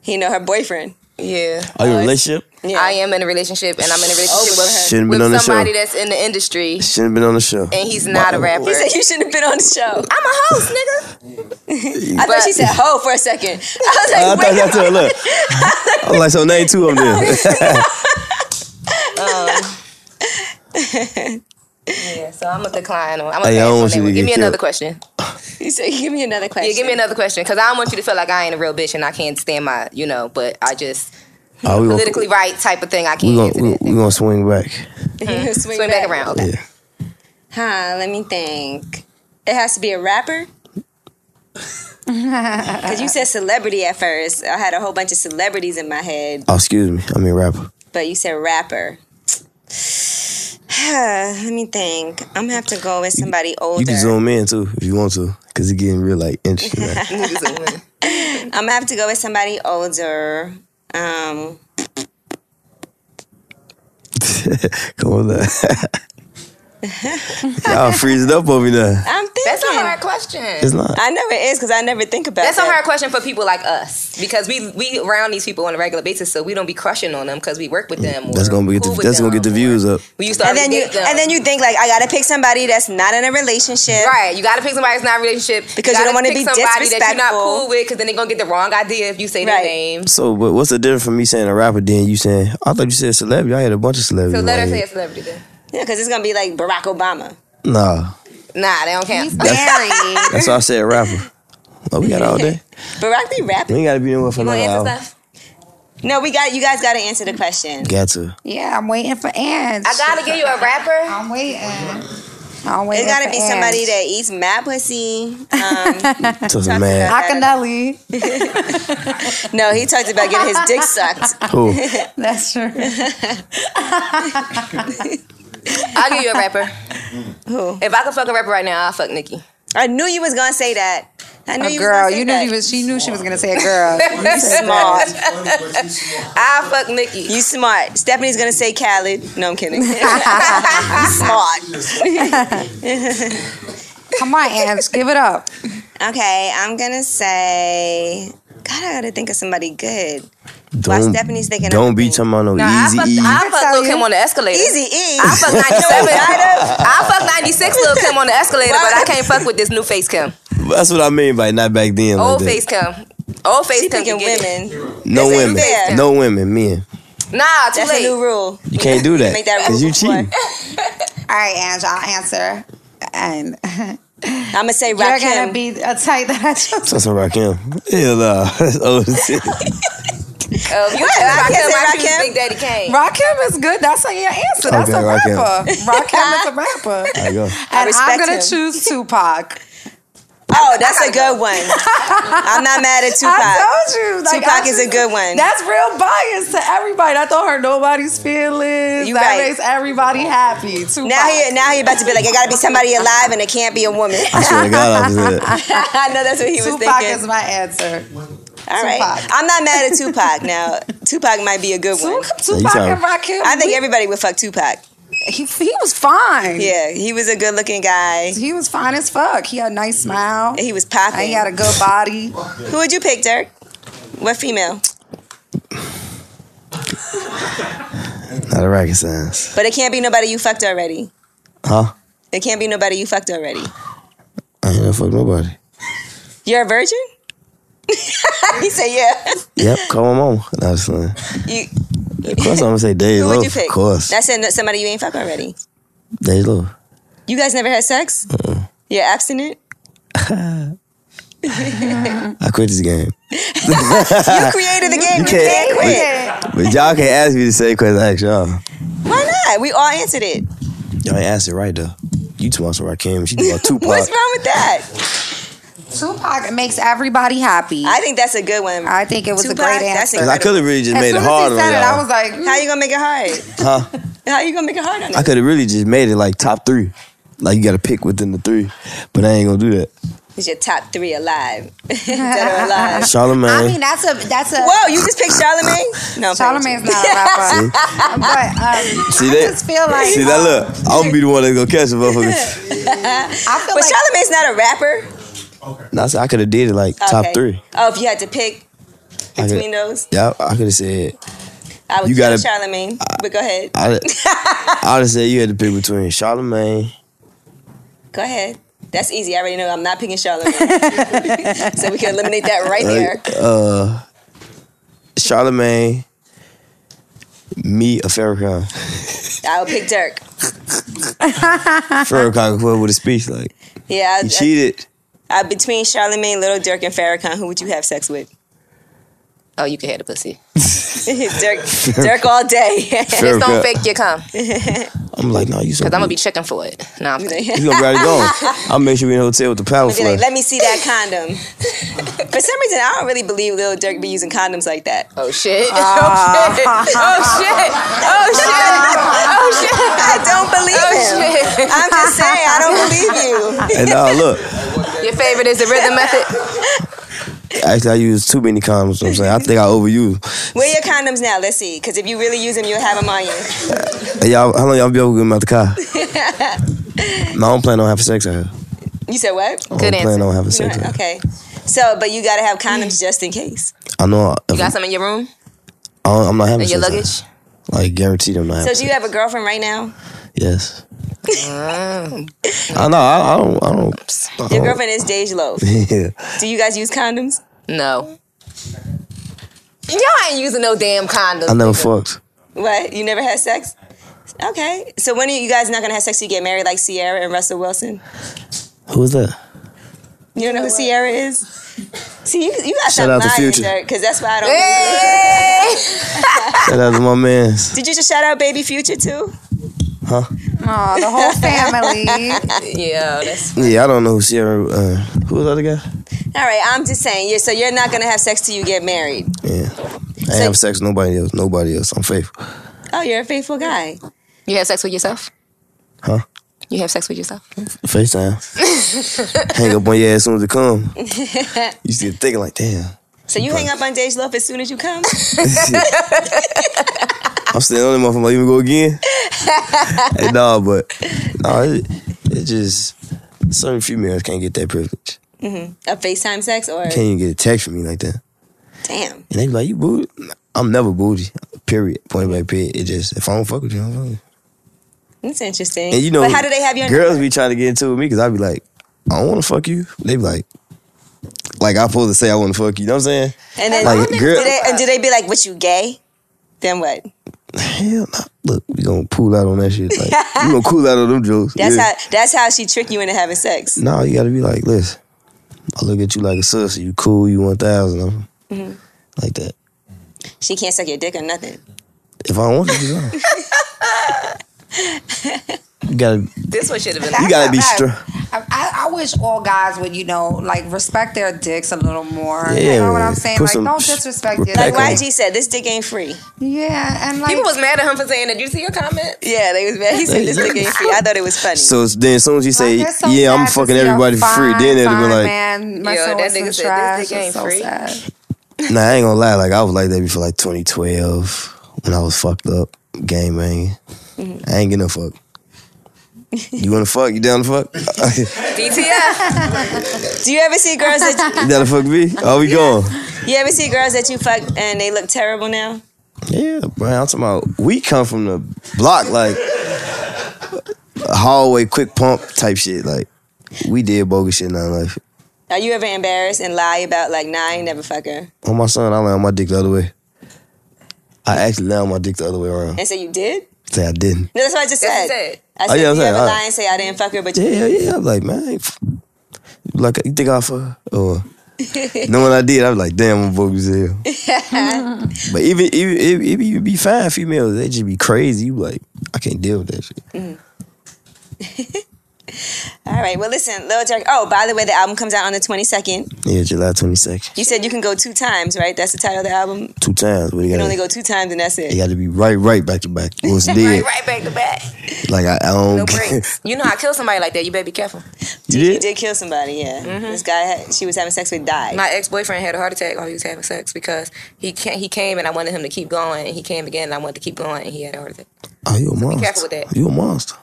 Speaker 1: he know her boyfriend.
Speaker 3: Yeah.
Speaker 4: Are you in a Oh, relationship?
Speaker 1: Yeah.
Speaker 3: I am in a relationship, and I'm in a relationship
Speaker 1: Over her.
Speaker 3: with,
Speaker 4: Shouldn't been on the
Speaker 3: with
Speaker 4: show.
Speaker 3: somebody that's in the industry,
Speaker 4: Shouldn't have been on the show.
Speaker 3: and he's not a rapper.
Speaker 1: He said you shouldn't have been on the show.
Speaker 3: I'm a host, nigga.
Speaker 1: I thought she
Speaker 3: But- Uh,
Speaker 1: said ho for a second. I was
Speaker 4: I
Speaker 1: like,
Speaker 4: thought
Speaker 1: wait.
Speaker 4: that too. Look, I'm like, so name two of them. Oh, then.
Speaker 3: Yeah, so I'm a decline on. I'm a
Speaker 4: Hey, I
Speaker 3: pass
Speaker 4: don't
Speaker 3: on
Speaker 4: want
Speaker 3: that
Speaker 4: you to
Speaker 3: one.
Speaker 4: get
Speaker 3: Give me another
Speaker 4: killed.
Speaker 3: question.
Speaker 1: He said, give me another question.
Speaker 3: Yeah, give me another question, because I don't want you to feel like I ain't a real bitch and I can't stand my, you know. But I just
Speaker 4: Oh, we gonna,
Speaker 3: politically right type of thing. I
Speaker 4: we
Speaker 3: can't
Speaker 4: gonna
Speaker 3: answer
Speaker 4: we,
Speaker 3: that.
Speaker 4: we gonna swing back.
Speaker 1: Swing,
Speaker 3: uh-huh. Swing back around. Okay.
Speaker 4: Yeah.
Speaker 1: Huh, let me think. It has to be a rapper? Because you said celebrity at first. I had a whole bunch of celebrities in my head,
Speaker 4: Oh, excuse me. I mean rapper.
Speaker 1: but you said rapper. let me think. I'm gonna have to go with somebody
Speaker 4: You
Speaker 1: older.
Speaker 4: can zoom in too if you want to, cause it's getting real like interesting. Right?
Speaker 1: I'm gonna have to go with somebody older. Um,
Speaker 4: Come on, now. y'all freezing up over there.
Speaker 1: I'm thinking.
Speaker 3: That's a hard question.
Speaker 4: It's not.
Speaker 1: I know it is because I never think about
Speaker 3: That's a
Speaker 1: that.
Speaker 3: hard question for people like us because we we around these people on a regular basis, so we don't be crushing on them because we work with them. Or
Speaker 4: That's gonna be
Speaker 3: cool
Speaker 4: the,
Speaker 3: with
Speaker 4: that's gonna get the
Speaker 3: them,
Speaker 4: views
Speaker 3: or
Speaker 4: up.
Speaker 3: We used to
Speaker 1: And then you
Speaker 3: them.
Speaker 1: and then you think like I gotta pick somebody that's not in a relationship.
Speaker 3: Right, you gotta pick somebody that's not in a relationship
Speaker 1: Because you don't
Speaker 3: gotta
Speaker 1: wanna
Speaker 3: pick
Speaker 1: be
Speaker 3: somebody that you're not
Speaker 1: disrespectful.
Speaker 3: cool with, because then they're gonna get the wrong idea if you say their
Speaker 1: Right.
Speaker 3: name.
Speaker 4: So, but what's the difference from me saying a rapper then you saying? I thought you said celebrity. I had a bunch of celebrities.
Speaker 3: So
Speaker 4: in
Speaker 3: let
Speaker 4: my
Speaker 3: her say a
Speaker 4: head.
Speaker 3: celebrity then.
Speaker 1: Yeah, because it's gonna be like Barack Obama.
Speaker 4: Nah,
Speaker 3: Nah, they don't count.
Speaker 2: Married.
Speaker 4: that's why I said rapper. Oh, we got all day.
Speaker 1: Barack be
Speaker 4: We
Speaker 1: rapping.
Speaker 4: ain't gotta be nowhere for
Speaker 3: You wanna
Speaker 4: another hour.
Speaker 3: answer stuff?
Speaker 1: No, we got you guys gotta answer the question.
Speaker 4: Got to.
Speaker 2: yeah, I'm waiting for Ange.
Speaker 3: I gotta give you a rapper.
Speaker 2: I'm waiting. I'm waiting.
Speaker 1: It gotta
Speaker 2: for
Speaker 1: be
Speaker 2: Ange.
Speaker 1: somebody that eats mad pussy. Um,
Speaker 4: To the man.
Speaker 2: Akineli.
Speaker 1: no, he talked about getting his dick sucked.
Speaker 4: Who?
Speaker 2: That's true.
Speaker 3: I'll give you a rapper.
Speaker 1: Who?
Speaker 3: If I could fuck a rapper right now, I'll fuck Nicki.
Speaker 1: I knew you was gonna say that. I knew
Speaker 2: A
Speaker 1: you
Speaker 2: Oh, girl,
Speaker 1: was gonna say
Speaker 2: you knew
Speaker 1: that.
Speaker 2: she was. She knew she was gonna say a girl.
Speaker 1: you smart.
Speaker 3: I'll fuck Nicki.
Speaker 1: You smart. Stephanie's gonna say Khaled. No, I'm kidding. smart.
Speaker 2: Come on, Ange, give it up.
Speaker 1: Okay, I'm gonna say. God, I gotta think of somebody good. Why
Speaker 4: Don't-
Speaker 1: Stephanie's thinking
Speaker 4: Don't
Speaker 1: of
Speaker 4: be
Speaker 1: me.
Speaker 4: talking about no
Speaker 3: I
Speaker 4: easy
Speaker 3: fuck,
Speaker 4: E.
Speaker 3: I fuck
Speaker 2: tell
Speaker 3: Lil
Speaker 2: you.
Speaker 3: Kim on the escalator.
Speaker 1: Easy E.
Speaker 3: I fuck 97. I fuck 96 Lil Kim on the escalator, but I can't fuck with this new face Kim.
Speaker 4: That's what I mean by not back then. like
Speaker 3: Old
Speaker 4: that.
Speaker 3: face Kim. Old face
Speaker 1: She
Speaker 3: Kim
Speaker 1: thinking
Speaker 3: can get it.
Speaker 1: women.
Speaker 4: No
Speaker 1: That's
Speaker 4: women.
Speaker 1: unfair.
Speaker 4: No women. Men.
Speaker 3: Nah, too
Speaker 1: That's a
Speaker 3: late.
Speaker 1: new rule.
Speaker 4: You can't do that.
Speaker 1: make that
Speaker 4: Cause
Speaker 1: rule
Speaker 4: you
Speaker 1: before.
Speaker 4: cheating.
Speaker 2: All right, Ange, I'll answer. And
Speaker 1: I'm gonna say
Speaker 2: you're gonna
Speaker 1: Rakim.
Speaker 2: be a type that I chose.
Speaker 4: That's what Rakim. Hell nah. That's old as shit.
Speaker 3: Uh, if you
Speaker 1: What?
Speaker 3: choose
Speaker 1: I
Speaker 3: Rakim,
Speaker 1: can't say
Speaker 3: I choose
Speaker 1: Rakim.
Speaker 3: Big Daddy Kane.
Speaker 2: Rakim is good. That's not your answer. That's
Speaker 4: Okay,
Speaker 2: a
Speaker 4: Rakim.
Speaker 2: rapper. Rakim is a rapper.
Speaker 4: There you go.
Speaker 2: And
Speaker 1: respect
Speaker 2: I'm gonna
Speaker 1: him.
Speaker 2: choose Tupac.
Speaker 1: Oh, that's a good one. I'm not mad at Tupac.
Speaker 2: I told you, like, I
Speaker 1: Tupac is a good one.
Speaker 2: That's real bias to everybody. That don't hurt nobody's feelings.
Speaker 1: You
Speaker 2: that
Speaker 1: right.
Speaker 2: makes everybody happy. Tupac.
Speaker 1: Now he now he about to be like, it gotta be somebody alive and it can't be a woman.
Speaker 4: I swear to God, I was that.
Speaker 1: I know that's what he was
Speaker 2: Tupac
Speaker 1: thinking.
Speaker 2: is my answer.
Speaker 1: All right,
Speaker 2: Tupac.
Speaker 1: I'm not mad at Tupac now. Tupac might be a good one.
Speaker 2: Tupac,
Speaker 4: you
Speaker 2: Tupac
Speaker 4: talking-
Speaker 2: and Rakim.
Speaker 1: I think everybody would fuck Tupac.
Speaker 2: he, he was fine.
Speaker 1: Yeah, he was a good looking guy.
Speaker 2: He was fine as fuck. He had a nice smile.
Speaker 1: He was
Speaker 2: And he
Speaker 1: popping.
Speaker 2: had a good body.
Speaker 1: Who would you pick, Dirk? What female?
Speaker 4: Not a rocket science.
Speaker 1: But it can't be nobody you fucked already.
Speaker 4: Huh?
Speaker 1: It can't be nobody you fucked already.
Speaker 4: I ain't gonna fuck nobody.
Speaker 1: You're a virgin? he said, yeah.
Speaker 4: Yep, call my mama. No, I'm just lying.
Speaker 1: You,
Speaker 4: Of course I'm gonna say Dave
Speaker 1: who
Speaker 4: Loaf.
Speaker 1: would you pick?
Speaker 4: Of course.
Speaker 1: That's in- somebody you ain't fuck already.
Speaker 4: Days low.
Speaker 1: You guys never had sex? You're abstinent?
Speaker 4: I quit this game.
Speaker 1: You created the game. You can't quit.
Speaker 4: But y'all can't ask me the same question I asked y'all.
Speaker 1: Why not? We all answered it.
Speaker 4: Y'all ain't asked it right though. You two answered Rakim. She did about Tupac.
Speaker 1: What's wrong with that?
Speaker 2: Tupac makes everybody happy.
Speaker 1: I think that's a good one.
Speaker 2: I think it was
Speaker 1: Tupac,
Speaker 2: a great
Speaker 1: that's
Speaker 2: answer.
Speaker 1: a-
Speaker 4: Cause I could have really just
Speaker 2: as
Speaker 4: made
Speaker 2: soon
Speaker 4: it
Speaker 2: as
Speaker 4: harder
Speaker 2: he
Speaker 4: on
Speaker 2: said it, I was
Speaker 4: y'all.
Speaker 2: like,
Speaker 1: How you gonna make it hard?
Speaker 4: Huh?
Speaker 1: How you gonna make it hard on
Speaker 4: I
Speaker 1: it?
Speaker 4: could have really just made it like top three. Like you got to pick within the three, but I ain't gonna do that.
Speaker 1: It's your top three alive, dead or alive.
Speaker 4: Charlemagne.
Speaker 2: I mean, that's a that's a
Speaker 1: Whoa, you just picked Charlemagne? No, I'm playing
Speaker 2: Charlamagne's
Speaker 1: with you.
Speaker 2: not a rapper, but um, I
Speaker 4: see that?
Speaker 2: just feel like um,
Speaker 4: see that? Look, I'm gonna be the one that's gonna catch the motherfuckers.
Speaker 2: I feel
Speaker 1: But
Speaker 2: like
Speaker 1: Charlemagne's not a rapper.
Speaker 4: Nah, I said I could have did it like top
Speaker 1: Okay.
Speaker 4: three.
Speaker 1: Oh, if you had to pick
Speaker 4: I coulda-
Speaker 1: between those,
Speaker 4: Yeah, I could have said
Speaker 1: I would
Speaker 4: You
Speaker 1: you kill
Speaker 4: gotta-
Speaker 1: Charlemagne. But go ahead,
Speaker 4: I. I'd have said you had to pick between Charlemagne.
Speaker 1: go ahead. That's easy. I already know I'm not picking Charlemagne, so we can eliminate that right there.
Speaker 4: Uh, Charlemagne. Me, a Farrakhan.
Speaker 1: I would pick Dirk.
Speaker 4: Farrakhan could put up with a speech like
Speaker 1: Yeah, I,
Speaker 4: he
Speaker 1: I,
Speaker 4: cheated.
Speaker 1: I, between Charlemagne, Little Dirk, and Farrakhan, who would you have sex with?
Speaker 3: Oh, you can hit a pussy.
Speaker 1: Dirk, Dirk all day.
Speaker 3: Just don't
Speaker 4: Farrakhan.
Speaker 3: fake your cum. Because
Speaker 4: I'm like, no, you so.
Speaker 3: I'm going to
Speaker 4: good.
Speaker 3: be checking for it. No, I'm playing.
Speaker 4: He's gonna be already gone. I'll make sure we in the hotel with the power
Speaker 1: Be like,
Speaker 4: flush.
Speaker 1: let me see that condom. For some reason, I don't really believe Lil Durk be using condoms like that.
Speaker 3: Oh, shit. oh, shit. Oh, shit. Oh, shit. Oh, shit.
Speaker 1: I don't believe him.
Speaker 3: Oh, shit.
Speaker 1: I'm just saying, I don't believe you.
Speaker 4: And now look,
Speaker 3: Your favorite is the rhythm method.
Speaker 4: actually I use too many condoms. I'm saying I think I overuse.
Speaker 1: Where your condoms now? Let's see. Because if you really use them, you'll have them on you.
Speaker 4: And y'all, how long y'all be able to get them out the car? no, I don't plan on having sex out here.
Speaker 1: You said what?
Speaker 4: I
Speaker 3: Good
Speaker 4: don't plan
Speaker 3: answer.
Speaker 4: on having
Speaker 1: You know
Speaker 4: sex.
Speaker 1: what?
Speaker 4: out here.
Speaker 1: Okay. So, but you gotta have condoms just in case.
Speaker 4: I know. I,
Speaker 3: You got some in your room?
Speaker 4: I don't, I'm not having
Speaker 3: In your
Speaker 4: sex out here.
Speaker 3: luggage?
Speaker 4: Like guaranteed, I'm not.
Speaker 1: So,
Speaker 4: Having
Speaker 1: do
Speaker 4: sex.
Speaker 1: you have a girlfriend right now?
Speaker 4: Yes.
Speaker 3: Oh.
Speaker 4: I know. I, I don't. I don't. I
Speaker 1: Mm. Your
Speaker 4: don't-
Speaker 1: girlfriend is Dej Loaf.
Speaker 4: yeah.
Speaker 1: Do you guys use condoms?
Speaker 3: No. Y'all ain't using no damn condoms.
Speaker 4: I never fucked.
Speaker 1: What? You never had sex? Okay. So, when are you guys not gonna have sex? You get married like Sierra and Russell Wilson?
Speaker 4: Who was that?
Speaker 1: You don't know who Sierra is? See, you, you got
Speaker 4: Shout
Speaker 1: some
Speaker 4: out to
Speaker 1: lying,
Speaker 4: Future.
Speaker 1: Dirk, because that's why I don't.
Speaker 3: Hey!
Speaker 4: Shout out to my man's.
Speaker 1: Did you just shout out Baby Future too?
Speaker 4: Huh?
Speaker 2: aw, uh, the whole family.
Speaker 3: Yeah, that's
Speaker 4: Yeah, I don't know who Sierra. Uh, who was the other guy?
Speaker 1: All right, I'm just saying. Yeah, so you're not gonna have sex till you get married.
Speaker 4: Yeah. I ain't have sex with nobody else. Nobody else. I'm faithful.
Speaker 1: Oh, you're a faithful guy.
Speaker 3: you have sex with yourself?
Speaker 4: Huh?
Speaker 3: You have sex with yourself?
Speaker 4: FaceTime. hang up on your ass as soon as it come. You still thinking like, damn.
Speaker 1: So you hang up on Dej Love as soon as you come.
Speaker 4: I'm still on that motherfucker. Like, even go again? hey, no, but no, it, it just certain females can't get that privilege.
Speaker 1: a FaceTime sex or
Speaker 4: Can't even get a text from me like that.
Speaker 1: damn.
Speaker 4: And they be like, you booty? I'm never booty. Period. Point blank. Period. It just if I don't fuck with you, I don't fuck with you.
Speaker 1: That's interesting.
Speaker 4: And you know,
Speaker 1: but how do they have your
Speaker 4: girls be trying to get into it with me because I be like, I don't want to fuck you. They be like, like I'm supposed to say I want to fuck you. You know what I'm saying?
Speaker 1: And then
Speaker 4: Like, girl-
Speaker 1: do they, and do they be like, "What you gay?" Then what?
Speaker 4: Hell no. Look, we gonna pull out on that shit. Like, you gonna cool out on them jokes.
Speaker 1: That's
Speaker 4: yeah.
Speaker 1: how. That's how she trick you into having sex.
Speaker 4: No, you gotta be like, listen, I look at you like a sis. You cool, you 1,000 of them.
Speaker 1: Mm-hmm.
Speaker 4: Like that.
Speaker 1: She can't suck your dick or nothing.
Speaker 4: If I want you, you know. You gotta,
Speaker 3: This one should have been
Speaker 4: you gotta be strong.
Speaker 2: I, I, I wish all guys would, you know, like respect their dicks a little more. you
Speaker 4: Yeah,
Speaker 2: know what I'm
Speaker 4: man.
Speaker 2: saying?
Speaker 4: Put
Speaker 2: like,
Speaker 4: some
Speaker 2: don't
Speaker 4: sh-
Speaker 2: disrespect it.
Speaker 4: respect
Speaker 1: Like
Speaker 2: Like,
Speaker 4: on it.
Speaker 1: YG said, this dick ain't free.
Speaker 2: yeah, and like,
Speaker 3: People was mad at him for saying that. Did you see your comment?
Speaker 1: Yeah, they was mad. He said this dick ain't free. I thought it was funny.
Speaker 4: So then, as soon as you say,
Speaker 2: like, it's so
Speaker 4: yeah, I'm
Speaker 2: sad to
Speaker 4: fucking
Speaker 2: see a
Speaker 4: everybody for free,
Speaker 2: fine,
Speaker 4: then it'll be
Speaker 2: fine
Speaker 4: like,
Speaker 2: man, my
Speaker 3: Yo,
Speaker 2: son
Speaker 3: that
Speaker 2: was some
Speaker 3: nigga said this
Speaker 2: trash.
Speaker 3: dick ain't
Speaker 2: It's so
Speaker 3: free.
Speaker 2: sad.
Speaker 4: Nah, I ain't gonna lie. Like I was like that before like 2012 when I was fucked up, game banging.
Speaker 2: Mm-hmm.
Speaker 4: I ain't getting no fuck. You wanna fuck? You down to fuck? you
Speaker 3: DTF.
Speaker 1: do you ever see girls that
Speaker 4: down to fuck me? Are we going?
Speaker 1: you ever see girls that you fuck and they look terrible now?
Speaker 4: Yeah, bro. I'm talking about we come from the block, like hallway quick pump type shit. Like we did bogus shit in our life.
Speaker 1: Are you ever embarrassed and lie about like, nah, I ain't never fuck her,
Speaker 4: On my son, I land my dick the other way. I actually land my dick the other way around.
Speaker 1: and so you did?
Speaker 4: Say I didn't.
Speaker 1: No, that's what I just
Speaker 3: That's what
Speaker 1: said.
Speaker 3: you said.
Speaker 1: I
Speaker 4: Oh,
Speaker 1: said,
Speaker 4: yeah, I
Speaker 1: you
Speaker 4: said,
Speaker 1: ever
Speaker 4: uh,
Speaker 1: lie and say I didn't fuck her, but you
Speaker 4: Yeah, yeah, yeah. I'm like, man, I ain't f- like you think I fuck or knowing I did, I was like, damn, I'm bogus as hell. but even even if if you be fine females, they just be crazy. You like, I can't deal with that shit.
Speaker 1: All right. Well, listen, Lil Durk. Oh, by the way, the album comes out on the 22nd.
Speaker 4: Yeah, July twenty second.
Speaker 1: You said you can go two times, right? That's the title of the album. You
Speaker 4: Two times. What you
Speaker 1: can only go
Speaker 4: gotta
Speaker 1: two times, and that's it.
Speaker 4: you gotta be right, right back to back. What's dead?
Speaker 3: Right, right back to back.
Speaker 4: Like I, I don't
Speaker 3: No
Speaker 4: care.
Speaker 3: breaks. You know, I kill somebody like that. You better be careful.
Speaker 4: You
Speaker 1: He
Speaker 4: did?
Speaker 1: did kill somebody. Yeah,
Speaker 2: Mm-hmm.
Speaker 1: this guy had, she was having sex with died.
Speaker 3: My ex boyfriend had a heart attack while he was having sex because he can he came and I wanted him to keep going, and he came again and I wanted to keep going, and he had a heart attack.
Speaker 4: Oh, you a monster.
Speaker 3: careful with that.
Speaker 4: You a monster.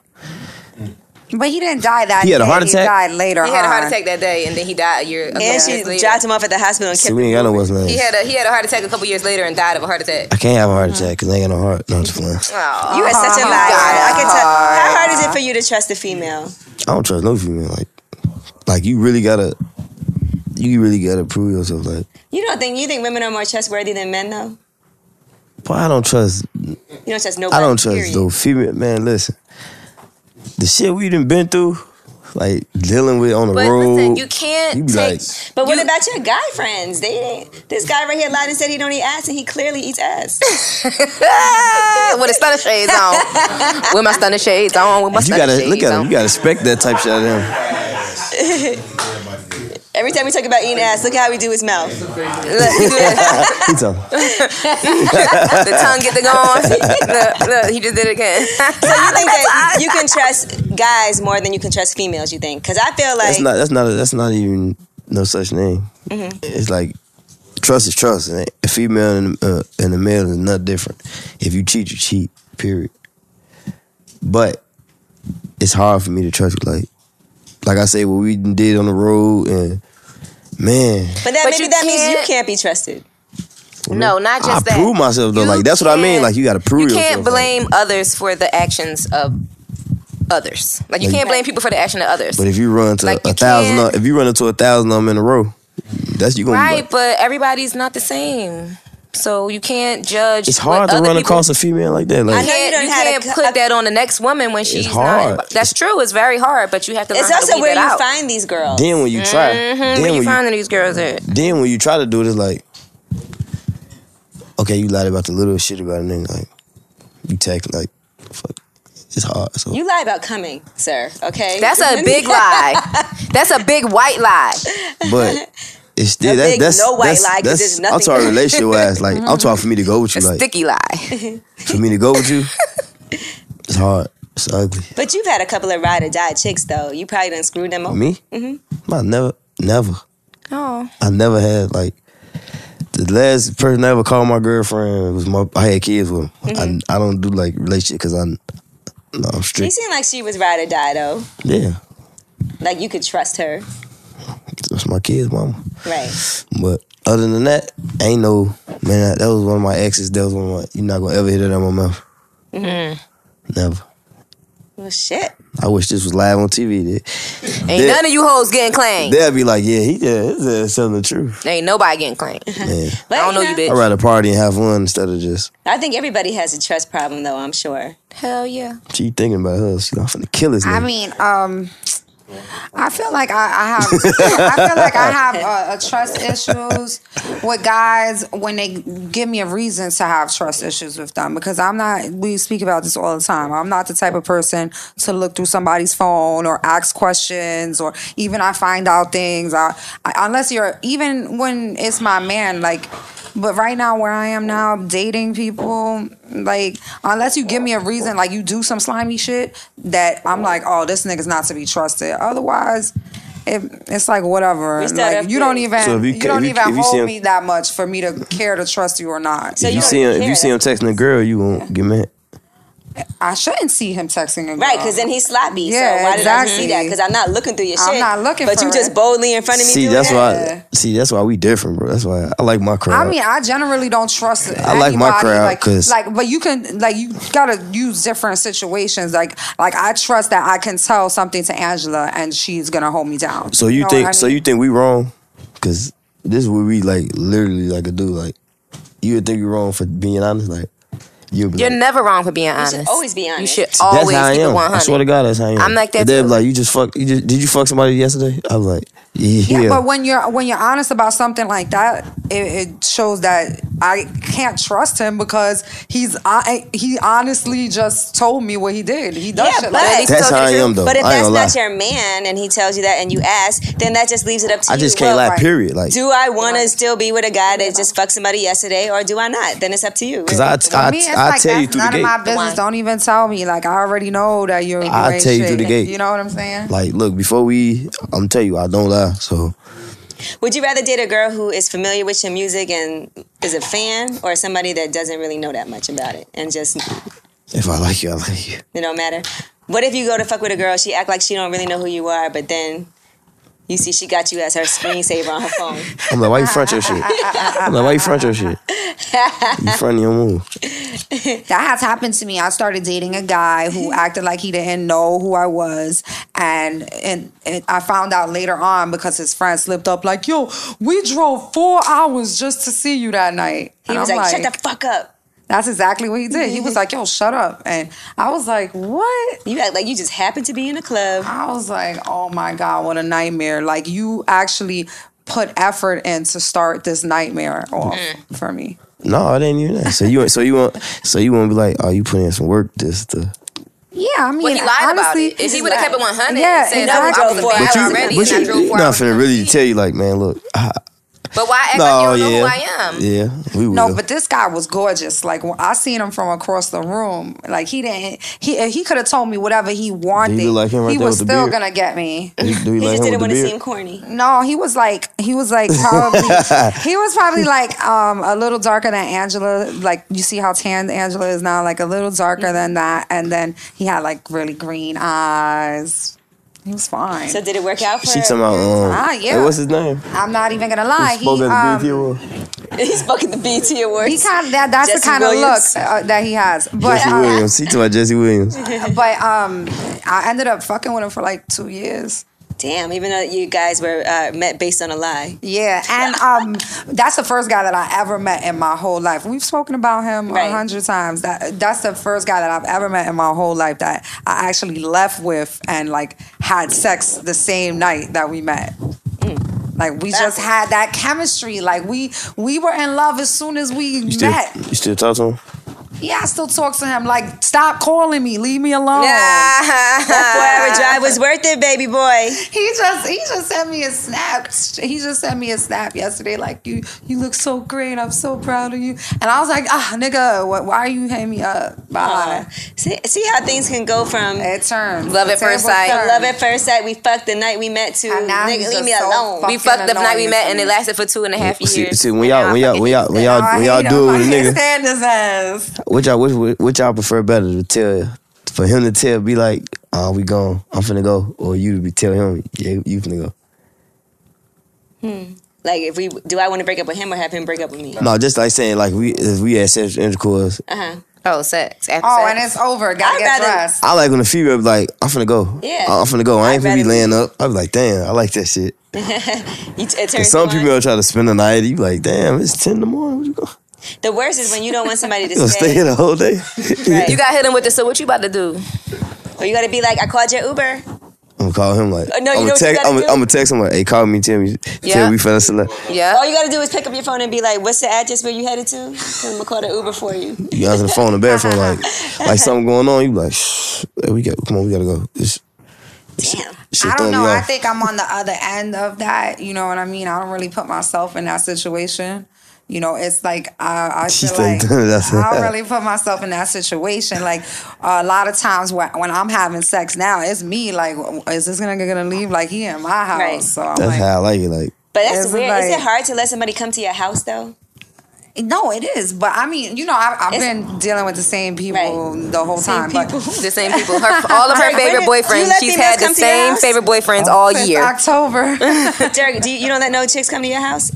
Speaker 2: But he didn't die that
Speaker 4: He had a
Speaker 2: day.
Speaker 4: heart attack?
Speaker 2: He died later
Speaker 3: He had a heart
Speaker 2: on.
Speaker 4: Uh-huh.
Speaker 3: attack that day, and then he died a year. A
Speaker 1: and
Speaker 3: couple
Speaker 1: she
Speaker 3: years later.
Speaker 1: dropped him off at the hospital and
Speaker 4: See,
Speaker 1: kept.
Speaker 4: we ain't got no what's name.
Speaker 3: He had a he had a heart attack a couple years later and died of a heart attack.
Speaker 4: I can't have a heart
Speaker 3: Uh-huh.
Speaker 4: attack because I ain't got no heart. No, I'm just playing.
Speaker 3: Oh,
Speaker 1: you are such
Speaker 2: Oh,
Speaker 1: a liar. I can tell.
Speaker 2: God.
Speaker 1: How hard is it for you to trust a female?
Speaker 4: I don't trust no female. Like, like you really gotta, you really gotta prove yourself. Like,
Speaker 1: You don't think you think women are more trustworthy than men, though?
Speaker 4: boy, I don't trust.
Speaker 1: You don't trust nobody.
Speaker 4: I don't trust
Speaker 1: period.
Speaker 4: no female. Man, listen, the shit we done been through, like dealing with on the
Speaker 3: but
Speaker 4: road.
Speaker 3: listen, you can't
Speaker 4: you be
Speaker 3: take.
Speaker 4: like-
Speaker 1: But what
Speaker 3: You-
Speaker 1: about your guy friends? They didn't. This guy right here lied and said he don't eat ass, and he clearly eats ass.
Speaker 3: Ah, with the stunner shades on, with my stunner shades on, with my
Speaker 4: you
Speaker 3: stunner
Speaker 4: gotta
Speaker 3: shades
Speaker 4: look at
Speaker 3: on.
Speaker 4: him. You gotta expect that type shit out of him.
Speaker 1: Every time we talk about eating ass, look how we do his mouth.
Speaker 3: Look, he do that.
Speaker 4: He talking.
Speaker 3: the tongue get the gone. Look, look, he just did it again.
Speaker 1: You think that you can trust guys more than you can trust females? You think? Because I feel
Speaker 4: That's
Speaker 1: like
Speaker 4: not. That's not. A, that's not even no such thing.
Speaker 3: Mm-hmm.
Speaker 4: It's like trust is trust. And a female and uh, and a male is not different. If you cheat, you cheat. Period. But it's hard for me to trust. Like, like I say, what we done did on the road, and man,
Speaker 1: But that
Speaker 3: But
Speaker 1: maybe
Speaker 3: you
Speaker 1: that means you
Speaker 3: can't-
Speaker 1: can't be trusted.
Speaker 3: No, not just
Speaker 4: I
Speaker 3: that.
Speaker 4: prove myself though.
Speaker 3: You
Speaker 4: like that's what I mean.
Speaker 3: can't-
Speaker 4: Like you got to prove
Speaker 3: You
Speaker 4: yourself.
Speaker 3: can't
Speaker 4: like,
Speaker 3: blame others for the actions of others. Like you
Speaker 4: Like-
Speaker 3: can't blame people for the action of others.
Speaker 4: but if you run to
Speaker 3: Like,
Speaker 4: a
Speaker 3: you
Speaker 4: thousand,
Speaker 3: can't-
Speaker 4: of- if you run into a thousand of them in a row, that's you gonna be
Speaker 3: right,
Speaker 4: like,
Speaker 3: but everybody's not the same. So you can't judge.
Speaker 4: it's hard
Speaker 3: what
Speaker 4: to
Speaker 3: other
Speaker 4: run
Speaker 3: people-
Speaker 4: across a female like that.
Speaker 1: I
Speaker 4: Like,
Speaker 3: You
Speaker 1: know you
Speaker 3: can't,
Speaker 1: don't
Speaker 3: you
Speaker 1: have a
Speaker 3: can't
Speaker 1: cu-
Speaker 3: put that on the next woman when she's
Speaker 4: hard.
Speaker 3: not. That's true. It's very hard, but you have to. Learn
Speaker 1: It's
Speaker 3: how to
Speaker 1: also
Speaker 3: weed
Speaker 1: where
Speaker 3: that
Speaker 1: you
Speaker 3: out.
Speaker 1: find these girls.
Speaker 4: then when you try,
Speaker 1: Mm-hmm,
Speaker 4: then
Speaker 3: Where
Speaker 4: when
Speaker 3: you
Speaker 4: you
Speaker 3: finding these girls at?
Speaker 4: then when you try to do it, it's like, okay, you lied about the little shit about a nigga. Like, you text like, fuck, it's hard. So
Speaker 1: You lie about coming, sir. Okay,
Speaker 3: That's a big lie. That's a big white lie.
Speaker 4: But it's still
Speaker 1: A
Speaker 4: that's
Speaker 1: big
Speaker 4: that's
Speaker 1: no white
Speaker 4: that's,
Speaker 1: lie, 'cause
Speaker 4: that's-
Speaker 1: there's
Speaker 4: I'm
Speaker 1: nothing Mm-hmm.
Speaker 4: talking
Speaker 1: there.
Speaker 4: relationship wise. Like I'm talking for me to go with
Speaker 3: A
Speaker 4: you. Like
Speaker 3: sticky lie.
Speaker 4: for me to go with you, it's hard. It's ugly.
Speaker 1: But you've had a couple of ride or die chicks though. You probably done screwed them over.
Speaker 4: Me, mm-hmm. I never, never,
Speaker 3: Oh,
Speaker 4: I never had like the last person I ever called my girlfriend was my. I had kids with him. I, I don't do like relationship because I'm, no, I'm
Speaker 1: You
Speaker 4: strict.
Speaker 1: seem like she was ride or die though.
Speaker 4: Yeah,
Speaker 1: Like you could trust her,
Speaker 4: that's my kids, mama.
Speaker 1: right?
Speaker 4: But other than that, ain't no man. That was one of my exes. That was one of my. You're not gonna ever hear that out of my mouth. Never.
Speaker 1: Well, shit.
Speaker 4: I wish this was live on TV. They-
Speaker 3: ain't
Speaker 4: Yeah.
Speaker 3: none of you hoes getting claimed.
Speaker 4: They'll be like, yeah, he just his ass telling the truth.
Speaker 3: Ain't nobody getting claimed.
Speaker 4: Man,
Speaker 1: But,
Speaker 3: I don't know you, bitch.
Speaker 4: I'd rather party and have fun instead of just
Speaker 1: I think everybody has a trust problem though. I'm sure.
Speaker 3: Hell yeah.
Speaker 4: she thinking about her. She like, I'm finna kill this nigga.
Speaker 2: I mean, um, I feel like I, I have, I feel like I have uh, uh, trust issues with guys when they give me a reason to have trust issues with them because I'm not. We speak about this all the time. I'm not the type of person to look through somebody's phone or ask questions or even I find out things. I, I, unless you're even when it's my man, like. But right now, where I am now, dating people, like, unless you give me a reason, like, you do some slimy shit that I'm like, oh, this nigga's not to be trusted. Otherwise, it, it's like, whatever.
Speaker 1: We start
Speaker 2: Like,
Speaker 1: up
Speaker 2: you don't
Speaker 1: there.
Speaker 2: even,
Speaker 4: So if you
Speaker 2: you,
Speaker 4: ca-
Speaker 2: don't
Speaker 4: if you- if
Speaker 2: even
Speaker 4: you see
Speaker 2: hold
Speaker 4: him-
Speaker 2: me that much for me to care to trust you or not.
Speaker 1: So
Speaker 4: if
Speaker 1: you
Speaker 4: you
Speaker 1: don't
Speaker 4: see him, if
Speaker 1: care.
Speaker 4: you see him texting a girl, you won't get mad.
Speaker 2: I shouldn't see him texting a girl.
Speaker 1: Right, because then he's sloppy.
Speaker 2: Yeah,
Speaker 1: so why did I see
Speaker 2: exactly.
Speaker 1: that? Because I'm not looking through your shit.
Speaker 2: I'm not looking
Speaker 1: But
Speaker 2: for
Speaker 1: you
Speaker 2: it.
Speaker 1: just boldly in front of me.
Speaker 4: See,
Speaker 1: doing
Speaker 4: that's
Speaker 1: that?
Speaker 4: why. See, that's why we different, bro. That's why I like my crowd.
Speaker 2: I mean, I generally don't trust.
Speaker 4: I like my
Speaker 2: anybody,
Speaker 4: crowd,
Speaker 2: like-
Speaker 4: 'cause-
Speaker 2: like, but you can like you gotta use different situations. Like, like I trust that I can tell something to Angela and she's gonna hold me down.
Speaker 4: so you
Speaker 2: know
Speaker 4: think?
Speaker 2: what I
Speaker 4: So
Speaker 2: mean?
Speaker 4: you think we wrong? Because this is what we like. Literally, like a dude. Like you would think we wrong for being honest. Like You'll be
Speaker 3: You're
Speaker 4: like,
Speaker 3: never wrong for being honest.
Speaker 1: always be honest.
Speaker 3: You should
Speaker 4: that's
Speaker 3: always
Speaker 4: how I
Speaker 3: keep it
Speaker 4: am. I
Speaker 3: 100.
Speaker 4: swear to God, that's how I am.
Speaker 3: I'm like that
Speaker 4: They're
Speaker 3: too.
Speaker 4: like, you just fuck. You just, did you fuck somebody yesterday? I'm like, yeah.
Speaker 2: Yeah, but when you're when you're honest about something like that, it, it shows that I can't trust him because he's I, he honestly just told me what he did. He does
Speaker 1: Yeah,
Speaker 2: shit like
Speaker 1: but-
Speaker 2: that.
Speaker 3: At least
Speaker 4: that's
Speaker 3: tell
Speaker 4: how
Speaker 3: the
Speaker 4: I
Speaker 3: truth.
Speaker 4: am though.
Speaker 1: But if
Speaker 4: I ain't
Speaker 1: that's
Speaker 4: gonna
Speaker 1: not
Speaker 4: lie.
Speaker 1: your man and he tells you that and you ask, then that just leaves it up to
Speaker 4: I
Speaker 1: you.
Speaker 4: just can't
Speaker 1: Well,
Speaker 4: lie.
Speaker 2: right.
Speaker 4: Period. Like,
Speaker 1: Do I want to still be with a guy that just fucked somebody yesterday or do I not? Then it's up to you.
Speaker 4: cause I, I,
Speaker 2: For me, it's
Speaker 4: I,
Speaker 2: like
Speaker 4: tell you
Speaker 2: that's
Speaker 4: through the
Speaker 2: none of my
Speaker 4: gate.
Speaker 2: business. Don't even tell me. Like I already know that you're.
Speaker 4: I'll
Speaker 2: ain't
Speaker 4: tell you
Speaker 2: shit.
Speaker 4: through the gate.
Speaker 2: You know what I'm saying?
Speaker 4: Like, look, before we, I'm tell you, I don't lie. So
Speaker 1: Would you rather date a girl who is familiar with your music and is a fan or somebody that doesn't really know that much about it and just
Speaker 4: if I like you, I like you.
Speaker 1: it don't matter? What if you go to fuck with a girl, she act like she don't really know who you are, but then you see she got you as her screensaver on her phone.
Speaker 4: I'm like, why you front your shit? I'm like, why you front your shit? You front your move.
Speaker 2: That has happened to me. I started dating a guy who acted like he didn't know who I was, and and, and I found out later on because his friend slipped up like, "Yo, we drove four hours just to see you that night."
Speaker 1: He
Speaker 2: And
Speaker 1: was
Speaker 2: I'm
Speaker 1: like, shut the fuck up.
Speaker 2: That's exactly what he did. He was like, "Yo, shut up," and I was like, "What?"
Speaker 1: You act like you just happened to be in a club.
Speaker 2: I was like, "Oh my god, what a nightmare!" Like you actually put effort in to start this nightmare off
Speaker 3: Mm.
Speaker 2: for me.
Speaker 4: No, I didn't even. That. So you, so you want, so you want to be like, oh, you put in some work this to.
Speaker 2: Yeah, I mean,
Speaker 3: But he lied about
Speaker 2: honestly,
Speaker 3: it. If he would have kept it 100
Speaker 2: Yeah,
Speaker 3: and said,
Speaker 2: and I
Speaker 3: no, I was a
Speaker 1: drove
Speaker 3: bad
Speaker 1: four hours.
Speaker 3: already
Speaker 4: but
Speaker 3: and I
Speaker 4: you,
Speaker 3: drove
Speaker 4: you
Speaker 3: four
Speaker 4: not
Speaker 3: hours.
Speaker 4: finna really tell you, like, man, look, I,
Speaker 3: But why act
Speaker 4: no,
Speaker 3: like you don't
Speaker 4: yeah,
Speaker 3: know who I am?
Speaker 4: yeah, we will.
Speaker 2: No, but this guy was gorgeous. Like when I seen him from across the room. Like he didn't. He he could have told me whatever he wanted.
Speaker 4: look like him right
Speaker 2: he
Speaker 4: there
Speaker 2: was
Speaker 4: with the
Speaker 2: still
Speaker 4: beard.
Speaker 2: gonna get me.
Speaker 4: do, you- do
Speaker 1: He
Speaker 4: you like
Speaker 1: just
Speaker 4: him
Speaker 1: didn't want
Speaker 4: with the
Speaker 1: to
Speaker 4: beard?
Speaker 1: seem corny.
Speaker 2: No, he was like he was like probably he was probably like um a little darker than Angela. Like you see how tan Angela is now, like a little darker than that. And then he had like really green eyes. He was fine.
Speaker 1: So did it work out for
Speaker 4: She
Speaker 1: her?
Speaker 4: talking about um,
Speaker 2: Ah, yeah.
Speaker 4: hey, what's his name?
Speaker 2: I'm not even gonna lie.
Speaker 4: Who spoke
Speaker 2: he,
Speaker 4: at the BET
Speaker 2: um,
Speaker 4: Awards?
Speaker 1: he spoke at the BT Awards.
Speaker 2: he kind of that, that's
Speaker 1: Jesse
Speaker 2: the kind
Speaker 1: Williams.
Speaker 2: of look uh, that he has. But
Speaker 4: Jesse
Speaker 2: um,
Speaker 4: Williams. She talking about Jesse Williams.
Speaker 2: Mm-hmm. but um, I ended up fucking with him for like two years.
Speaker 1: Damn, even though you guys were uh, met based on a lie.
Speaker 2: Yeah, and um, that's the first guy that I ever met in my whole life. We've spoken about him
Speaker 1: Right.
Speaker 2: a hundred times. That that's the first guy that I've ever met in my whole life that I actually left with and like had sex the same night that we met. Like we just had that chemistry. Like we we were in love as soon as we
Speaker 4: You still,
Speaker 2: met.
Speaker 4: you still talk to him?
Speaker 2: Yeah, I still talk to him. Like, stop calling me. Leave me alone.
Speaker 1: Forever
Speaker 2: Ah.
Speaker 1: drive was worth it, baby boy.
Speaker 2: He just he just sent me a snap. He just sent me a snap yesterday. Like you you look so great. I'm so proud of you. And I was like, ah, nigga, wh- why are you hitting me up? Bye.
Speaker 1: Uh, See, see how things can go from
Speaker 2: It turns
Speaker 3: Love at
Speaker 2: The tables
Speaker 3: first sight.
Speaker 2: turn.
Speaker 1: from love at first sight. We fucked the night we met to
Speaker 2: And now he's
Speaker 1: nigga, leave
Speaker 2: just
Speaker 1: me
Speaker 2: so
Speaker 1: alone.
Speaker 2: fucked
Speaker 3: We fucked the
Speaker 2: fucking
Speaker 3: night we
Speaker 2: annoying
Speaker 3: met and it
Speaker 2: to me.
Speaker 3: lasted for two and a half years.
Speaker 4: See, see, when
Speaker 3: And
Speaker 4: y'all,
Speaker 3: I
Speaker 4: when y'all,
Speaker 3: fucking
Speaker 4: when y'all,
Speaker 2: No,
Speaker 4: when y'all,
Speaker 2: Oh, I
Speaker 4: when y'all
Speaker 2: hate him.
Speaker 4: do
Speaker 2: I
Speaker 4: it with a
Speaker 2: can't
Speaker 4: nigga,
Speaker 2: stand his ass.
Speaker 4: which y'all, which, which, which y'all prefer better to tell, for him to tell, be like, oh, we gone, I'm finna go, or you to be tell him, yeah, you finna go.
Speaker 1: Like if we do, I want to break up with him or have him break up with me.
Speaker 4: No, just like saying, like we, if we had sexual intercourse,
Speaker 1: Uh huh.
Speaker 3: Oh, sex. After
Speaker 2: Oh,
Speaker 3: sex.
Speaker 2: and it's over. Gotta
Speaker 1: I'd
Speaker 2: get
Speaker 1: rather-
Speaker 2: dressed.
Speaker 4: I like when the female be like, I'm finna go,
Speaker 1: Yeah.
Speaker 4: I'm finna go, I ain't
Speaker 1: I'd
Speaker 4: finna be
Speaker 1: rather-
Speaker 4: laying up. I be like, damn, I like that shit.
Speaker 1: You, it
Speaker 4: And
Speaker 1: turns
Speaker 4: some
Speaker 1: you on.
Speaker 4: people will try to spend the night, you be like, damn, it's ten in the morning, what you going?
Speaker 1: The worst is when you don't want somebody to
Speaker 4: You gonna stay
Speaker 1: stay.
Speaker 4: here the whole day?
Speaker 1: Right.
Speaker 3: you got hit him with the so what you about to do?
Speaker 1: Or you got to be like, I called your Uber.
Speaker 4: I'm gonna call him like,
Speaker 1: Uh, no, you
Speaker 4: I'm
Speaker 1: know
Speaker 4: gonna
Speaker 1: what you
Speaker 4: text,
Speaker 1: gotta
Speaker 4: I'm
Speaker 1: do?
Speaker 4: gonna text him like, hey, call me, tell me,
Speaker 3: Yeah.
Speaker 4: tell me we finna select.
Speaker 3: Yeah.
Speaker 1: All you got to do is pick up your phone and be like, What's the address where you headed to? I'm gonna call the Uber for you.
Speaker 4: You answer the phone in the bathroom, like like something going on. You be like, shh, hey, we got, come on, we gotta go. This, this
Speaker 1: Damn.
Speaker 4: shit
Speaker 2: I don't
Speaker 4: throwing
Speaker 2: know.
Speaker 4: me
Speaker 2: I
Speaker 4: off.
Speaker 2: think I'm on the other end of that. You know what I mean? I don't really put myself in that situation. You know, it's like I, I
Speaker 4: She
Speaker 2: feel
Speaker 4: think
Speaker 2: like
Speaker 4: that's-
Speaker 2: I don't really put myself in that situation. Like a lot of times when, when I'm having sex now, it's me. Like, is this gonna gonna leave? Like he in my house,
Speaker 1: Right.
Speaker 2: so I'm
Speaker 4: That's
Speaker 2: like,
Speaker 4: how I like it. Like
Speaker 1: But that's
Speaker 2: It's
Speaker 1: weird. is it
Speaker 2: like-
Speaker 1: hard to let somebody come to your house though?
Speaker 2: no, it is. But I mean, you know, I, I've
Speaker 1: It's-
Speaker 2: been dealing with the same people the whole time. But
Speaker 3: The same people. Her, all of her favorite
Speaker 1: When did- you
Speaker 3: boyfriends.
Speaker 1: let
Speaker 3: She's
Speaker 1: females
Speaker 3: had the
Speaker 1: come to your
Speaker 3: same
Speaker 1: house? Oh,
Speaker 3: favorite boyfriends all
Speaker 2: since
Speaker 3: year.
Speaker 2: October.
Speaker 1: Derek, do you, you don't let no chicks come to your house?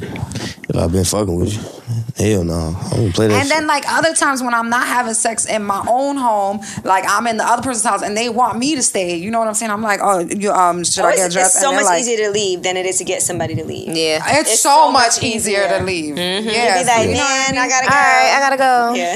Speaker 4: I've been fucking with you. Hell no, I don't play that.
Speaker 2: And then like other times when I'm not having sex in my own home, like I'm in the other person's house and they want me to stay. You know what I'm saying? I'm like, oh, you um, should
Speaker 1: Oh,
Speaker 2: I
Speaker 1: it's,
Speaker 2: get
Speaker 1: it's
Speaker 2: dressed?
Speaker 1: so
Speaker 2: And they're
Speaker 1: much
Speaker 2: like,
Speaker 1: easier to leave than it is to get somebody to leave.
Speaker 3: Yeah.
Speaker 2: It's,
Speaker 1: It's
Speaker 2: so, much, easier, to leave. Yeah.
Speaker 1: Mm-hmm. Be like,
Speaker 2: You know what I
Speaker 1: man, I
Speaker 2: mean?
Speaker 1: gotta go.
Speaker 3: All right, I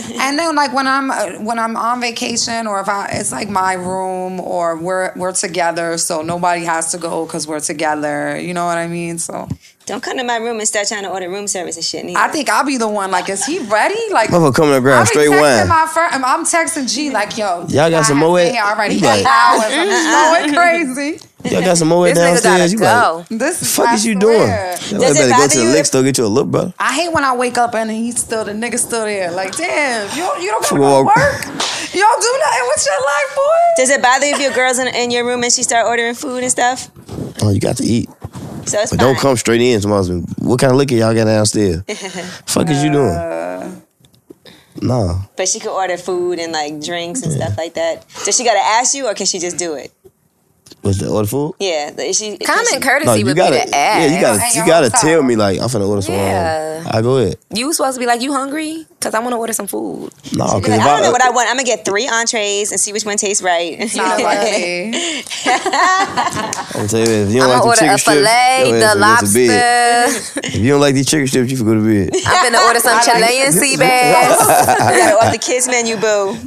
Speaker 3: gotta go.
Speaker 1: Yeah.
Speaker 2: And then like when I'm uh, when I'm on vacation or if I it's like my room or we're we're together so nobody has to go because we're together. You know what I mean? So
Speaker 1: Don't come to my room and start trying to order room service and shit. neither.
Speaker 2: I think I'll be the one like, is he ready? Like.
Speaker 4: Motherfucker coming to
Speaker 2: I
Speaker 4: ground
Speaker 2: be
Speaker 4: straight
Speaker 2: texting
Speaker 4: wine.
Speaker 2: My friend, I'm texting G like, yo,
Speaker 4: Y'all got
Speaker 2: I
Speaker 4: some
Speaker 2: have
Speaker 4: Moet?
Speaker 2: been here already
Speaker 4: You
Speaker 2: for
Speaker 4: like-
Speaker 2: hours. I'm going crazy.
Speaker 4: Y'all got some more
Speaker 3: This nigga
Speaker 4: downstairs.
Speaker 3: gotta
Speaker 4: You like,
Speaker 3: go.
Speaker 2: This
Speaker 4: the fuck
Speaker 2: I
Speaker 4: is you doing?
Speaker 2: swear.
Speaker 4: You
Speaker 1: Does it
Speaker 4: better go
Speaker 1: bother
Speaker 4: to the
Speaker 1: you
Speaker 4: lick
Speaker 1: if-
Speaker 4: store get you a look, bro.
Speaker 2: I hate when I wake up and he's still the nigga still there. Like, damn, you don't, you don't gotta go to
Speaker 4: Walk.
Speaker 2: work. You don't do nothing with your life, boy.
Speaker 1: Does it bother you if your girl's in, in your room and she start ordering food and stuff?
Speaker 4: Oh, you got to eat,
Speaker 1: So it's
Speaker 4: but don't
Speaker 1: fine.
Speaker 4: come straight in. Somebody's been, what kind of liquor y'all got downstairs? fuck is you doing? Nah,
Speaker 1: But she could order food and like drinks and stuff like that. Does she gotta ask you or can she just do it?
Speaker 4: what's the order food?
Speaker 1: Yeah. like, Is she, can
Speaker 3: Common
Speaker 1: she-
Speaker 3: courtesy
Speaker 4: No,
Speaker 3: would
Speaker 4: you
Speaker 3: be
Speaker 4: gotta,
Speaker 3: to
Speaker 4: yeah,
Speaker 3: ask.
Speaker 4: you gotta,
Speaker 2: Hang
Speaker 4: you
Speaker 2: on,
Speaker 4: gotta
Speaker 2: stop.
Speaker 4: tell me like I'm finna order some.
Speaker 3: Yeah.
Speaker 4: I go ahead.
Speaker 3: You was supposed to be like, you hungry? Cause I want to order some food.
Speaker 4: No,
Speaker 1: Like,
Speaker 4: cause if
Speaker 1: I don't know what I want. I'm gonna get three entrees and see which one tastes right.
Speaker 2: Not like me.
Speaker 4: I'm tell you, if you don't
Speaker 3: I'm
Speaker 4: like
Speaker 3: gonna
Speaker 4: the
Speaker 3: order
Speaker 4: chicken
Speaker 3: a
Speaker 4: strips,
Speaker 3: fillet,
Speaker 4: your ass finna go to
Speaker 3: the
Speaker 4: bed.
Speaker 3: lobster.
Speaker 4: If you don't like these chicken strips, you can go to bed.
Speaker 3: I'm gonna order some Chilean sea bass.
Speaker 1: You gotta order the kids menu, boo.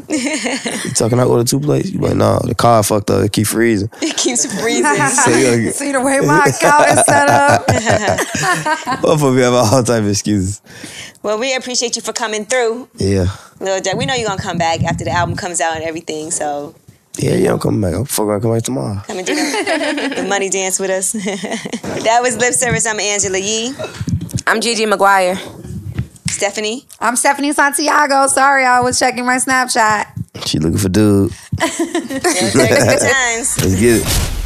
Speaker 4: You talking? I order two plates. You like, nah, the car fucked up. It keep freezing.
Speaker 1: It keeps freezing.
Speaker 4: you-
Speaker 2: See the way my account is set up.
Speaker 4: Both of you have all type of excuses.
Speaker 1: well, we appreciate you for coming through,
Speaker 4: Yeah,
Speaker 1: Lil Jack. We know you're gonna come back after the album comes out and everything. So
Speaker 4: yeah, yeah. I'm coming back. I'm fucking gonna come back tomorrow.
Speaker 1: come and do the, the money dance with us. that was lip service. I'm Angela Yee,
Speaker 3: I'm Gigi McGuire.
Speaker 1: Stephanie.
Speaker 2: I'm Stephanie Santiago. Sorry, I was checking my Snapchat.
Speaker 4: She looking for dude.
Speaker 1: Thirty times.
Speaker 4: Let's get it.